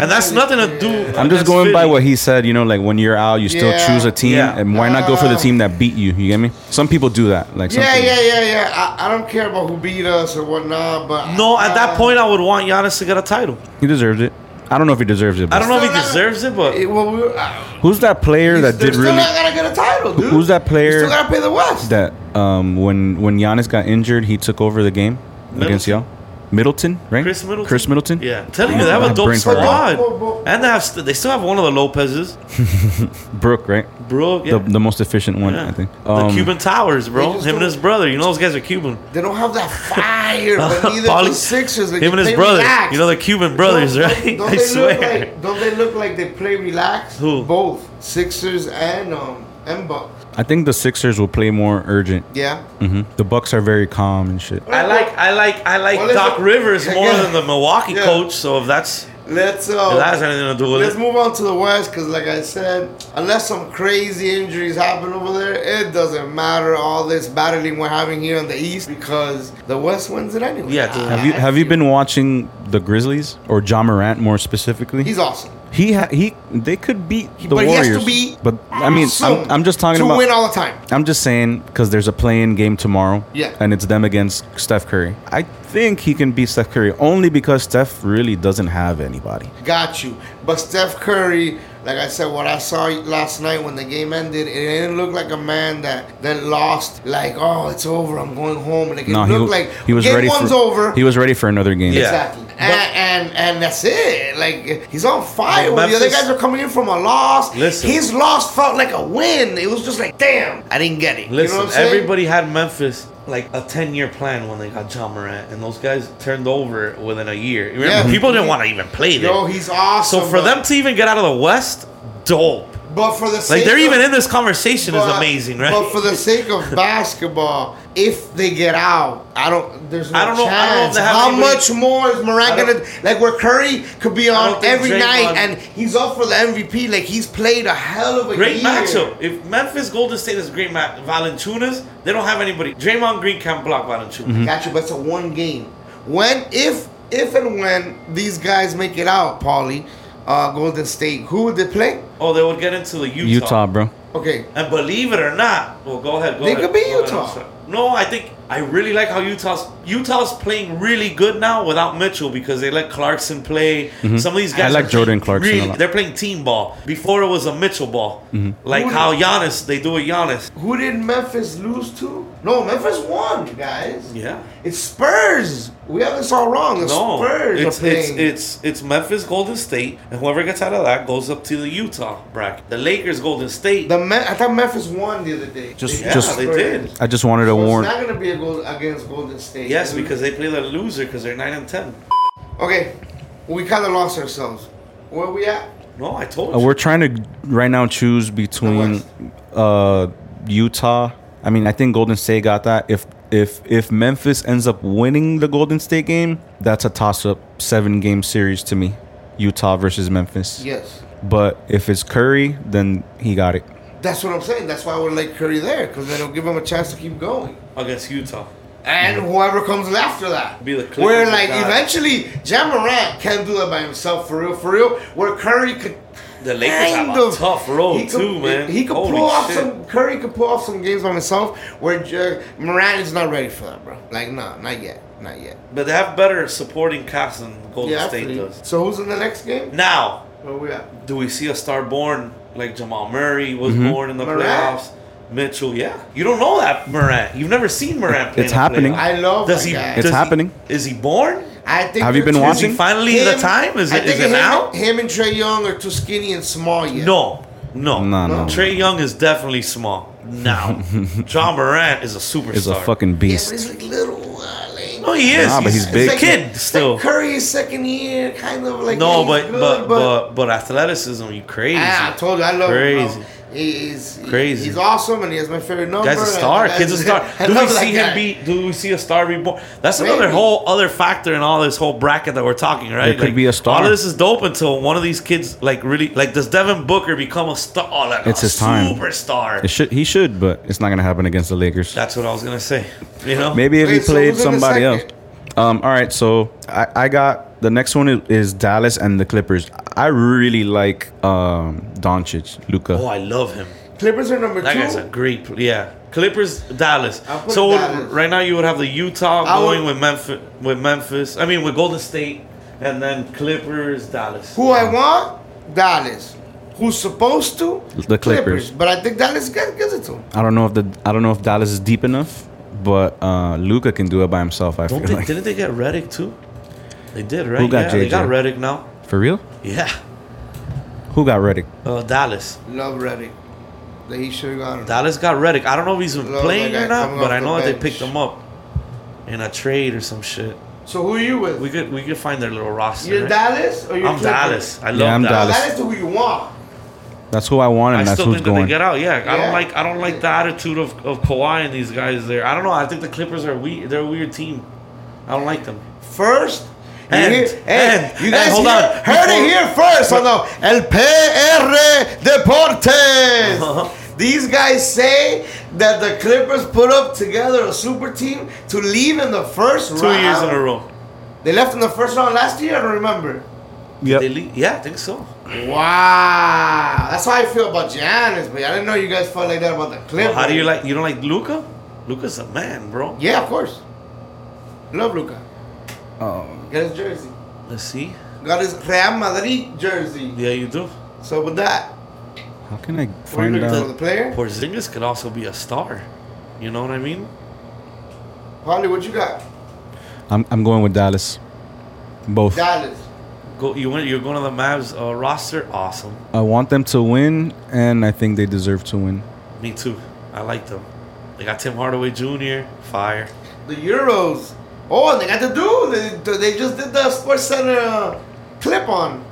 Speaker 4: And that's nothing to do.
Speaker 2: I'm just
Speaker 4: against
Speaker 2: going by
Speaker 4: Philly.
Speaker 2: what he said. You know, like when you're out, you still
Speaker 3: Yeah.
Speaker 2: choose a team,
Speaker 4: Yeah. Oh.
Speaker 2: and why not go for the
Speaker 3: Ah.
Speaker 2: team that beat you? You get me? Some people do that. Like, some
Speaker 3: yeah,
Speaker 2: people-
Speaker 3: yeah, yeah, yeah. I, I don't care about who beat us or whatnot, but
Speaker 4: No, at that
Speaker 3: uh,
Speaker 4: point, I would want Giannis to get a title.
Speaker 2: He deserved it. I don't know if he deserves it. But
Speaker 4: I don't know if he
Speaker 3: Still not-
Speaker 4: deserves it, but
Speaker 3: It- well, we, uh,
Speaker 2: Who's that player that
Speaker 3: they're
Speaker 2: did
Speaker 3: still
Speaker 2: really?
Speaker 3: not gonna get a title, dude.
Speaker 2: who's that
Speaker 3: You
Speaker 2: player-
Speaker 3: still gotta pay the West.
Speaker 2: that um, when when Giannis got injured, he took over the game against y'all. Middleton, right?
Speaker 4: Chris Middleton.
Speaker 2: Chris Middleton.
Speaker 4: Yeah, I'm telling you,
Speaker 2: Yeah,
Speaker 4: they have
Speaker 2: I
Speaker 4: a
Speaker 2: have
Speaker 4: dope
Speaker 2: brain fart.
Speaker 4: squad,
Speaker 3: Whoa, whoa.
Speaker 4: and they have st- they still have one of the Lopez's,
Speaker 2: Brooke, right?
Speaker 4: bro. Yeah.
Speaker 2: The, the most efficient one,
Speaker 4: yeah.
Speaker 2: I think.
Speaker 4: the
Speaker 2: Um,
Speaker 4: Cuban Towers, bro.
Speaker 3: they just
Speaker 4: Him and
Speaker 3: don't-
Speaker 4: his brother. You know those guys are Cuban.
Speaker 3: They don't have that fire,
Speaker 4: [LAUGHS]
Speaker 3: but neither do
Speaker 4: Paulie-
Speaker 3: the Sixers. They
Speaker 4: Him and
Speaker 3: they
Speaker 4: his brother.
Speaker 3: relax.
Speaker 4: You know the Cuban brothers,
Speaker 3: Don't-
Speaker 4: right?
Speaker 3: Don't,
Speaker 4: [LAUGHS] I
Speaker 3: they
Speaker 4: swear.
Speaker 3: Look like, don't they look like they play relaxed?
Speaker 4: Who?
Speaker 3: Both Sixers and um and Buck.
Speaker 2: I think the Sixers will play more urgent.
Speaker 3: Yeah.
Speaker 2: hmm The Bucks are very calm and shit.
Speaker 4: I like I like I like
Speaker 3: Well, let's-
Speaker 4: Doc Rivers more
Speaker 3: yeah.
Speaker 4: than the Milwaukee
Speaker 3: Yeah.
Speaker 4: coach. So if that's if
Speaker 3: Let's uh.
Speaker 4: that has anything to do with
Speaker 3: Let's
Speaker 4: it,
Speaker 3: move on to the West because, like I said, unless some crazy injuries happen over there, it doesn't matter all this battling we're having here in the East because the West wins it anyway.
Speaker 4: Yeah, dude.
Speaker 2: Have you have you been watching the Grizzlies or John Morant more specifically?
Speaker 3: He's awesome.
Speaker 2: he ha- he they could beat the
Speaker 3: but he has
Speaker 2: Warriors.
Speaker 3: to be
Speaker 2: but I mean,
Speaker 3: Awesome
Speaker 2: I'm, I'm just talking
Speaker 3: to
Speaker 2: about.
Speaker 3: win all the time.
Speaker 2: I'm just saying because there's a play-in game tomorrow.
Speaker 3: Yeah.
Speaker 2: And it's them against Steph Curry. I think he can beat Steph Curry only because Steph really doesn't have anybody.
Speaker 3: Got you. But Steph Curry, like I said, what I saw last night when the game ended, it didn't look like a man that that lost. Like, oh, it's over. I'm going home. Like, it
Speaker 2: No, he
Speaker 3: looked
Speaker 2: w-
Speaker 3: like
Speaker 2: he was
Speaker 3: game
Speaker 2: ready.
Speaker 3: one's
Speaker 2: for,
Speaker 3: over.
Speaker 2: He was ready for another game.
Speaker 4: Yeah.
Speaker 3: Exactly. And, and and that's it. Like he's on fire.
Speaker 4: But
Speaker 3: When the other
Speaker 4: Memphis-
Speaker 3: guys are coming in from a loss.
Speaker 4: Listen.
Speaker 3: his loss felt like a win. It was just like, damn, I didn't get it.
Speaker 4: Listen,
Speaker 3: you know what I'm
Speaker 4: everybody had Memphis like a ten-year plan when they got John Morant, and those guys turned over within a year. Remember,
Speaker 3: Yeah.
Speaker 4: people didn't want to even play
Speaker 3: Saying? Yo,
Speaker 4: there.
Speaker 3: he's awesome.
Speaker 4: So for
Speaker 3: but-
Speaker 4: them to even get out of the West, dope.
Speaker 3: but for the
Speaker 4: Like
Speaker 3: sake
Speaker 4: they're
Speaker 3: of-
Speaker 4: even in this conversation is amazing, right?
Speaker 3: But for the sake of basketball, if they get out, I don't. There's no
Speaker 4: I don't know- I
Speaker 3: chance.
Speaker 4: don't know if they have
Speaker 3: How
Speaker 4: anybody-
Speaker 3: much more is Morant
Speaker 4: I don't-
Speaker 3: gonna like? Where Curry could be
Speaker 4: I don't
Speaker 3: on
Speaker 4: think
Speaker 3: every
Speaker 4: Draymond-
Speaker 3: night, and he's up for the MVP. Like he's played a hell of a
Speaker 4: Great
Speaker 3: year.
Speaker 4: matchup. If Memphis Golden State is great, ma- Valanciunas they don't have anybody. Draymond Green can't block
Speaker 2: Mm-hmm.
Speaker 4: Valanciunas.
Speaker 3: Gotcha, but it's a one game. When, if, if and when these guys make it out, Paulie, uh, Golden State, who would they play?
Speaker 4: Oh, they would get into the Utah.
Speaker 2: Utah, bro.
Speaker 3: Okay,
Speaker 4: And believe it or not, well, go ahead. Go
Speaker 3: They
Speaker 4: ahead.
Speaker 3: could be
Speaker 4: Go ahead,
Speaker 3: Utah.
Speaker 4: I'm sorry. No, I think I really like how Utah's Utah's playing really good now without Mitchell because they let Clarkson play. Some of these guys
Speaker 2: Mm-hmm. I like
Speaker 4: are playing
Speaker 2: Jordan Clarkson a
Speaker 4: really-
Speaker 2: lot. Mm-hmm.
Speaker 4: They're playing team ball. Before it was a Mitchell ball, like how Giannis they do with Giannis.
Speaker 3: who did Memphis lose to? No, Memphis won, you guys.
Speaker 4: Yeah.
Speaker 3: It's Spurs. We have this all wrong. The
Speaker 4: No,
Speaker 3: Spurs are
Speaker 4: it's, it's
Speaker 3: playing.
Speaker 4: it's it's Memphis Golden State, and whoever gets out of that goes up to the Utah bracket. The Lakers Golden State.
Speaker 3: the Me- I thought Memphis won the other day.
Speaker 2: Just-
Speaker 3: got
Speaker 2: just-
Speaker 4: they
Speaker 3: Spurs.
Speaker 4: did.
Speaker 2: I just wanted to
Speaker 3: So
Speaker 2: warn.
Speaker 3: It's not gonna be a goal against Golden State.
Speaker 4: yes, because they play the loser because they're nine and ten.
Speaker 3: okay, we kind of lost ourselves. Where we at?
Speaker 4: No, I told
Speaker 2: Uh,
Speaker 4: you.
Speaker 2: we're trying to right now choose between uh, Utah. I mean, I think Golden State got that. If if if Memphis ends up winning the Golden State game, that's a toss-up seven-game series to me. Utah versus Memphis.
Speaker 3: Yes.
Speaker 2: But if it's Curry, then he got it.
Speaker 3: That's what I'm saying. That's why I would like Curry there because then it'll give him a chance to keep going.
Speaker 4: against Utah.
Speaker 3: And whoever comes after that.
Speaker 4: Be the Clippers
Speaker 3: Where,
Speaker 4: of
Speaker 3: like,
Speaker 4: God.
Speaker 3: eventually, Jam Morant can do that by himself for real, for real. Where Curry could.
Speaker 4: The Lakers have a tough road,
Speaker 3: he could-
Speaker 4: too, man.
Speaker 3: He could
Speaker 4: Holy
Speaker 3: pull off
Speaker 4: shit.
Speaker 3: some. Curry could pull off some games by himself where J- Morant is not ready for that, bro. Like, nah, not yet. Not yet.
Speaker 4: But they have better supporting cast than Golden
Speaker 3: Yeah,
Speaker 4: State
Speaker 3: absolutely.
Speaker 4: does.
Speaker 3: So, who's in the next game?
Speaker 4: Now,
Speaker 3: Where we at?
Speaker 4: do we see a star born like Jamal Murray was
Speaker 2: Mm-hmm.
Speaker 4: born in the
Speaker 3: Morant?
Speaker 4: playoffs? Mitchell, yeah. You don't know that Morant. You've never seen Morant play.
Speaker 2: It's
Speaker 4: in a
Speaker 2: happening.
Speaker 4: playoff.
Speaker 3: I love
Speaker 4: Does
Speaker 3: Oh my
Speaker 4: he?
Speaker 3: guy.
Speaker 2: It's
Speaker 4: does he-
Speaker 2: happening.
Speaker 4: is he born?
Speaker 3: I think
Speaker 2: Have you
Speaker 3: they're
Speaker 2: been
Speaker 3: too-
Speaker 2: watching? Is he
Speaker 4: finally the time? Is
Speaker 3: I
Speaker 4: it- is
Speaker 3: think
Speaker 4: it
Speaker 3: him,
Speaker 4: now?
Speaker 3: Him and Trey Young are too skinny and small yet.
Speaker 4: No, no,
Speaker 2: No, no, no.
Speaker 4: Trey Young is definitely small
Speaker 2: [LAUGHS]
Speaker 4: now. John Morant is a superstar.
Speaker 2: It's a fucking
Speaker 3: Yeah, but
Speaker 2: beast.
Speaker 3: he's like little. Uh, like,
Speaker 4: No, he is.
Speaker 2: Nah, but he's
Speaker 4: a
Speaker 2: big.
Speaker 4: kid still.
Speaker 3: Like Curry's second year, kind of like
Speaker 4: no,
Speaker 3: yeah,
Speaker 4: but,
Speaker 3: he's
Speaker 4: but
Speaker 3: good,
Speaker 4: but but athleticism, you crazy.
Speaker 3: Ah, I told you I love
Speaker 4: Crazy.
Speaker 3: him. Bro. He's he's-
Speaker 4: Crazy.
Speaker 3: He's awesome, and he has my favorite number.
Speaker 4: Guy's a
Speaker 3: and
Speaker 4: star.
Speaker 3: I-
Speaker 4: Kid's a star.
Speaker 3: [LAUGHS] I
Speaker 4: Do we
Speaker 3: love that
Speaker 4: see him
Speaker 3: guy.
Speaker 4: be? Do we see a star reborn? That's
Speaker 3: Maybe.
Speaker 4: another whole other factor in all this whole bracket that we're talking, right?
Speaker 2: There could be a star.
Speaker 4: All of this is dope until one of these kids, like really, like does Devin Booker become a star? Oh, like
Speaker 2: It's
Speaker 4: a
Speaker 2: his time.
Speaker 4: Superstar.
Speaker 2: It should he should, but it's not gonna happen against the Lakers.
Speaker 4: That's what I was gonna say. You know,
Speaker 2: Maybe if
Speaker 3: Wait,
Speaker 2: he
Speaker 3: so
Speaker 2: played
Speaker 3: who's in the
Speaker 2: somebody else.
Speaker 3: second?
Speaker 2: Um, all right, so I, I got the next one is, is Dallas and the Clippers. I really like um, Doncic, Luca.
Speaker 4: Oh, I love him.
Speaker 3: Clippers are number
Speaker 4: That guy's a
Speaker 3: two.
Speaker 4: great. pl- Yeah, Clippers, Dallas.
Speaker 3: I'll put
Speaker 4: So
Speaker 3: Dallas.
Speaker 4: right now you would have the
Speaker 3: I
Speaker 4: Utah
Speaker 3: would-
Speaker 4: going with Memphis. With Memphis, I mean with Golden State. and then Clippers, Dallas.
Speaker 3: Who I want? Dallas. Who's supposed to?
Speaker 2: The Clippers.
Speaker 3: But I think Dallas g- gives it to him.
Speaker 2: I don't know if the I don't know if Dallas is deep enough, but uh, Luca can do it by himself. I
Speaker 4: Don't
Speaker 2: feel
Speaker 4: they,
Speaker 2: like
Speaker 4: didn't they get Reddick too? They did, right?
Speaker 2: Who got
Speaker 4: yeah, they got
Speaker 2: JJ?
Speaker 4: Reddick now.
Speaker 2: for real.
Speaker 4: Yeah,
Speaker 2: Who got Reddick?
Speaker 4: uh, Dallas.
Speaker 3: Love Reddick. That he should have gotten. him.
Speaker 4: Dallas got Reddick. I don't know if he's been
Speaker 3: Love
Speaker 4: playing
Speaker 3: that
Speaker 4: or
Speaker 3: guy
Speaker 4: not,
Speaker 3: coming
Speaker 4: but
Speaker 3: off
Speaker 4: I
Speaker 3: the
Speaker 4: know that they
Speaker 3: bench.
Speaker 4: picked him up in a trade or some shit.
Speaker 3: So who are you with?
Speaker 4: We could we could find their little roster.
Speaker 3: You're
Speaker 4: right?
Speaker 3: Dallas or you're
Speaker 4: I'm
Speaker 3: Clippers?
Speaker 4: Dallas. I love
Speaker 2: Yeah, I'm
Speaker 3: Dallas.
Speaker 4: Dallas.
Speaker 3: Dallas is who you want.
Speaker 2: That's who I want, and
Speaker 4: I
Speaker 2: that's
Speaker 4: still
Speaker 2: who's
Speaker 4: think that they
Speaker 2: going.
Speaker 4: get out. Yeah, I
Speaker 3: Yeah.
Speaker 4: don't like I don't like the attitude of, of Kawhi and these guys there. I don't know. I think the Clippers are weird. They're a weird team. I don't like them.
Speaker 3: First. you
Speaker 4: And-
Speaker 3: hear-
Speaker 4: and-
Speaker 3: you
Speaker 4: and
Speaker 3: guys
Speaker 4: hold
Speaker 3: hear-
Speaker 4: on.
Speaker 3: heard it
Speaker 4: Before-
Speaker 3: here first on the El PR Deportes.
Speaker 4: [LAUGHS] Uh-huh.
Speaker 3: These guys say that the Clippers put up together a super team to leave in the first
Speaker 4: Two
Speaker 3: round.
Speaker 4: years in a row.
Speaker 3: They left in the first round last year. I don't remember.
Speaker 4: They
Speaker 2: Yep.
Speaker 4: leave. Yeah, I think so.
Speaker 3: Wow, that's how I feel about Giannis, but I didn't know you guys felt like that about the Clippers.
Speaker 4: Well, how do you like? You don't like Luca? Luca's a man, bro.
Speaker 3: Yeah, of course. Love Luca.
Speaker 2: Oh,
Speaker 3: Got his jersey.
Speaker 4: Let's see.
Speaker 3: Got his Real Madrid jersey.
Speaker 4: Yeah, you do.
Speaker 3: So with that,
Speaker 2: how can I
Speaker 3: we're
Speaker 2: find
Speaker 3: looking for
Speaker 2: out?
Speaker 3: the player.
Speaker 4: Porzingis could also be a star. You know what I mean?
Speaker 3: Holly, what you got?
Speaker 2: I'm I'm going with Dallas. Both.
Speaker 3: Dallas.
Speaker 4: Go. You went. You're going to the Mavs uh, roster. Awesome.
Speaker 2: I want them to win, and I think they deserve to win.
Speaker 4: Me too. I like them. They got Tim Hardaway Jr. Fire.
Speaker 3: The Euros. Oh, they got to do. They, they just did the Sports Center uh, clip on.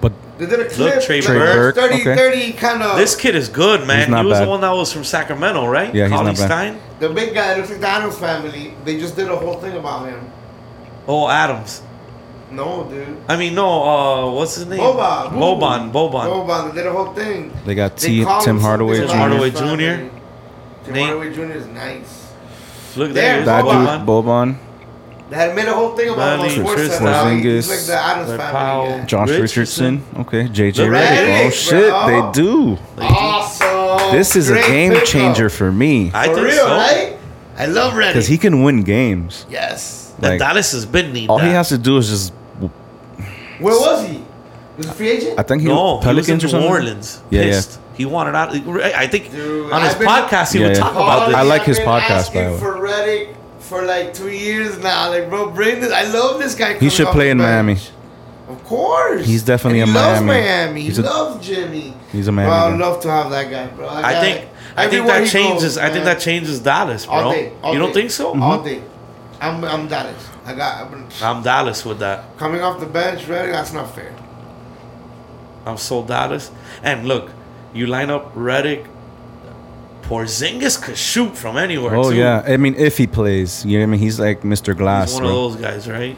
Speaker 2: But
Speaker 3: They did a clip.
Speaker 4: Trey
Speaker 3: like,
Speaker 2: Burke.
Speaker 3: 30,
Speaker 2: Okay.
Speaker 3: 30 kind of.
Speaker 4: This kid is good, man.
Speaker 2: not
Speaker 4: He was
Speaker 2: bad.
Speaker 4: the one that was from Sacramento, right?
Speaker 2: Yeah, he's
Speaker 4: Cauley
Speaker 2: not bad.
Speaker 4: Stein.
Speaker 3: The big guy looks like the Adams family. They just did a whole thing about him.
Speaker 4: Oh, Adams.
Speaker 3: No, dude.
Speaker 4: I mean, no. Uh, what's his name?
Speaker 3: Boban.
Speaker 4: Boban. Boban.
Speaker 3: Boban. They did a whole thing.
Speaker 2: they got
Speaker 3: They
Speaker 2: T,
Speaker 3: call
Speaker 2: Tim
Speaker 3: him
Speaker 2: Hardaway
Speaker 3: something
Speaker 4: Tim
Speaker 2: Jr.
Speaker 3: about
Speaker 4: Hardaway
Speaker 3: his family.
Speaker 4: Jr..
Speaker 3: Tim
Speaker 4: Nate-
Speaker 3: Hardaway Jr. is nice.
Speaker 4: Look
Speaker 3: There,
Speaker 4: there.
Speaker 2: That
Speaker 4: Boban.
Speaker 2: dude, Boban,
Speaker 3: They had made a whole thing about him on
Speaker 4: Manny,
Speaker 3: Sports
Speaker 4: Tristan,
Speaker 3: Center. He's
Speaker 2: Porzingis,
Speaker 3: like the Adams
Speaker 4: Red Powell.
Speaker 3: family. Yeah.
Speaker 2: Josh
Speaker 4: Richardson.
Speaker 2: Richardson. Okay, JJ
Speaker 4: Look at
Speaker 2: Redick.
Speaker 3: Redick,
Speaker 2: Oh shit,
Speaker 3: bro.
Speaker 2: they do.
Speaker 3: Awesome.
Speaker 2: This is a
Speaker 3: Great
Speaker 2: game
Speaker 3: pickup.
Speaker 2: changer for me
Speaker 4: I
Speaker 3: For
Speaker 4: think
Speaker 3: real,
Speaker 4: so.
Speaker 3: right? I love Reddick.
Speaker 2: because he can win games.
Speaker 3: yes.
Speaker 4: That
Speaker 2: Like,
Speaker 4: Dallas has been needing
Speaker 2: all
Speaker 4: that.
Speaker 2: he has to do is just.
Speaker 3: Where was he? Was he a free agent?
Speaker 2: I think he
Speaker 4: no,
Speaker 2: Pelicans
Speaker 4: he was
Speaker 2: or
Speaker 4: in
Speaker 2: something.
Speaker 4: New Orleans.
Speaker 2: Yeah, yeah.
Speaker 4: pissed. He wanted out. I think
Speaker 3: Dude,
Speaker 4: on his
Speaker 3: I've been-
Speaker 4: podcast he
Speaker 2: Yeah,
Speaker 4: would
Speaker 2: yeah.
Speaker 4: talk about
Speaker 3: Paulie,
Speaker 4: this.
Speaker 2: I like
Speaker 3: I've
Speaker 2: his
Speaker 3: been
Speaker 2: podcast,
Speaker 3: asking
Speaker 2: by the way.
Speaker 3: For Reddick for like two years now, like bro, bring this. I love this guy.
Speaker 2: He
Speaker 3: coming
Speaker 2: should
Speaker 3: off
Speaker 2: play
Speaker 3: the
Speaker 2: in
Speaker 3: bench.
Speaker 2: Miami.
Speaker 3: Of course.
Speaker 2: He's definitely
Speaker 3: and
Speaker 2: a
Speaker 3: he loves
Speaker 2: Miami.
Speaker 3: Miami. He
Speaker 2: He's a-
Speaker 3: loves Jimmy.
Speaker 2: he's a Miami
Speaker 3: Bro, I'd
Speaker 2: guy.
Speaker 3: love to have that guy, bro. That
Speaker 4: I
Speaker 3: guy-
Speaker 4: think I think
Speaker 3: everywhere
Speaker 4: that
Speaker 3: he
Speaker 4: changes.
Speaker 3: goes,
Speaker 4: I
Speaker 3: man.
Speaker 4: think that changes Dallas, bro.
Speaker 3: All day. all
Speaker 4: you don't
Speaker 3: day,
Speaker 4: think so?
Speaker 2: Mm-hmm.
Speaker 3: All day. I'm I'm Dallas. I got I've been-
Speaker 4: I'm Dallas with that.
Speaker 3: coming off the bench, Reddick. That's not fair.
Speaker 4: I'm so Dallas. And look, you line up Reddick. Porzingis could shoot from anywhere.
Speaker 2: Oh
Speaker 4: too.
Speaker 2: yeah, I mean if he plays, you know what I mean. He's like Mr. Glass.
Speaker 4: he's one of
Speaker 2: bro.
Speaker 4: those guys, right?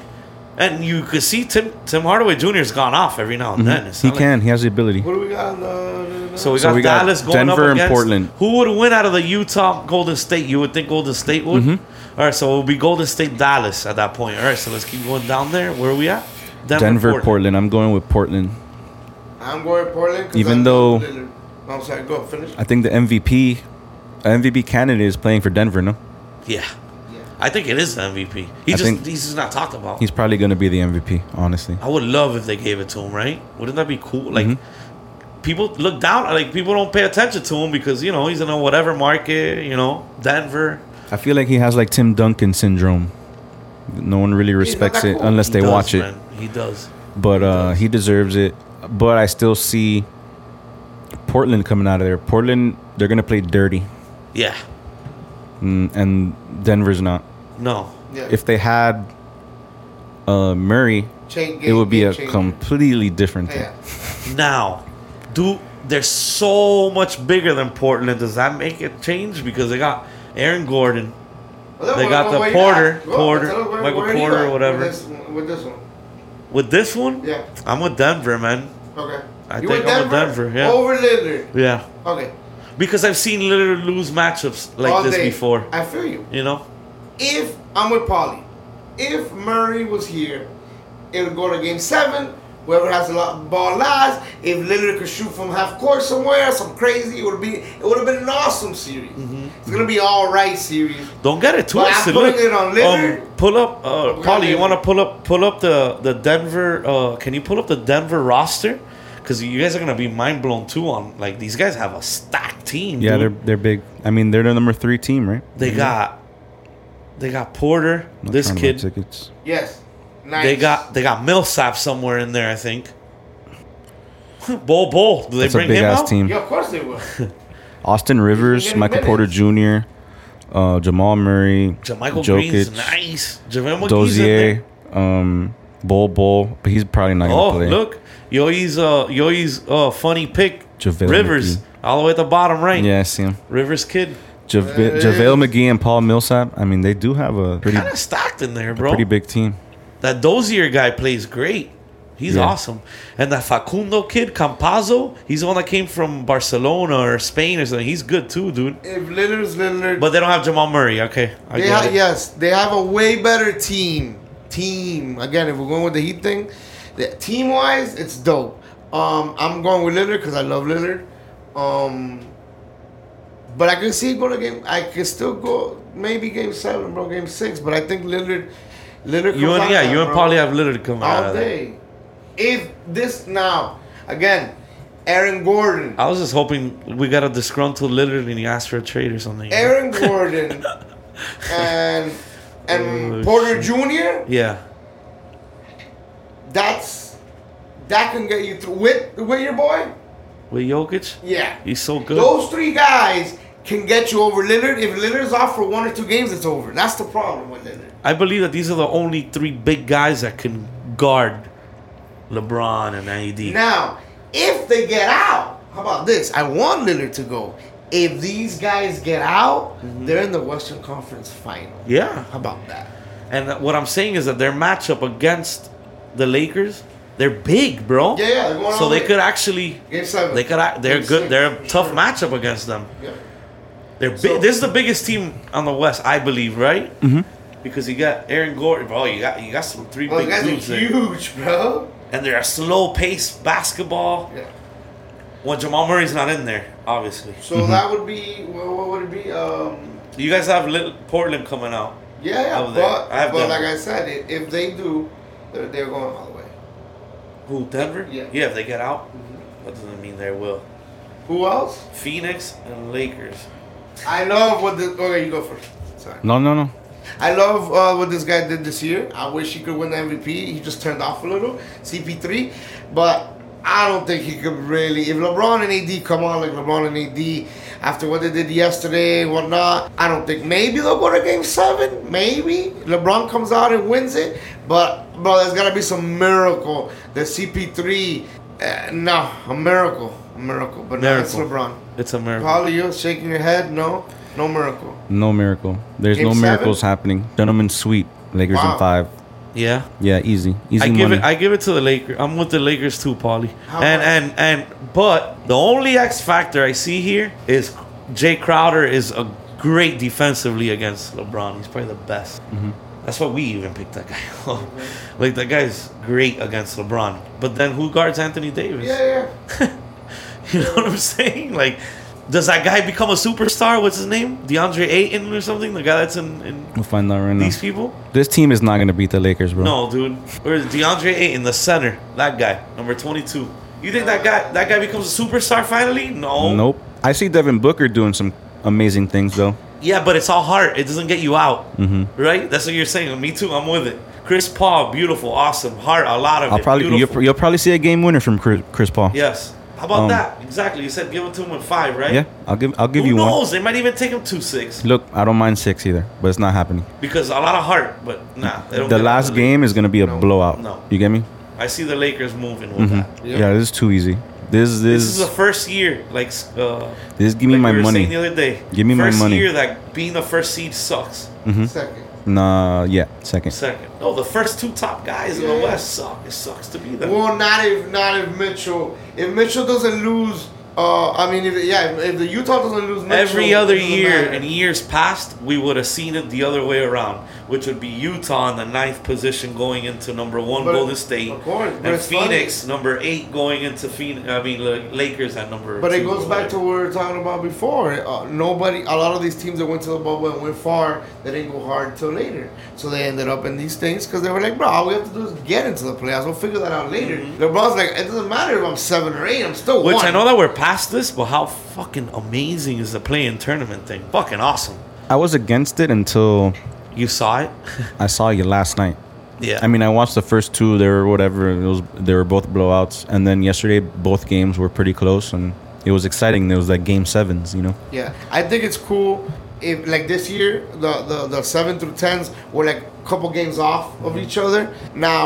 Speaker 4: And you could see Tim Tim Hardaway Jr.'s gone off every now and then. It's
Speaker 2: Mm-hmm. He
Speaker 4: not like-
Speaker 2: can. He has the ability.
Speaker 3: What do we got? Uh, on the-
Speaker 4: So we got
Speaker 2: So we got
Speaker 4: Dallas going
Speaker 2: Denver and
Speaker 4: up against
Speaker 2: Portland.
Speaker 4: Who would win out of the Utah Golden State? You would think Golden State would.
Speaker 2: Mm-hmm.
Speaker 4: All right, so it'll be Golden State Dallas at that point. All right, so let's keep going down there. Where are we at?
Speaker 2: Denver, Portland. I'm going with Portland.
Speaker 3: I'm going Portland. 'cause
Speaker 2: Even
Speaker 3: I
Speaker 2: though-
Speaker 3: love Lillard. I'm sorry. Go finish.
Speaker 2: I think the MVP, MVP candidate is playing for Denver. No,
Speaker 4: Yeah,
Speaker 3: Yeah.
Speaker 4: I think it is the MVP. He
Speaker 2: I
Speaker 4: just
Speaker 2: think-
Speaker 4: he's just not talked about.
Speaker 2: he's probably going to be the MVP. Honestly,
Speaker 4: I would love if they gave it to him, right? Wouldn't that be cool? Like
Speaker 2: Mm-hmm.
Speaker 4: people look down, like people don't pay attention to him because you know he's in a whatever market, you know, Denver.
Speaker 2: I feel like he has like Tim Duncan syndrome. No one really respects
Speaker 3: that
Speaker 2: it
Speaker 3: cool.
Speaker 2: unless
Speaker 4: He
Speaker 2: they
Speaker 4: does,
Speaker 2: watch it.
Speaker 4: man. He does.
Speaker 2: But uh, he deserves it. But I still see Portland coming out of there. Portland, they're going to play dirty,
Speaker 4: Yeah.
Speaker 2: mm, and Denver's not.
Speaker 4: No.
Speaker 3: Yeah.
Speaker 2: If they had uh, Murray,
Speaker 3: Change
Speaker 2: it would be
Speaker 3: game
Speaker 2: a
Speaker 3: changer.
Speaker 2: completely different thing.
Speaker 3: Yeah.
Speaker 4: Now, do they're so much bigger than Portland? Does that make it change? Because they got Aaron Gordon.
Speaker 3: Well,
Speaker 4: They
Speaker 3: what-
Speaker 4: got
Speaker 3: what-
Speaker 4: the
Speaker 3: what you
Speaker 4: Porter,
Speaker 3: got? Go,
Speaker 4: Porter,
Speaker 3: tell us where-
Speaker 4: Michael
Speaker 3: where you
Speaker 4: Porter,
Speaker 3: got
Speaker 4: whatever.
Speaker 3: With this, one- with this one,
Speaker 4: With this one,
Speaker 3: yeah.
Speaker 4: I'm with Denver, man.
Speaker 3: Okay.
Speaker 4: I think I'm with Denver, yeah.
Speaker 3: Over Lillard.
Speaker 4: Yeah,
Speaker 3: Okay.
Speaker 4: because I've seen Lillard lose matchups like
Speaker 3: All
Speaker 4: this
Speaker 3: day.
Speaker 4: before.
Speaker 3: I feel you.
Speaker 4: You know,
Speaker 3: If I'm with Polly, if Murray was here, it would go to game seven. Whoever has a lot ball last, if Lillard could shoot from half court somewhere, some crazy, it would be it would have been an awesome series.
Speaker 4: Mm-hmm.
Speaker 3: It's gonna be all right series.
Speaker 4: Don't get it
Speaker 3: Well, I'm
Speaker 4: twisted.
Speaker 3: putting
Speaker 4: Look, um,
Speaker 3: it on Lillard.
Speaker 4: pull up, uh,
Speaker 3: on
Speaker 4: Paulie. You
Speaker 3: Lillard.
Speaker 4: want to pull up, pull up the the Denver. Uh, can you pull up the Denver roster? Because you guys are gonna be mind blown too. On like these guys have a stacked team.
Speaker 2: Yeah,
Speaker 4: dude.
Speaker 2: they're they're big. I mean, they're the number three team, right?
Speaker 4: they got they got
Speaker 2: I'm
Speaker 4: Porter.
Speaker 2: not
Speaker 4: this
Speaker 2: trying to buy
Speaker 4: kid.
Speaker 2: tickets.
Speaker 3: Yes. Nice.
Speaker 4: They got they got Millsap somewhere in there. I think. [LAUGHS] Bo Bo. Do they
Speaker 2: That's a
Speaker 4: bring
Speaker 2: big
Speaker 4: him
Speaker 2: ass
Speaker 4: out?
Speaker 2: team.
Speaker 3: Yeah, of course they
Speaker 4: [LAUGHS]
Speaker 3: will.
Speaker 2: Austin Rivers,
Speaker 3: Getting
Speaker 2: Michael Porter
Speaker 3: minutes.
Speaker 2: Jr., uh, Jamal Murray,
Speaker 4: Jamichael Green's nice. Javale McGee's in there.
Speaker 2: Dozier, um, Bull Bull, but he's probably not gonna
Speaker 4: Oh,
Speaker 2: play.
Speaker 4: look. Yoi's uh Yoi's uh funny pick.
Speaker 2: JaVale
Speaker 4: Rivers.
Speaker 2: McGee.
Speaker 4: All the way at the bottom right.
Speaker 2: Yeah, I see him.
Speaker 4: Rivers kid.
Speaker 2: Ja-
Speaker 3: Hey.
Speaker 2: JaVale McGee and Paul Millsap. I mean, they do have a pretty
Speaker 4: Kind of stacked in there, bro.
Speaker 2: pretty big team.
Speaker 4: That Dozier guy plays great. He's
Speaker 2: Yeah.
Speaker 4: awesome. And that Facundo kid, Campazzo, he's the one that came from Barcelona or Spain or something. He's good too, dude.
Speaker 3: if Lillard's Lillard,
Speaker 4: But they don't have Jamal Murray. Okay. I
Speaker 3: They
Speaker 4: get
Speaker 3: ha-
Speaker 4: it.
Speaker 3: yes, they have a way better team. Team again, if we're going with the Heat thing, the team wise, it's dope. Um, I'm going with Lillard because I love Lillard. Um, but I can see it go to game. I can still go maybe game seven, bro, game six. But I think Lillard, Lillard.
Speaker 4: You
Speaker 3: comes out
Speaker 4: and yeah,
Speaker 3: that,
Speaker 4: you and
Speaker 3: bro
Speaker 4: Paulie have literally come out
Speaker 3: all
Speaker 4: of there.
Speaker 3: day. If this now again, Aaron Gordon,
Speaker 4: I was just hoping we got a disgruntled literally and he asked for a trade or something.
Speaker 3: Aaron
Speaker 4: [LAUGHS]
Speaker 3: Gordon, and and
Speaker 4: Oh,
Speaker 3: Porter Jr.
Speaker 4: Yeah.
Speaker 3: that's that can get you through with with your boy.
Speaker 4: With Jokic?
Speaker 3: Yeah,
Speaker 4: He's so good.
Speaker 3: those three guys can get you over Lillard. If Lillard's off for one or two games, it's over. That's the problem with Lillard.
Speaker 4: I believe that these are the only three big guys that can guard LeBron and AD.
Speaker 3: Now, if they get out, how about this? I want Lillard to go. If these guys get out, they're in the Western Conference Final.
Speaker 4: Mm-hmm. yeah,
Speaker 3: How about that?
Speaker 4: and what I'm saying is that their matchup against the Lakers, they're big, bro.
Speaker 3: Yeah, yeah, they're going
Speaker 4: so
Speaker 3: all
Speaker 4: they
Speaker 3: in.
Speaker 4: could actually,
Speaker 3: Game seven.
Speaker 4: they could, act, they're
Speaker 3: Game
Speaker 4: good.
Speaker 3: six,
Speaker 4: They're a
Speaker 3: for
Speaker 4: tough
Speaker 3: sure.
Speaker 4: matchup against them.
Speaker 3: Yeah.
Speaker 4: They're big.
Speaker 3: So-
Speaker 4: this is the biggest team on the West, I believe, right? Mm-hmm. Because you got Aaron Gordon, bro. You got you got some three
Speaker 3: Well,
Speaker 4: big
Speaker 3: the guys
Speaker 4: dudes
Speaker 3: are
Speaker 4: there,
Speaker 3: huge, bro.
Speaker 4: and they're a slow paced basketball.
Speaker 3: Yeah.
Speaker 4: When Jamal Murray's not in there, obviously.
Speaker 3: So that would be what, what would it be? Um,
Speaker 4: You guys have little Portland coming out.
Speaker 3: Yeah,
Speaker 4: Out
Speaker 3: yeah,
Speaker 4: of there.
Speaker 3: but,
Speaker 4: I have
Speaker 3: but
Speaker 4: them.
Speaker 3: like I said, i- if they do, they're, they're going all the way.
Speaker 4: Who Denver?
Speaker 3: Yeah. Mm-hmm.
Speaker 4: Yeah, if they get out, that doesn't mean they will.
Speaker 3: Who else?
Speaker 4: Phoenix and Lakers.
Speaker 3: I love what this. Okay, you go first. Sorry.
Speaker 2: No, no, no.
Speaker 3: I love uh, what this guy did this year. I wish he could win the MVP. He just turned off a little, CP3. But I don't think he could really. If LeBron and AD come on like LeBron and AD after what they did yesterday and whatnot, I don't think. Maybe they'll go to game seven. Maybe. LeBron comes out and wins it. But, bro, there's got to be some miracle. The CP3, uh, no, a miracle. A miracle. But no, it's
Speaker 4: Miracle.
Speaker 3: LeBron.
Speaker 4: It's a miracle.
Speaker 3: Paulie, you're shaking your head. No, no miracle.
Speaker 2: No miracle. There's
Speaker 3: Game
Speaker 2: no
Speaker 3: seven?
Speaker 2: miracles happening. Gentlemen sweep. Lakers
Speaker 3: Wow.
Speaker 2: in five.
Speaker 4: yeah.
Speaker 2: Yeah, easy. Easy
Speaker 4: I give
Speaker 2: money.
Speaker 4: it. I give it to the Lakers. I'm with the Lakers too, Paulie.
Speaker 3: How
Speaker 4: And
Speaker 3: much?
Speaker 4: and and but the only X factor I see here is Jay Crowder is a great defensively against LeBron. He's probably the best.
Speaker 2: Mm-hmm.
Speaker 4: That's why we even picked that guy. [LAUGHS] up. like that guy's great against LeBron. But then who guards Anthony Davis?
Speaker 3: Yeah, yeah.
Speaker 4: [LAUGHS] You know what I'm saying? Like, does that guy become a superstar? What's his name? DeAndre Ayton or something? The guy that's in, in
Speaker 2: we'll find out right now.
Speaker 4: these people?
Speaker 2: This team is not gonna beat the Lakers, bro.
Speaker 4: No, dude. Or is DeAndre Ayton, the center. That guy, number 22. You think that guy that guy becomes a superstar finally? No.
Speaker 2: Nope. I see Devin Booker doing some amazing things though.
Speaker 4: Yeah, but it's all heart. It doesn't get you out. Mm-hmm. Right? That's what you're saying. Me too. I'm with it. Chris Paul, beautiful, awesome. Heart, a lot of
Speaker 2: I'll
Speaker 4: it.
Speaker 2: probably
Speaker 4: beautiful.
Speaker 2: you'll, you'll probably see a game winner from Chris, Chris Paul.
Speaker 4: yes. How about
Speaker 2: Um,
Speaker 4: that? Exactly. You said give it to him in five, right?
Speaker 2: Yeah, I'll give I'll give
Speaker 4: Who
Speaker 2: you
Speaker 4: knows?
Speaker 2: one.
Speaker 4: They might even take him two six
Speaker 2: Look, I don't mind six either, but it's not happening.
Speaker 4: because a lot of heart, but nah. They don't
Speaker 2: The
Speaker 4: get it.
Speaker 2: last game is gonna be a
Speaker 3: No.
Speaker 2: blowout.
Speaker 4: No.
Speaker 2: You get me?
Speaker 4: I see the Lakers moving with that.
Speaker 3: Yeah.
Speaker 2: Yeah. this is too easy. This
Speaker 4: This is
Speaker 2: this
Speaker 4: the
Speaker 2: this,
Speaker 4: first year, like uh,
Speaker 2: give me
Speaker 4: like
Speaker 2: my
Speaker 4: we were
Speaker 2: money.
Speaker 4: saying the other day.
Speaker 2: Give me my
Speaker 4: first
Speaker 2: money.
Speaker 4: year that being the first seed sucks.
Speaker 3: Second.
Speaker 2: nah, yeah, second.
Speaker 4: Second, no, the first two top guys in
Speaker 3: Yeah.
Speaker 4: the West suck. It sucks to be them.
Speaker 3: Well, not if not if Mitchell. If Mitchell doesn't lose Uh, I mean, if, yeah, if the Utah doesn't lose Mitchell,
Speaker 4: Every other
Speaker 3: it doesn't
Speaker 4: year,
Speaker 3: matter.
Speaker 4: in years past, we would have seen it the other way around, which would be Utah in the ninth position going into number one
Speaker 3: But-
Speaker 4: Golden State,
Speaker 3: of course, but
Speaker 4: and
Speaker 3: it's funny.
Speaker 4: Phoenix number eight going into Phoenix. I mean, La- Lakers at number.
Speaker 3: But it
Speaker 4: two
Speaker 3: goes
Speaker 4: or
Speaker 3: back to
Speaker 4: whatever.
Speaker 3: what we were talking about before. Uh, nobody, a lot of these teams that went to the bubble and went far, they didn't go hard till later. So they ended up in these things because they were like, bro, all we have to do is get into the playoffs. We'll figure that out later. LeBron's like, it doesn't matter if I'm seven or eight, I'm still
Speaker 4: Mm-hmm. Which
Speaker 3: one.
Speaker 4: I know that we're past this, but how fucking amazing is the playing tournament thing? Fucking awesome.
Speaker 2: I was against it until
Speaker 4: You saw it?
Speaker 2: I
Speaker 4: [LAUGHS]
Speaker 2: saw you last night.
Speaker 4: yeah.
Speaker 2: I mean, I watched the first two. They were whatever. It was they were both blowouts, and then yesterday both games were pretty close, and it was exciting. There was like game sevens, you know.
Speaker 3: Yeah, I think it's cool if like this year the the, the seven through tens were like a couple games off
Speaker 4: Mm-hmm.
Speaker 3: of each other. Now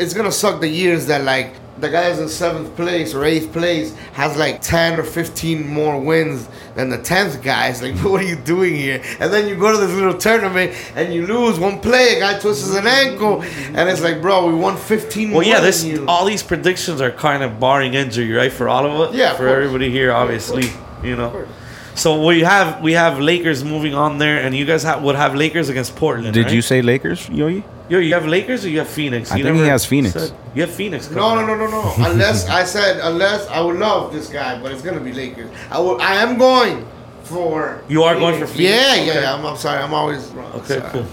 Speaker 3: it's gonna suck the years that like the guy that's in seventh place or eighth place has like ten or fifteen more wins than the tenth guy. It's like [LAUGHS] what are you doing here? And then you go to this little tournament and you lose one play. A guy twists an ankle, and it's like, bro, we won fifteen.
Speaker 4: Mm-hmm. well, yeah.
Speaker 3: more than
Speaker 4: This
Speaker 3: you.
Speaker 4: all these predictions are kind of barring injury, right? For all of us.
Speaker 3: Yeah, of
Speaker 4: For
Speaker 3: course.
Speaker 4: everybody here, obviously, you know. So we have we have Lakers moving on there, and you guys have, would have Lakers against Portland.
Speaker 2: Did
Speaker 4: right?
Speaker 2: you say Lakers, Yoyi?
Speaker 4: Yo, you have Lakers or you have Phoenix?
Speaker 2: I
Speaker 4: You
Speaker 2: think he
Speaker 4: never
Speaker 2: has Phoenix.
Speaker 4: said- you have Phoenix.
Speaker 3: No, no, no, no, no.
Speaker 4: [LAUGHS]
Speaker 3: unless I said, unless I would love this guy, but it's gonna be Lakers. I will. I am going for.
Speaker 4: You are going for Phoenix?
Speaker 3: Yeah, yeah,
Speaker 4: Okay.
Speaker 3: yeah. I'm, I'm sorry. I'm always wrong.
Speaker 4: Okay,
Speaker 3: Sorry.
Speaker 4: cool.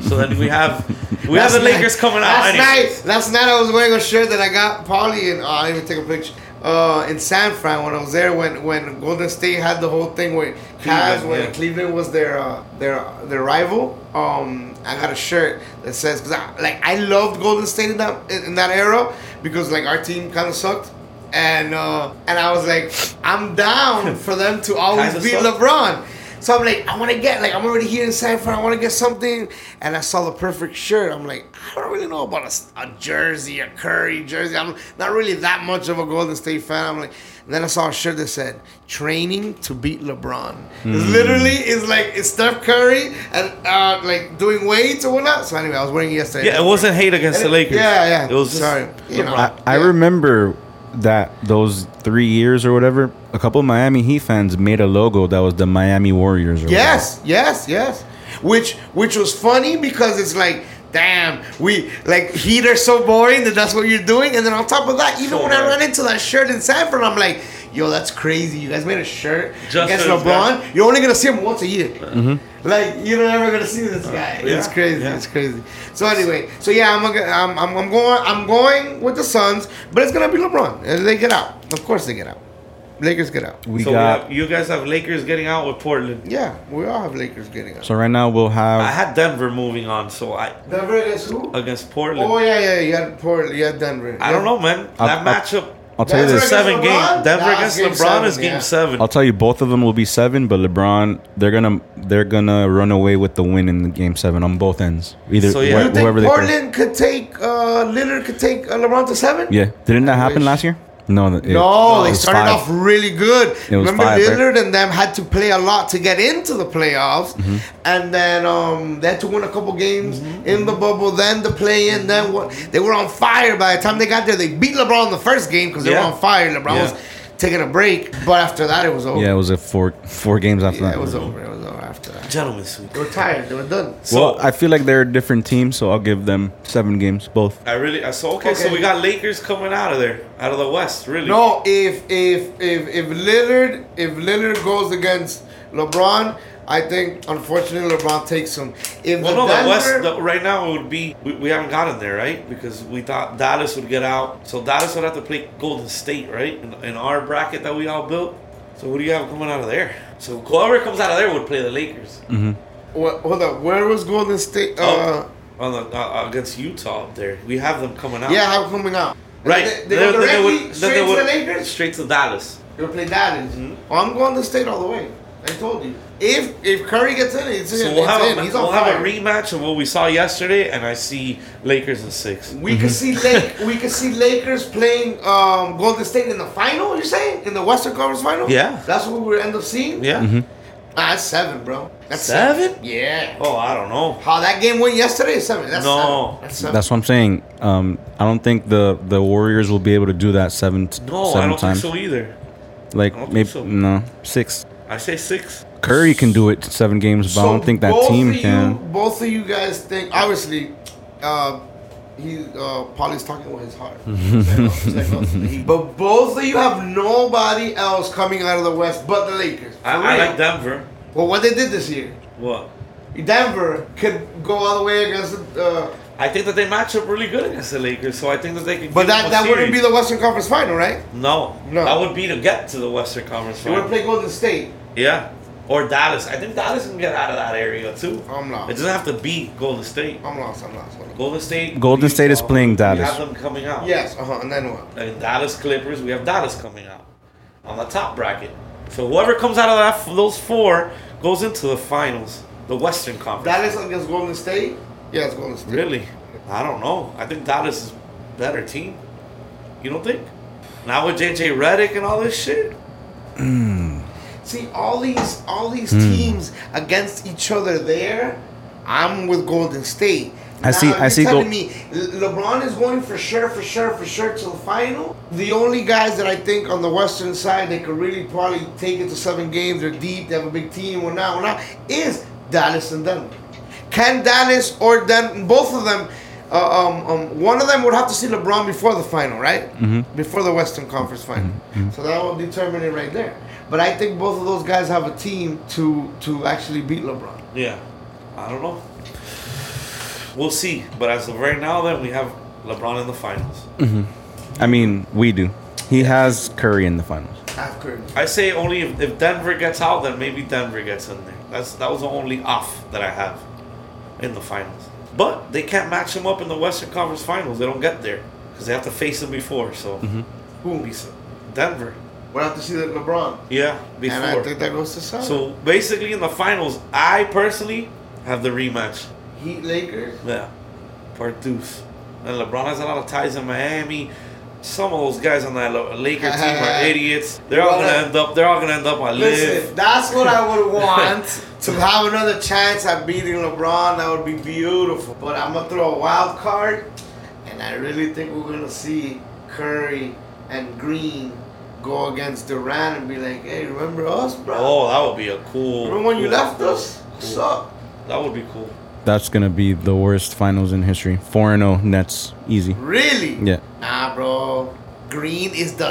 Speaker 4: so
Speaker 3: [LAUGHS]
Speaker 4: then we have we
Speaker 3: Last
Speaker 4: have the
Speaker 3: night-
Speaker 4: Lakers coming out.
Speaker 3: Last
Speaker 4: anyways.
Speaker 3: night, last night I was wearing a shirt that I got Paulie and oh, I didn't even take a picture. Uh, in San Fran when I was there when when Golden State had the whole thing with Cavs
Speaker 4: Cleveland,
Speaker 3: when
Speaker 4: yeah.
Speaker 3: Cleveland was their uh, their their rival. Um, I got a shirt that says because I, like I loved Golden State in that in that era because like our team kind of sucked. And uh, and I was like, I'm
Speaker 4: [LAUGHS]
Speaker 3: down for them to always
Speaker 4: Kinda
Speaker 3: beat
Speaker 4: sucked.
Speaker 3: LeBron. So I'm like, I want to get like I'm already here in San Fran. I want to get something, and I saw the perfect shirt. I'm like, I don't really know about a s- a, jersey, a Curry jersey. I'm not really that much of a Golden State fan. I'm like, and then I saw a shirt that said "Training to beat LeBron."
Speaker 4: Mm.
Speaker 3: It's literally, it's like it's Steph Curry and uh, like doing weights or whatnot. So anyway, I was wearing it yesterday.
Speaker 4: Yeah, it wasn't hate against the Lakers.
Speaker 3: Yeah, yeah.
Speaker 4: It was just
Speaker 3: Sorry. You know.
Speaker 4: LeBron.
Speaker 2: I
Speaker 3: Yeah.
Speaker 2: remember that those three years or whatever, a couple of Miami Heat fans made a logo that was the Miami Warriors. Or
Speaker 3: Yes, yes, yes. Which which was funny because it's like, damn, we like Heat are so boring that that's what you're doing. And then on top of that, even
Speaker 4: So
Speaker 3: when I
Speaker 4: right.
Speaker 3: run into that shirt in Sanford, I'm like, yo, that's crazy. You guys made a shirt
Speaker 4: Just
Speaker 3: against
Speaker 4: for this
Speaker 3: LeBron.
Speaker 4: guy.
Speaker 3: You're only gonna see him once a year. Mm-hmm. Like you're never gonna see this guy.
Speaker 4: Uh-huh. Uh, yeah,
Speaker 3: It's crazy.
Speaker 4: yeah.
Speaker 3: It's crazy. So anyway, so yeah, I'm, gonna- I'm I'm I'm going I'm going with the Suns, but it's gonna be LeBron. And They get out. Of course they get out. Lakers get out.
Speaker 2: we
Speaker 4: so
Speaker 2: got.
Speaker 4: we have, you guys have Lakers getting out with Portland.
Speaker 3: Yeah, we all have Lakers getting out.
Speaker 2: so right now we'll
Speaker 4: I
Speaker 2: have.
Speaker 4: had Denver moving on, so I
Speaker 3: Denver against who?
Speaker 4: against Portland.
Speaker 3: Oh yeah, yeah, you had Portland, you had Denver.
Speaker 4: I don't know, man.
Speaker 2: I'll-
Speaker 4: That
Speaker 2: I'll-
Speaker 4: matchup.
Speaker 2: I'll tell you
Speaker 3: That's
Speaker 2: this.
Speaker 3: right.
Speaker 4: Seven
Speaker 3: Against LeBron?
Speaker 4: game. Denver
Speaker 3: Nah,
Speaker 4: against
Speaker 3: it's game
Speaker 4: Lbron
Speaker 3: seven,
Speaker 4: is game
Speaker 3: yeah.
Speaker 4: seven.
Speaker 2: I'll tell you both of them will be seven, but LeBron they're gonna they're gonna run away with the win in the game seven on both ends. Either
Speaker 4: So, yeah.
Speaker 2: wh-
Speaker 3: You think
Speaker 2: whoever they
Speaker 3: Portland could take uh, Lillard could take uh, LeBron to seven?
Speaker 2: play. Yeah, didn't that happen
Speaker 3: wish.
Speaker 2: last year? No, th- it-
Speaker 3: No,
Speaker 2: it
Speaker 3: they
Speaker 2: was
Speaker 3: started
Speaker 2: five.
Speaker 3: off really good.
Speaker 2: It was
Speaker 3: Remember,
Speaker 2: five, right?
Speaker 3: Lillard and them had to play a lot to get into the playoffs,
Speaker 2: Mm-hmm.
Speaker 3: and then um, they had to win a couple games in the bubble, then the play in, then what? They were on fire. By the time they got there, they beat LeBron the first game because they
Speaker 4: Yeah.
Speaker 3: were on fire. LeBron
Speaker 4: Yeah.
Speaker 3: was taking a break, but after that, it was over.
Speaker 2: Yeah, it was a four four games after
Speaker 3: Yeah,
Speaker 2: that.
Speaker 3: it was over. It was over after that.
Speaker 4: Gentlemen, sweet.
Speaker 3: They were tired. They were done.
Speaker 2: well,
Speaker 4: So-
Speaker 2: I feel like they're a different team, so I'll give them seven games both.
Speaker 4: I really. I So okay, So
Speaker 3: Okay.
Speaker 4: we got Lakers coming out of there, out of the West. Really.
Speaker 3: No, if if if if Lillard if Lillard goes against LeBron, I think unfortunately LeBron takes him. If
Speaker 4: Well,
Speaker 3: the
Speaker 4: no, the
Speaker 3: Denver,
Speaker 4: West the, right now it would be we, we haven't gotten there, right? Because we thought Dallas would get out, so Dallas would have to play Golden State, right? In, in our bracket that we all built. So who do you have coming out of there? So whoever comes out of there would play the Lakers
Speaker 3: Wha- hold up, where was Golden State? Uh,
Speaker 4: Oh. on the uh, against Utah up there. We have them coming out.
Speaker 3: Yeah, how coming out?
Speaker 4: Oh. right.
Speaker 3: They, they go
Speaker 4: Then- then
Speaker 3: directly
Speaker 4: then
Speaker 3: straight
Speaker 4: they
Speaker 3: to the
Speaker 4: would- Mm-hmm.
Speaker 3: Lakers.
Speaker 4: Straight to Dallas.
Speaker 3: They'll play Dallas. Oh, I'm going to state all the way. I told you. If if Curry gets in, it's in.
Speaker 4: So we'll
Speaker 3: it's
Speaker 4: have,
Speaker 3: in.
Speaker 4: a,
Speaker 3: He's on
Speaker 4: we'll have
Speaker 3: fire.
Speaker 4: a rematch of what we saw yesterday, and I see Lakers in six.
Speaker 3: We could
Speaker 4: Mm-hmm.
Speaker 3: see Lake, [LAUGHS] we could see Lakers playing um, Golden State in the final. You saying in the Western Conference final?
Speaker 4: Yeah.
Speaker 3: that's what we end up seeing.
Speaker 4: Yeah.
Speaker 2: Mm-hmm.
Speaker 3: Ah, that's seven, bro. That's
Speaker 4: Seven?
Speaker 3: Yeah.
Speaker 4: Oh, I don't know.
Speaker 3: How that game went yesterday is seven. That's
Speaker 4: No.
Speaker 3: seven. That's seven.
Speaker 2: That's what I'm saying. Um, I don't think the the Warriors will be able to do that seven t-
Speaker 4: No,
Speaker 2: seven
Speaker 4: I don't
Speaker 2: times.
Speaker 4: think so either.
Speaker 2: Like
Speaker 4: I don't think
Speaker 2: maybe
Speaker 4: so.
Speaker 2: no six.
Speaker 4: I say six.
Speaker 2: Curry can do it seven games, but I don't think that
Speaker 3: both
Speaker 2: team
Speaker 3: of you-
Speaker 2: can.
Speaker 3: Both of you guys think obviously. Uh, he uh, Polly's talking with his
Speaker 2: [LAUGHS]
Speaker 3: heart. but both of you have nobody else coming out of the West but the Lakers.
Speaker 4: I,
Speaker 3: For
Speaker 4: I
Speaker 3: real.
Speaker 4: like Denver.
Speaker 3: Well, what they did this year,
Speaker 4: What?
Speaker 3: Denver could go all the way against. Uh,
Speaker 4: I think that they match up really good against the Lakers, so I think that they can.
Speaker 3: but
Speaker 4: give
Speaker 3: that
Speaker 4: them
Speaker 3: that
Speaker 4: a
Speaker 3: wouldn't be
Speaker 4: series.
Speaker 3: the Western Conference Final, right?
Speaker 4: no,
Speaker 3: No.
Speaker 4: That would be to get to the Western Conference
Speaker 3: They would
Speaker 4: Final.
Speaker 3: play Golden State.
Speaker 4: yeah, or Dallas. I think Dallas can get out of that area too.
Speaker 3: I'm
Speaker 4: It
Speaker 3: lost.
Speaker 4: doesn't have to be Golden State.
Speaker 3: I'm lost. I'm lost. I'm lost.
Speaker 4: Golden State.
Speaker 2: Golden State is
Speaker 4: Utah,
Speaker 2: playing
Speaker 4: We
Speaker 2: Dallas.
Speaker 4: have them coming out.
Speaker 3: Yes. Uh huh. And then what?
Speaker 4: Like Dallas Clippers, we have Dallas coming out on the top bracket. So whoever comes out of that, those four goes into the finals, the Western Conference.
Speaker 3: Dallas against Golden State. Yeah, it's Golden State.
Speaker 4: Really? I don't know. I think Dallas is better team. You don't think? Now with JJ Redick and all this shit?
Speaker 3: See all these all these
Speaker 2: Hmm.
Speaker 3: teams against each other there. I'm with Golden State.
Speaker 2: I see-
Speaker 3: Now,
Speaker 2: I
Speaker 3: you're
Speaker 2: see
Speaker 3: Telling
Speaker 2: Gol-
Speaker 3: me Le- LeBron is going for sure, for sure, for sure to the final. The only guys that I think on the Western side that could really probably take it to seven games. They're deep. They have a big team. We're not. We're not. Is Dallas and Denver? Can Dallas or Den both of them? Uh, um, um, one of them would have to see LeBron before the final, right? Before the Western Conference final. So that will determine it right there. But I think both of those guys have a team to to actually beat LeBron.
Speaker 4: Yeah. I don't know. We'll see. But as of right now, then we have LeBron in the finals.
Speaker 2: I mean, we do. He has Curry in the finals.
Speaker 3: After
Speaker 4: I say only if, if Denver gets out, then maybe Denver gets in there. That's that was the only off that I have in the finals. But they can't match them up in the Western Conference Finals. They don't get there because they have to face them before. So
Speaker 3: who
Speaker 4: Be s- Denver,
Speaker 3: we'll have to see that LeBron.
Speaker 4: yeah, before.
Speaker 3: And I think that goes to South.
Speaker 4: So basically, in the finals, I personally have the rematch.
Speaker 3: Heat Lakers.
Speaker 4: Yeah, part deuce. And LeBron has a lot of ties in Miami. Some of those guys on that Lo- Laker team
Speaker 3: [LAUGHS]
Speaker 4: are idiots. They're all gonna end up. They're all gonna end up on
Speaker 3: Listen,
Speaker 4: live.
Speaker 3: that's what I
Speaker 4: [LAUGHS]
Speaker 3: would want to have another chance at beating LeBron. That would be beautiful. But I'm gonna throw a wild card, and I really think we're gonna see Curry and Green go against Durant and be like, "Hey, remember us, bro?
Speaker 4: Oh, that would be a cool.
Speaker 3: remember when you
Speaker 4: cool-
Speaker 3: left us? What's up?"
Speaker 4: That would be cool.
Speaker 2: That's gonna be the worst finals in history. Four and zero Nets, easy.
Speaker 3: Really?
Speaker 2: Yeah,
Speaker 3: Nah, bro. Green is the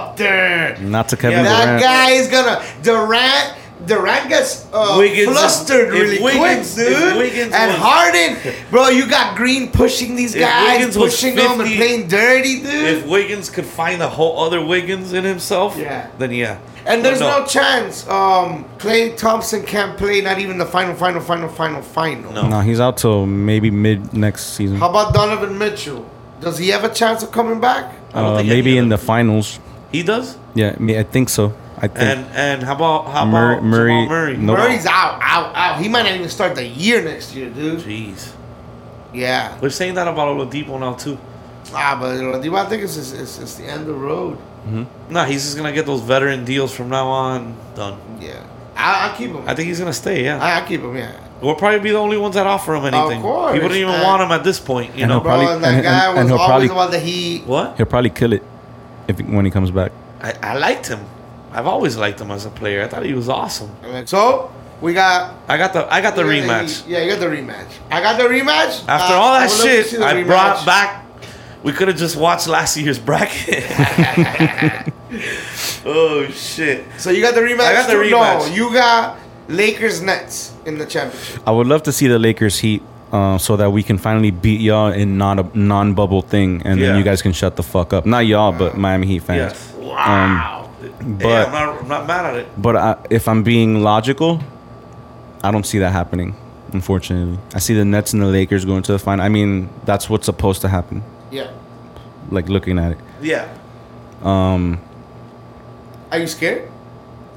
Speaker 3: disruptor.
Speaker 2: not to Kevin
Speaker 4: Yeah,
Speaker 3: that
Speaker 2: Durant.
Speaker 3: guy is gonna Durant. Durant gets uh,
Speaker 4: Wiggins-
Speaker 3: flustered
Speaker 4: if
Speaker 3: really
Speaker 4: Wiggins-
Speaker 3: quick,
Speaker 4: if
Speaker 3: dude.
Speaker 4: Wiggins
Speaker 3: and
Speaker 4: was- [LAUGHS]
Speaker 3: Harden, bro, you got Green pushing these
Speaker 4: If
Speaker 3: guys,
Speaker 4: Wiggins was
Speaker 3: pushing them and
Speaker 4: 50
Speaker 3: playing dirty, dude.
Speaker 4: If Wiggins could find a whole other Wiggins in himself,
Speaker 3: Yeah.
Speaker 4: then yeah.
Speaker 3: and
Speaker 4: But
Speaker 3: there's no. chance. Um, Clay Thompson can't play. Not even the final, final, final, final, final.
Speaker 4: No.
Speaker 2: No, he's out till maybe mid next season.
Speaker 3: How about Donovan Mitchell? Does he have a chance of coming back?
Speaker 4: I don't
Speaker 2: Uh,
Speaker 4: think
Speaker 2: maybe
Speaker 4: any of
Speaker 2: in the
Speaker 4: them-
Speaker 2: finals.
Speaker 4: He does.
Speaker 2: Yeah, I, mean, I think so. I think.
Speaker 4: And and how about how
Speaker 2: Mur-
Speaker 4: about
Speaker 2: Murray-
Speaker 4: Jamal Murray?
Speaker 2: no.
Speaker 3: Murray's out, out, out. He might not even start the year next year, dude.
Speaker 4: Jeez.
Speaker 3: Yeah.
Speaker 4: We're saying that about Oladipo now too.
Speaker 3: Ah, but Oladipo, I think it's, it's, it's, it's the end of the road.
Speaker 4: Nah, he's just gonna get those veteran deals from now on. Done.
Speaker 3: Yeah. I, I keep him.
Speaker 4: I think he's gonna stay. Yeah,
Speaker 3: I, I keep him, yeah.
Speaker 4: we'll probably be the only ones that offer him anything.
Speaker 3: course,
Speaker 4: People don't even
Speaker 3: uh,
Speaker 4: want him at this point. You
Speaker 2: And
Speaker 4: know
Speaker 2: he'll Probably-
Speaker 3: Bro, and that
Speaker 2: and-
Speaker 3: guy
Speaker 2: and-
Speaker 3: was
Speaker 2: and he'll
Speaker 3: always
Speaker 2: probably-
Speaker 3: about the heat.
Speaker 4: what?
Speaker 2: He'll probably kill it if when he comes back.
Speaker 4: I, I liked him. I've always liked him as a player. I thought he was awesome.
Speaker 3: So we got
Speaker 4: I got the I got the
Speaker 3: we got
Speaker 4: rematch.
Speaker 3: yeah, you got the rematch. I got the rematch.
Speaker 4: After
Speaker 3: Uh,
Speaker 4: all
Speaker 3: I
Speaker 4: that
Speaker 3: would love to see
Speaker 4: shit,
Speaker 3: the
Speaker 4: I
Speaker 3: rematch.
Speaker 4: brought back. We could have just watched last year's bracket. [LAUGHS] oh shit!
Speaker 3: So you got the rematch.
Speaker 4: I got the
Speaker 3: too? No,
Speaker 4: rematch.
Speaker 3: you got Lakers Nets in the championship.
Speaker 2: I would love to see the Lakers Heat uh, so that we can finally beat y'all in not a non-bubble thing, and
Speaker 4: Yeah.
Speaker 2: then you guys can shut the fuck up. Not y'all, but Miami Heat fans.
Speaker 4: Yes.
Speaker 3: Wow.
Speaker 4: But
Speaker 2: But-
Speaker 4: I'm, not, I'm not mad at it.
Speaker 2: But I, if I'm being logical, I don't see that happening. Unfortunately, I see the Nets and the Lakers going to the final. I mean, that's what's supposed to happen.
Speaker 3: yeah.
Speaker 2: Like looking at it,
Speaker 4: Yeah.
Speaker 3: Are you scared?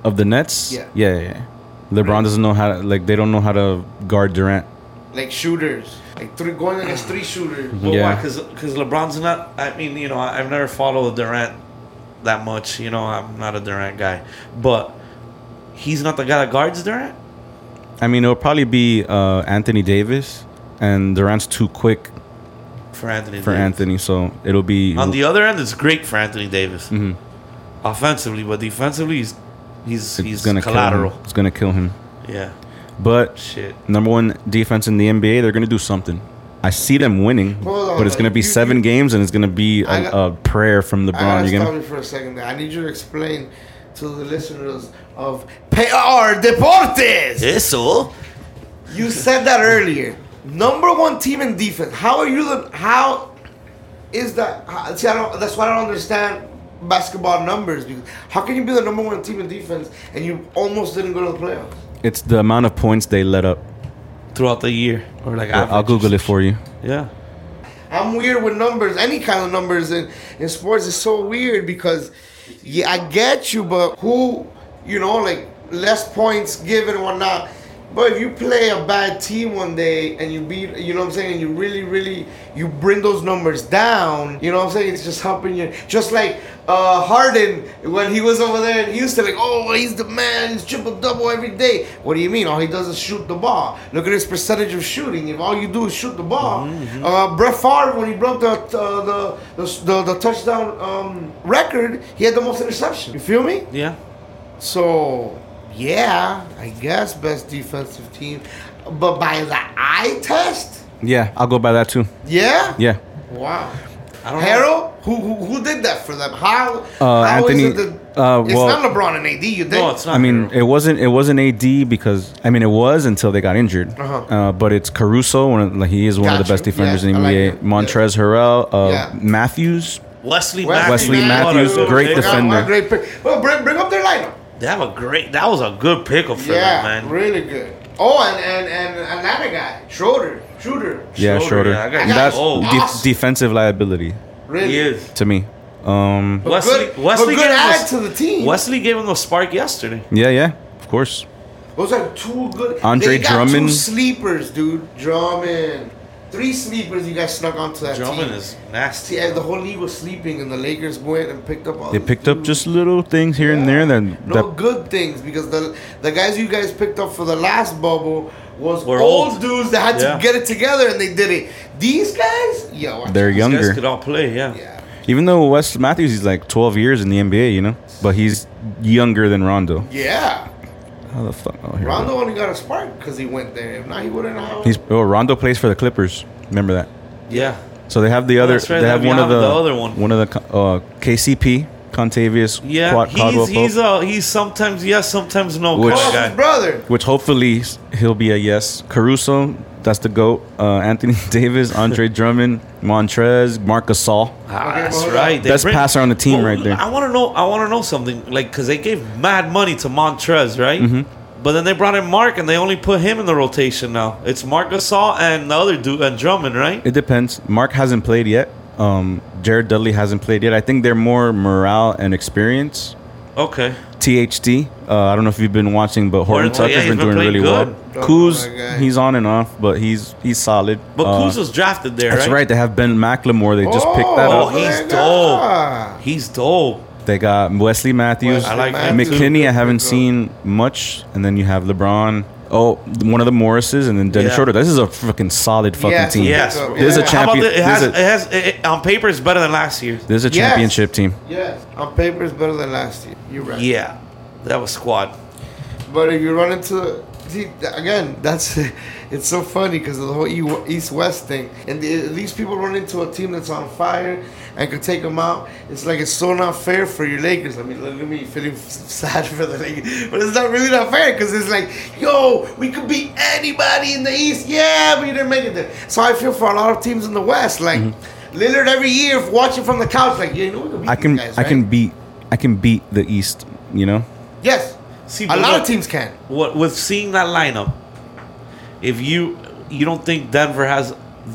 Speaker 2: of the Nets,
Speaker 3: Yeah.
Speaker 2: yeah, yeah. yeah. LeBron doesn't know how to like. They don't know how to guard Durant.
Speaker 3: Like shooters, like three going against three shooters.
Speaker 4: Well,
Speaker 2: Yeah.
Speaker 4: why? Because LeBron's not. I mean, you know, I- I've never followed Durant that much. You know, I'm not a Durant guy, but he's not the guy that guards Durant.
Speaker 2: I mean, it'll probably be uh, Anthony Davis, and Durant's too quick
Speaker 4: For Anthony.
Speaker 2: for
Speaker 4: Davis.
Speaker 2: Anthony, so it'll be Mm-hmm.
Speaker 4: On the other end, it's great for Anthony Davis. offensively, but defensively, he's he's
Speaker 2: It's
Speaker 4: he's
Speaker 2: gonna
Speaker 4: collateral.
Speaker 2: Kill him. It's gonna kill him.
Speaker 4: Yeah,
Speaker 2: But
Speaker 4: shit.
Speaker 2: number one defense in the NBA, they're gonna do something. I see them winning,
Speaker 3: Hold on,
Speaker 2: but it's gonna be
Speaker 3: you-
Speaker 2: seven
Speaker 3: you-
Speaker 2: games, and it's gonna be a,
Speaker 3: I got-
Speaker 2: a prayer from
Speaker 3: I gotta
Speaker 2: LeBron. You're
Speaker 3: stop
Speaker 2: gonna
Speaker 3: you for a second. there. I need you to explain to the listeners of PR Deportes.
Speaker 4: Eso.
Speaker 3: You said that earlier. Number one team in defense. How are you? the- How is that? how- See, I don't, that's why I don't understand basketball numbers. Because how can you be the number one team in defense and you almost didn't go to the playoffs?
Speaker 2: It's the amount of points they let up.
Speaker 4: Throughout the year, or like
Speaker 2: I'll
Speaker 4: average.
Speaker 2: Google it for you.
Speaker 4: Yeah.
Speaker 3: I'm weird with numbers. Any kind of numbers in, in sports is so weird because, yeah, I get you, but who, you know, like less points given or not. But if you play a bad team one day and you beat, you know what I'm saying, and you really, really, you bring those numbers down, you know what I'm saying? It's just helping you. Just like uh, Harden, when he was over there in Houston, like, oh, he's the man, he's triple double every day. What do you mean? All he does is shoot the ball. Look at his percentage of shooting. If all you do is shoot the ball, uh, Brett Favre, when he broke the, uh, the, the, the the touchdown um, record, he had the most interceptions. You feel me?
Speaker 4: Yeah.
Speaker 3: So, yeah, I guess best defensive team. But by the eye test,
Speaker 2: Yeah, I'll go by that too.
Speaker 3: yeah?
Speaker 2: Yeah,
Speaker 3: Wow.
Speaker 4: I don't know.
Speaker 3: Harold, who, who who did that for them? How?
Speaker 2: Uh,
Speaker 3: how is
Speaker 2: Anthony-
Speaker 3: it that-
Speaker 2: uh,
Speaker 3: it's
Speaker 2: well-
Speaker 3: not LeBron and AD. You think?
Speaker 4: No, it's not.
Speaker 2: I mean
Speaker 4: Harold.
Speaker 2: it wasn't it wasn't AD because I mean it was until they got injured.
Speaker 3: Uh-huh.
Speaker 2: Uh, but it's Caruso, one of, like, he is one of the
Speaker 3: Gotcha.
Speaker 2: best defenders
Speaker 3: Yeah,
Speaker 2: in the
Speaker 3: I like
Speaker 2: NBA.
Speaker 3: him. Yeah.
Speaker 2: Montrez Harrell, uh,
Speaker 3: Yeah.
Speaker 2: Matthews.
Speaker 4: Wesley,
Speaker 2: Wesley Matthews,
Speaker 4: What a
Speaker 2: great
Speaker 4: pick.
Speaker 3: Bring out my
Speaker 2: defender.
Speaker 3: Great pick. Well, bring, bring up their lineup.
Speaker 4: They have a great. That was a good pickup for
Speaker 3: yeah,
Speaker 4: them, man.
Speaker 3: really good. Oh, and, and and another guy, Schroeder, Shooter.
Speaker 2: Yeah,
Speaker 4: Schroeder,
Speaker 2: Schroeder.
Speaker 4: yeah, I got
Speaker 2: And
Speaker 3: you.
Speaker 2: That's
Speaker 4: Oh.
Speaker 2: de-
Speaker 3: Awesome.
Speaker 2: defensive liability
Speaker 3: Really
Speaker 4: He is.
Speaker 2: to me. Um,
Speaker 3: But
Speaker 4: Wesley-
Speaker 3: good,
Speaker 4: Wesley
Speaker 3: but good
Speaker 4: gave
Speaker 3: add
Speaker 4: us-
Speaker 3: to the team.
Speaker 4: Wesley gave him a spark yesterday.
Speaker 2: yeah, yeah, of course.
Speaker 3: Those are two good.
Speaker 2: Andre
Speaker 3: they got
Speaker 2: Drummond.
Speaker 3: Two sleepers, dude. Drummond. Three sleepers you guys snuck onto that
Speaker 4: Drummond
Speaker 3: team.
Speaker 4: is nasty.
Speaker 3: See, and the whole league was sleeping, and the Lakers went and picked up all.
Speaker 2: They
Speaker 3: these
Speaker 2: picked up
Speaker 3: dudes.
Speaker 2: just little things here and there that,
Speaker 3: no
Speaker 2: that
Speaker 3: good things because the the guys you guys picked up for the last bubble was
Speaker 4: Were
Speaker 3: old,
Speaker 4: old.
Speaker 3: dudes that had
Speaker 4: Yeah.
Speaker 3: to get it together and they did it. These guys, yo, watch
Speaker 2: they're
Speaker 3: out.
Speaker 4: These guys could
Speaker 2: younger.
Speaker 4: all play. Yeah.
Speaker 3: Yeah.
Speaker 2: Even though Wes Matthews is like 12 years in the NBA, you know, but he's younger than Rondo.
Speaker 3: Yeah,
Speaker 2: How the fuck? Oh, here we go.
Speaker 3: Rondo only got a spark because he went there. If not, he wouldn't have.
Speaker 2: He's oh, Rondo plays for the Clippers. Remember that.
Speaker 4: Yeah.
Speaker 2: So they have the other.
Speaker 4: that's right,
Speaker 2: They
Speaker 4: that
Speaker 2: have
Speaker 4: we
Speaker 2: one of
Speaker 4: have
Speaker 2: the,
Speaker 4: the other one.
Speaker 2: One of the uh, KCP Contavious.
Speaker 4: Yeah.
Speaker 2: Quad, Caldwell
Speaker 4: he's he's
Speaker 2: Pope,
Speaker 4: a he's sometimes yes, sometimes no
Speaker 2: Which-
Speaker 4: kind
Speaker 3: oh,
Speaker 4: of
Speaker 3: it's his
Speaker 4: guy.
Speaker 3: brother.
Speaker 2: which hopefully he'll be a yes. Caruso, that's the goat. Uh, Anthony [LAUGHS] Davis, Andre Drummond, Montrez, Marcus Saul.
Speaker 4: Ah,
Speaker 3: Okay,
Speaker 4: that's
Speaker 3: hold on.
Speaker 4: right. They
Speaker 2: Best passer on the team right there.
Speaker 4: I want to know. I want to know something. Like, cause they gave mad money to Montrez, right?
Speaker 2: Mm-hmm.
Speaker 4: But then they brought in Mark, and they only put him in the rotation now. It's Mark Gasol and the other dude and Drummond, right?
Speaker 2: It depends. Mark hasn't played yet. Um, Jared Dudley hasn't played yet. I think they're more morale and experience.
Speaker 4: Okay.
Speaker 2: THD. Uh, I don't know if you've been watching, but Horton
Speaker 4: Horton-
Speaker 2: Tucker's
Speaker 4: yeah, he's
Speaker 2: been,
Speaker 4: been
Speaker 2: doing
Speaker 4: playing
Speaker 2: really
Speaker 4: good.
Speaker 2: well.
Speaker 3: Oh,
Speaker 2: Kuz,
Speaker 3: my guy.
Speaker 2: he's on and off, but he's he's solid.
Speaker 4: But
Speaker 2: Uh,
Speaker 4: Kuz was drafted there,
Speaker 2: That's right. Uh, They have Ben McLemore. They just picked that
Speaker 4: Oh,
Speaker 2: up.
Speaker 4: he's
Speaker 3: my
Speaker 4: dope.
Speaker 3: God.
Speaker 4: He's dope.
Speaker 2: They got Wesley Matthews.
Speaker 3: Wesley
Speaker 4: Oh. I like that
Speaker 3: Matthews.
Speaker 4: too.
Speaker 2: McKinney, I haven't
Speaker 3: Good
Speaker 2: seen much. And then you have LeBron. Oh, one of the Morrises, and then Dennis
Speaker 4: Yeah.
Speaker 2: Schroeder. This is a freaking solid fucking
Speaker 3: Yeah.
Speaker 2: team.
Speaker 3: Yeah.
Speaker 4: Yes.
Speaker 3: There's a
Speaker 4: How about
Speaker 2: champion-
Speaker 4: the- It has,
Speaker 2: there's
Speaker 4: it has it, it- on paper it's better than last year's.
Speaker 2: This is a
Speaker 3: Yes.
Speaker 2: championship team.
Speaker 3: Yes, on paper it's better than last year. You're right.
Speaker 4: Yeah. That was squad.
Speaker 3: But if you run into see, again, that's [LAUGHS] it's so funny because of the whole E- East West thing, and the, these people run into a team that's on fire and could take them out. It's like it's so not fair for your Lakers. I mean, look at me feeling [LAUGHS] sad for the Lakers, but it's not really not fair because it's like, yo, we could beat anybody in the East. Yeah, but you didn't make it there. So I feel for a lot of teams in the West, like. Lillard every year watching from the couch like you know we could beat
Speaker 2: Mm-hmm. I can
Speaker 3: these guys,
Speaker 2: I
Speaker 3: right?
Speaker 2: can beat I can beat the East. You know,
Speaker 3: yes
Speaker 4: See,
Speaker 3: a
Speaker 4: but
Speaker 3: lot
Speaker 4: look,
Speaker 3: of teams can
Speaker 4: What with seeing that lineup, if you you don't think Denver has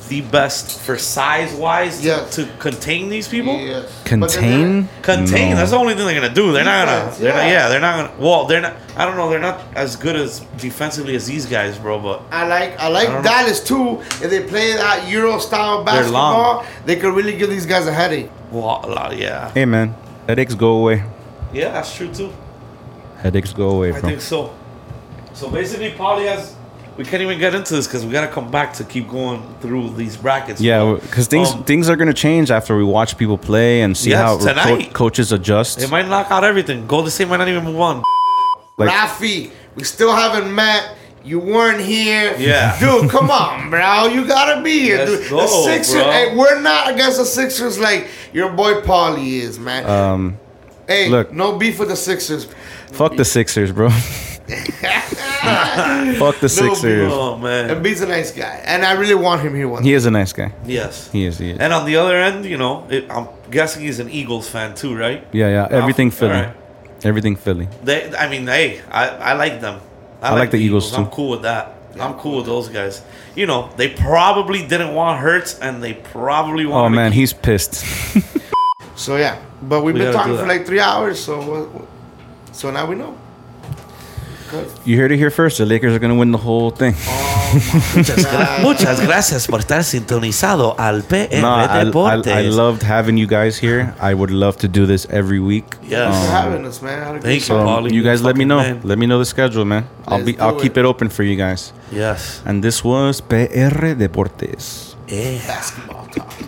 Speaker 4: the best for size wise
Speaker 3: Yes.
Speaker 4: to, to contain these people?
Speaker 3: Yes. But then
Speaker 2: contain
Speaker 4: Contain.
Speaker 2: No.
Speaker 4: That's the only thing they're gonna do. They're not
Speaker 3: Defense,
Speaker 4: gonna. They're yeah. Not,
Speaker 3: yeah.
Speaker 4: yeah. They're not gonna. Well, they're not. I don't know. They're not as good as defensively as these guys, bro. But
Speaker 3: I like I like
Speaker 4: I don't know.
Speaker 3: Dallas too. If they play that Euro style
Speaker 4: They're long.
Speaker 3: basketball, they could really give these guys a headache.
Speaker 4: well, a lot, yeah.
Speaker 2: Hey man, headaches go away.
Speaker 4: Yeah, that's true too.
Speaker 2: Headaches go away,
Speaker 4: I
Speaker 2: bro.
Speaker 4: think so. So basically, Polly has. we can't even get into this because we got to come back to keep going through these brackets.
Speaker 2: Yeah,
Speaker 4: bro.
Speaker 2: because things
Speaker 4: Um,
Speaker 2: things are gonna change after we watch people play and see
Speaker 4: Yes,
Speaker 2: how co-
Speaker 4: tonight.
Speaker 2: coaches adjust.
Speaker 4: They might knock out everything. Golden State might not even move on.
Speaker 2: Like-
Speaker 3: Rafi, we still haven't met. You weren't here.
Speaker 4: Yeah.
Speaker 3: [LAUGHS] Dude, come on, bro. You gotta be here,
Speaker 4: Let's
Speaker 3: dude.
Speaker 4: go,
Speaker 3: the Sixers,
Speaker 4: bro.
Speaker 3: hey, we're not against the Sixers like your boy Paulie is, man.
Speaker 4: Uh,
Speaker 2: um,
Speaker 3: hey,
Speaker 2: look.
Speaker 3: look. no beef with the Sixers.
Speaker 2: fuck the Sixers,
Speaker 4: [LAUGHS]
Speaker 2: bro. fuck the Sixers.
Speaker 4: Oh man.
Speaker 3: Embiid's a nice guy, and I really want him here one
Speaker 2: He is a nice guy.
Speaker 4: Yes.
Speaker 2: He is. He is.
Speaker 4: And on the other end, you know, it, I'm guessing he's an Eagles fan too, right?
Speaker 2: yeah, yeah. Everything
Speaker 4: Alright.
Speaker 2: Philly. Everything Philly.
Speaker 4: They, I mean, hey, I, I like them.
Speaker 2: I like the Eagles,
Speaker 4: I'm
Speaker 2: too.
Speaker 4: cool with that. I'm cool with those guys. You know, they probably didn't want Hurts, and they probably
Speaker 2: Oh
Speaker 4: want.
Speaker 2: man, he's pissed.
Speaker 3: So yeah, but we've
Speaker 4: We
Speaker 3: been
Speaker 4: gotta
Speaker 3: talking
Speaker 4: do
Speaker 3: for
Speaker 4: that.
Speaker 3: like three hours, so what, what- so now we know.
Speaker 2: you heard it here first. The Lakers are gonna win the whole thing.
Speaker 4: Muchas gracias por estar sintonizado al PR
Speaker 2: No, I, I, I loved having you guys here. I would love to do this every week.
Speaker 4: Yes.
Speaker 3: Thanks for
Speaker 2: Um,
Speaker 3: having us, man. I had a good
Speaker 4: Thank
Speaker 3: time.
Speaker 4: you,
Speaker 2: Um,
Speaker 4: Paulie.
Speaker 2: you guys let me
Speaker 4: fucking
Speaker 2: know.
Speaker 4: man.
Speaker 2: Let me know the schedule, man. I'll
Speaker 3: Let's
Speaker 2: be
Speaker 3: do
Speaker 2: I'll keep
Speaker 3: it.
Speaker 2: it open for you guys.
Speaker 4: Yes.
Speaker 2: And this was PR Deportes.
Speaker 4: Yeah.
Speaker 3: Basketball talk.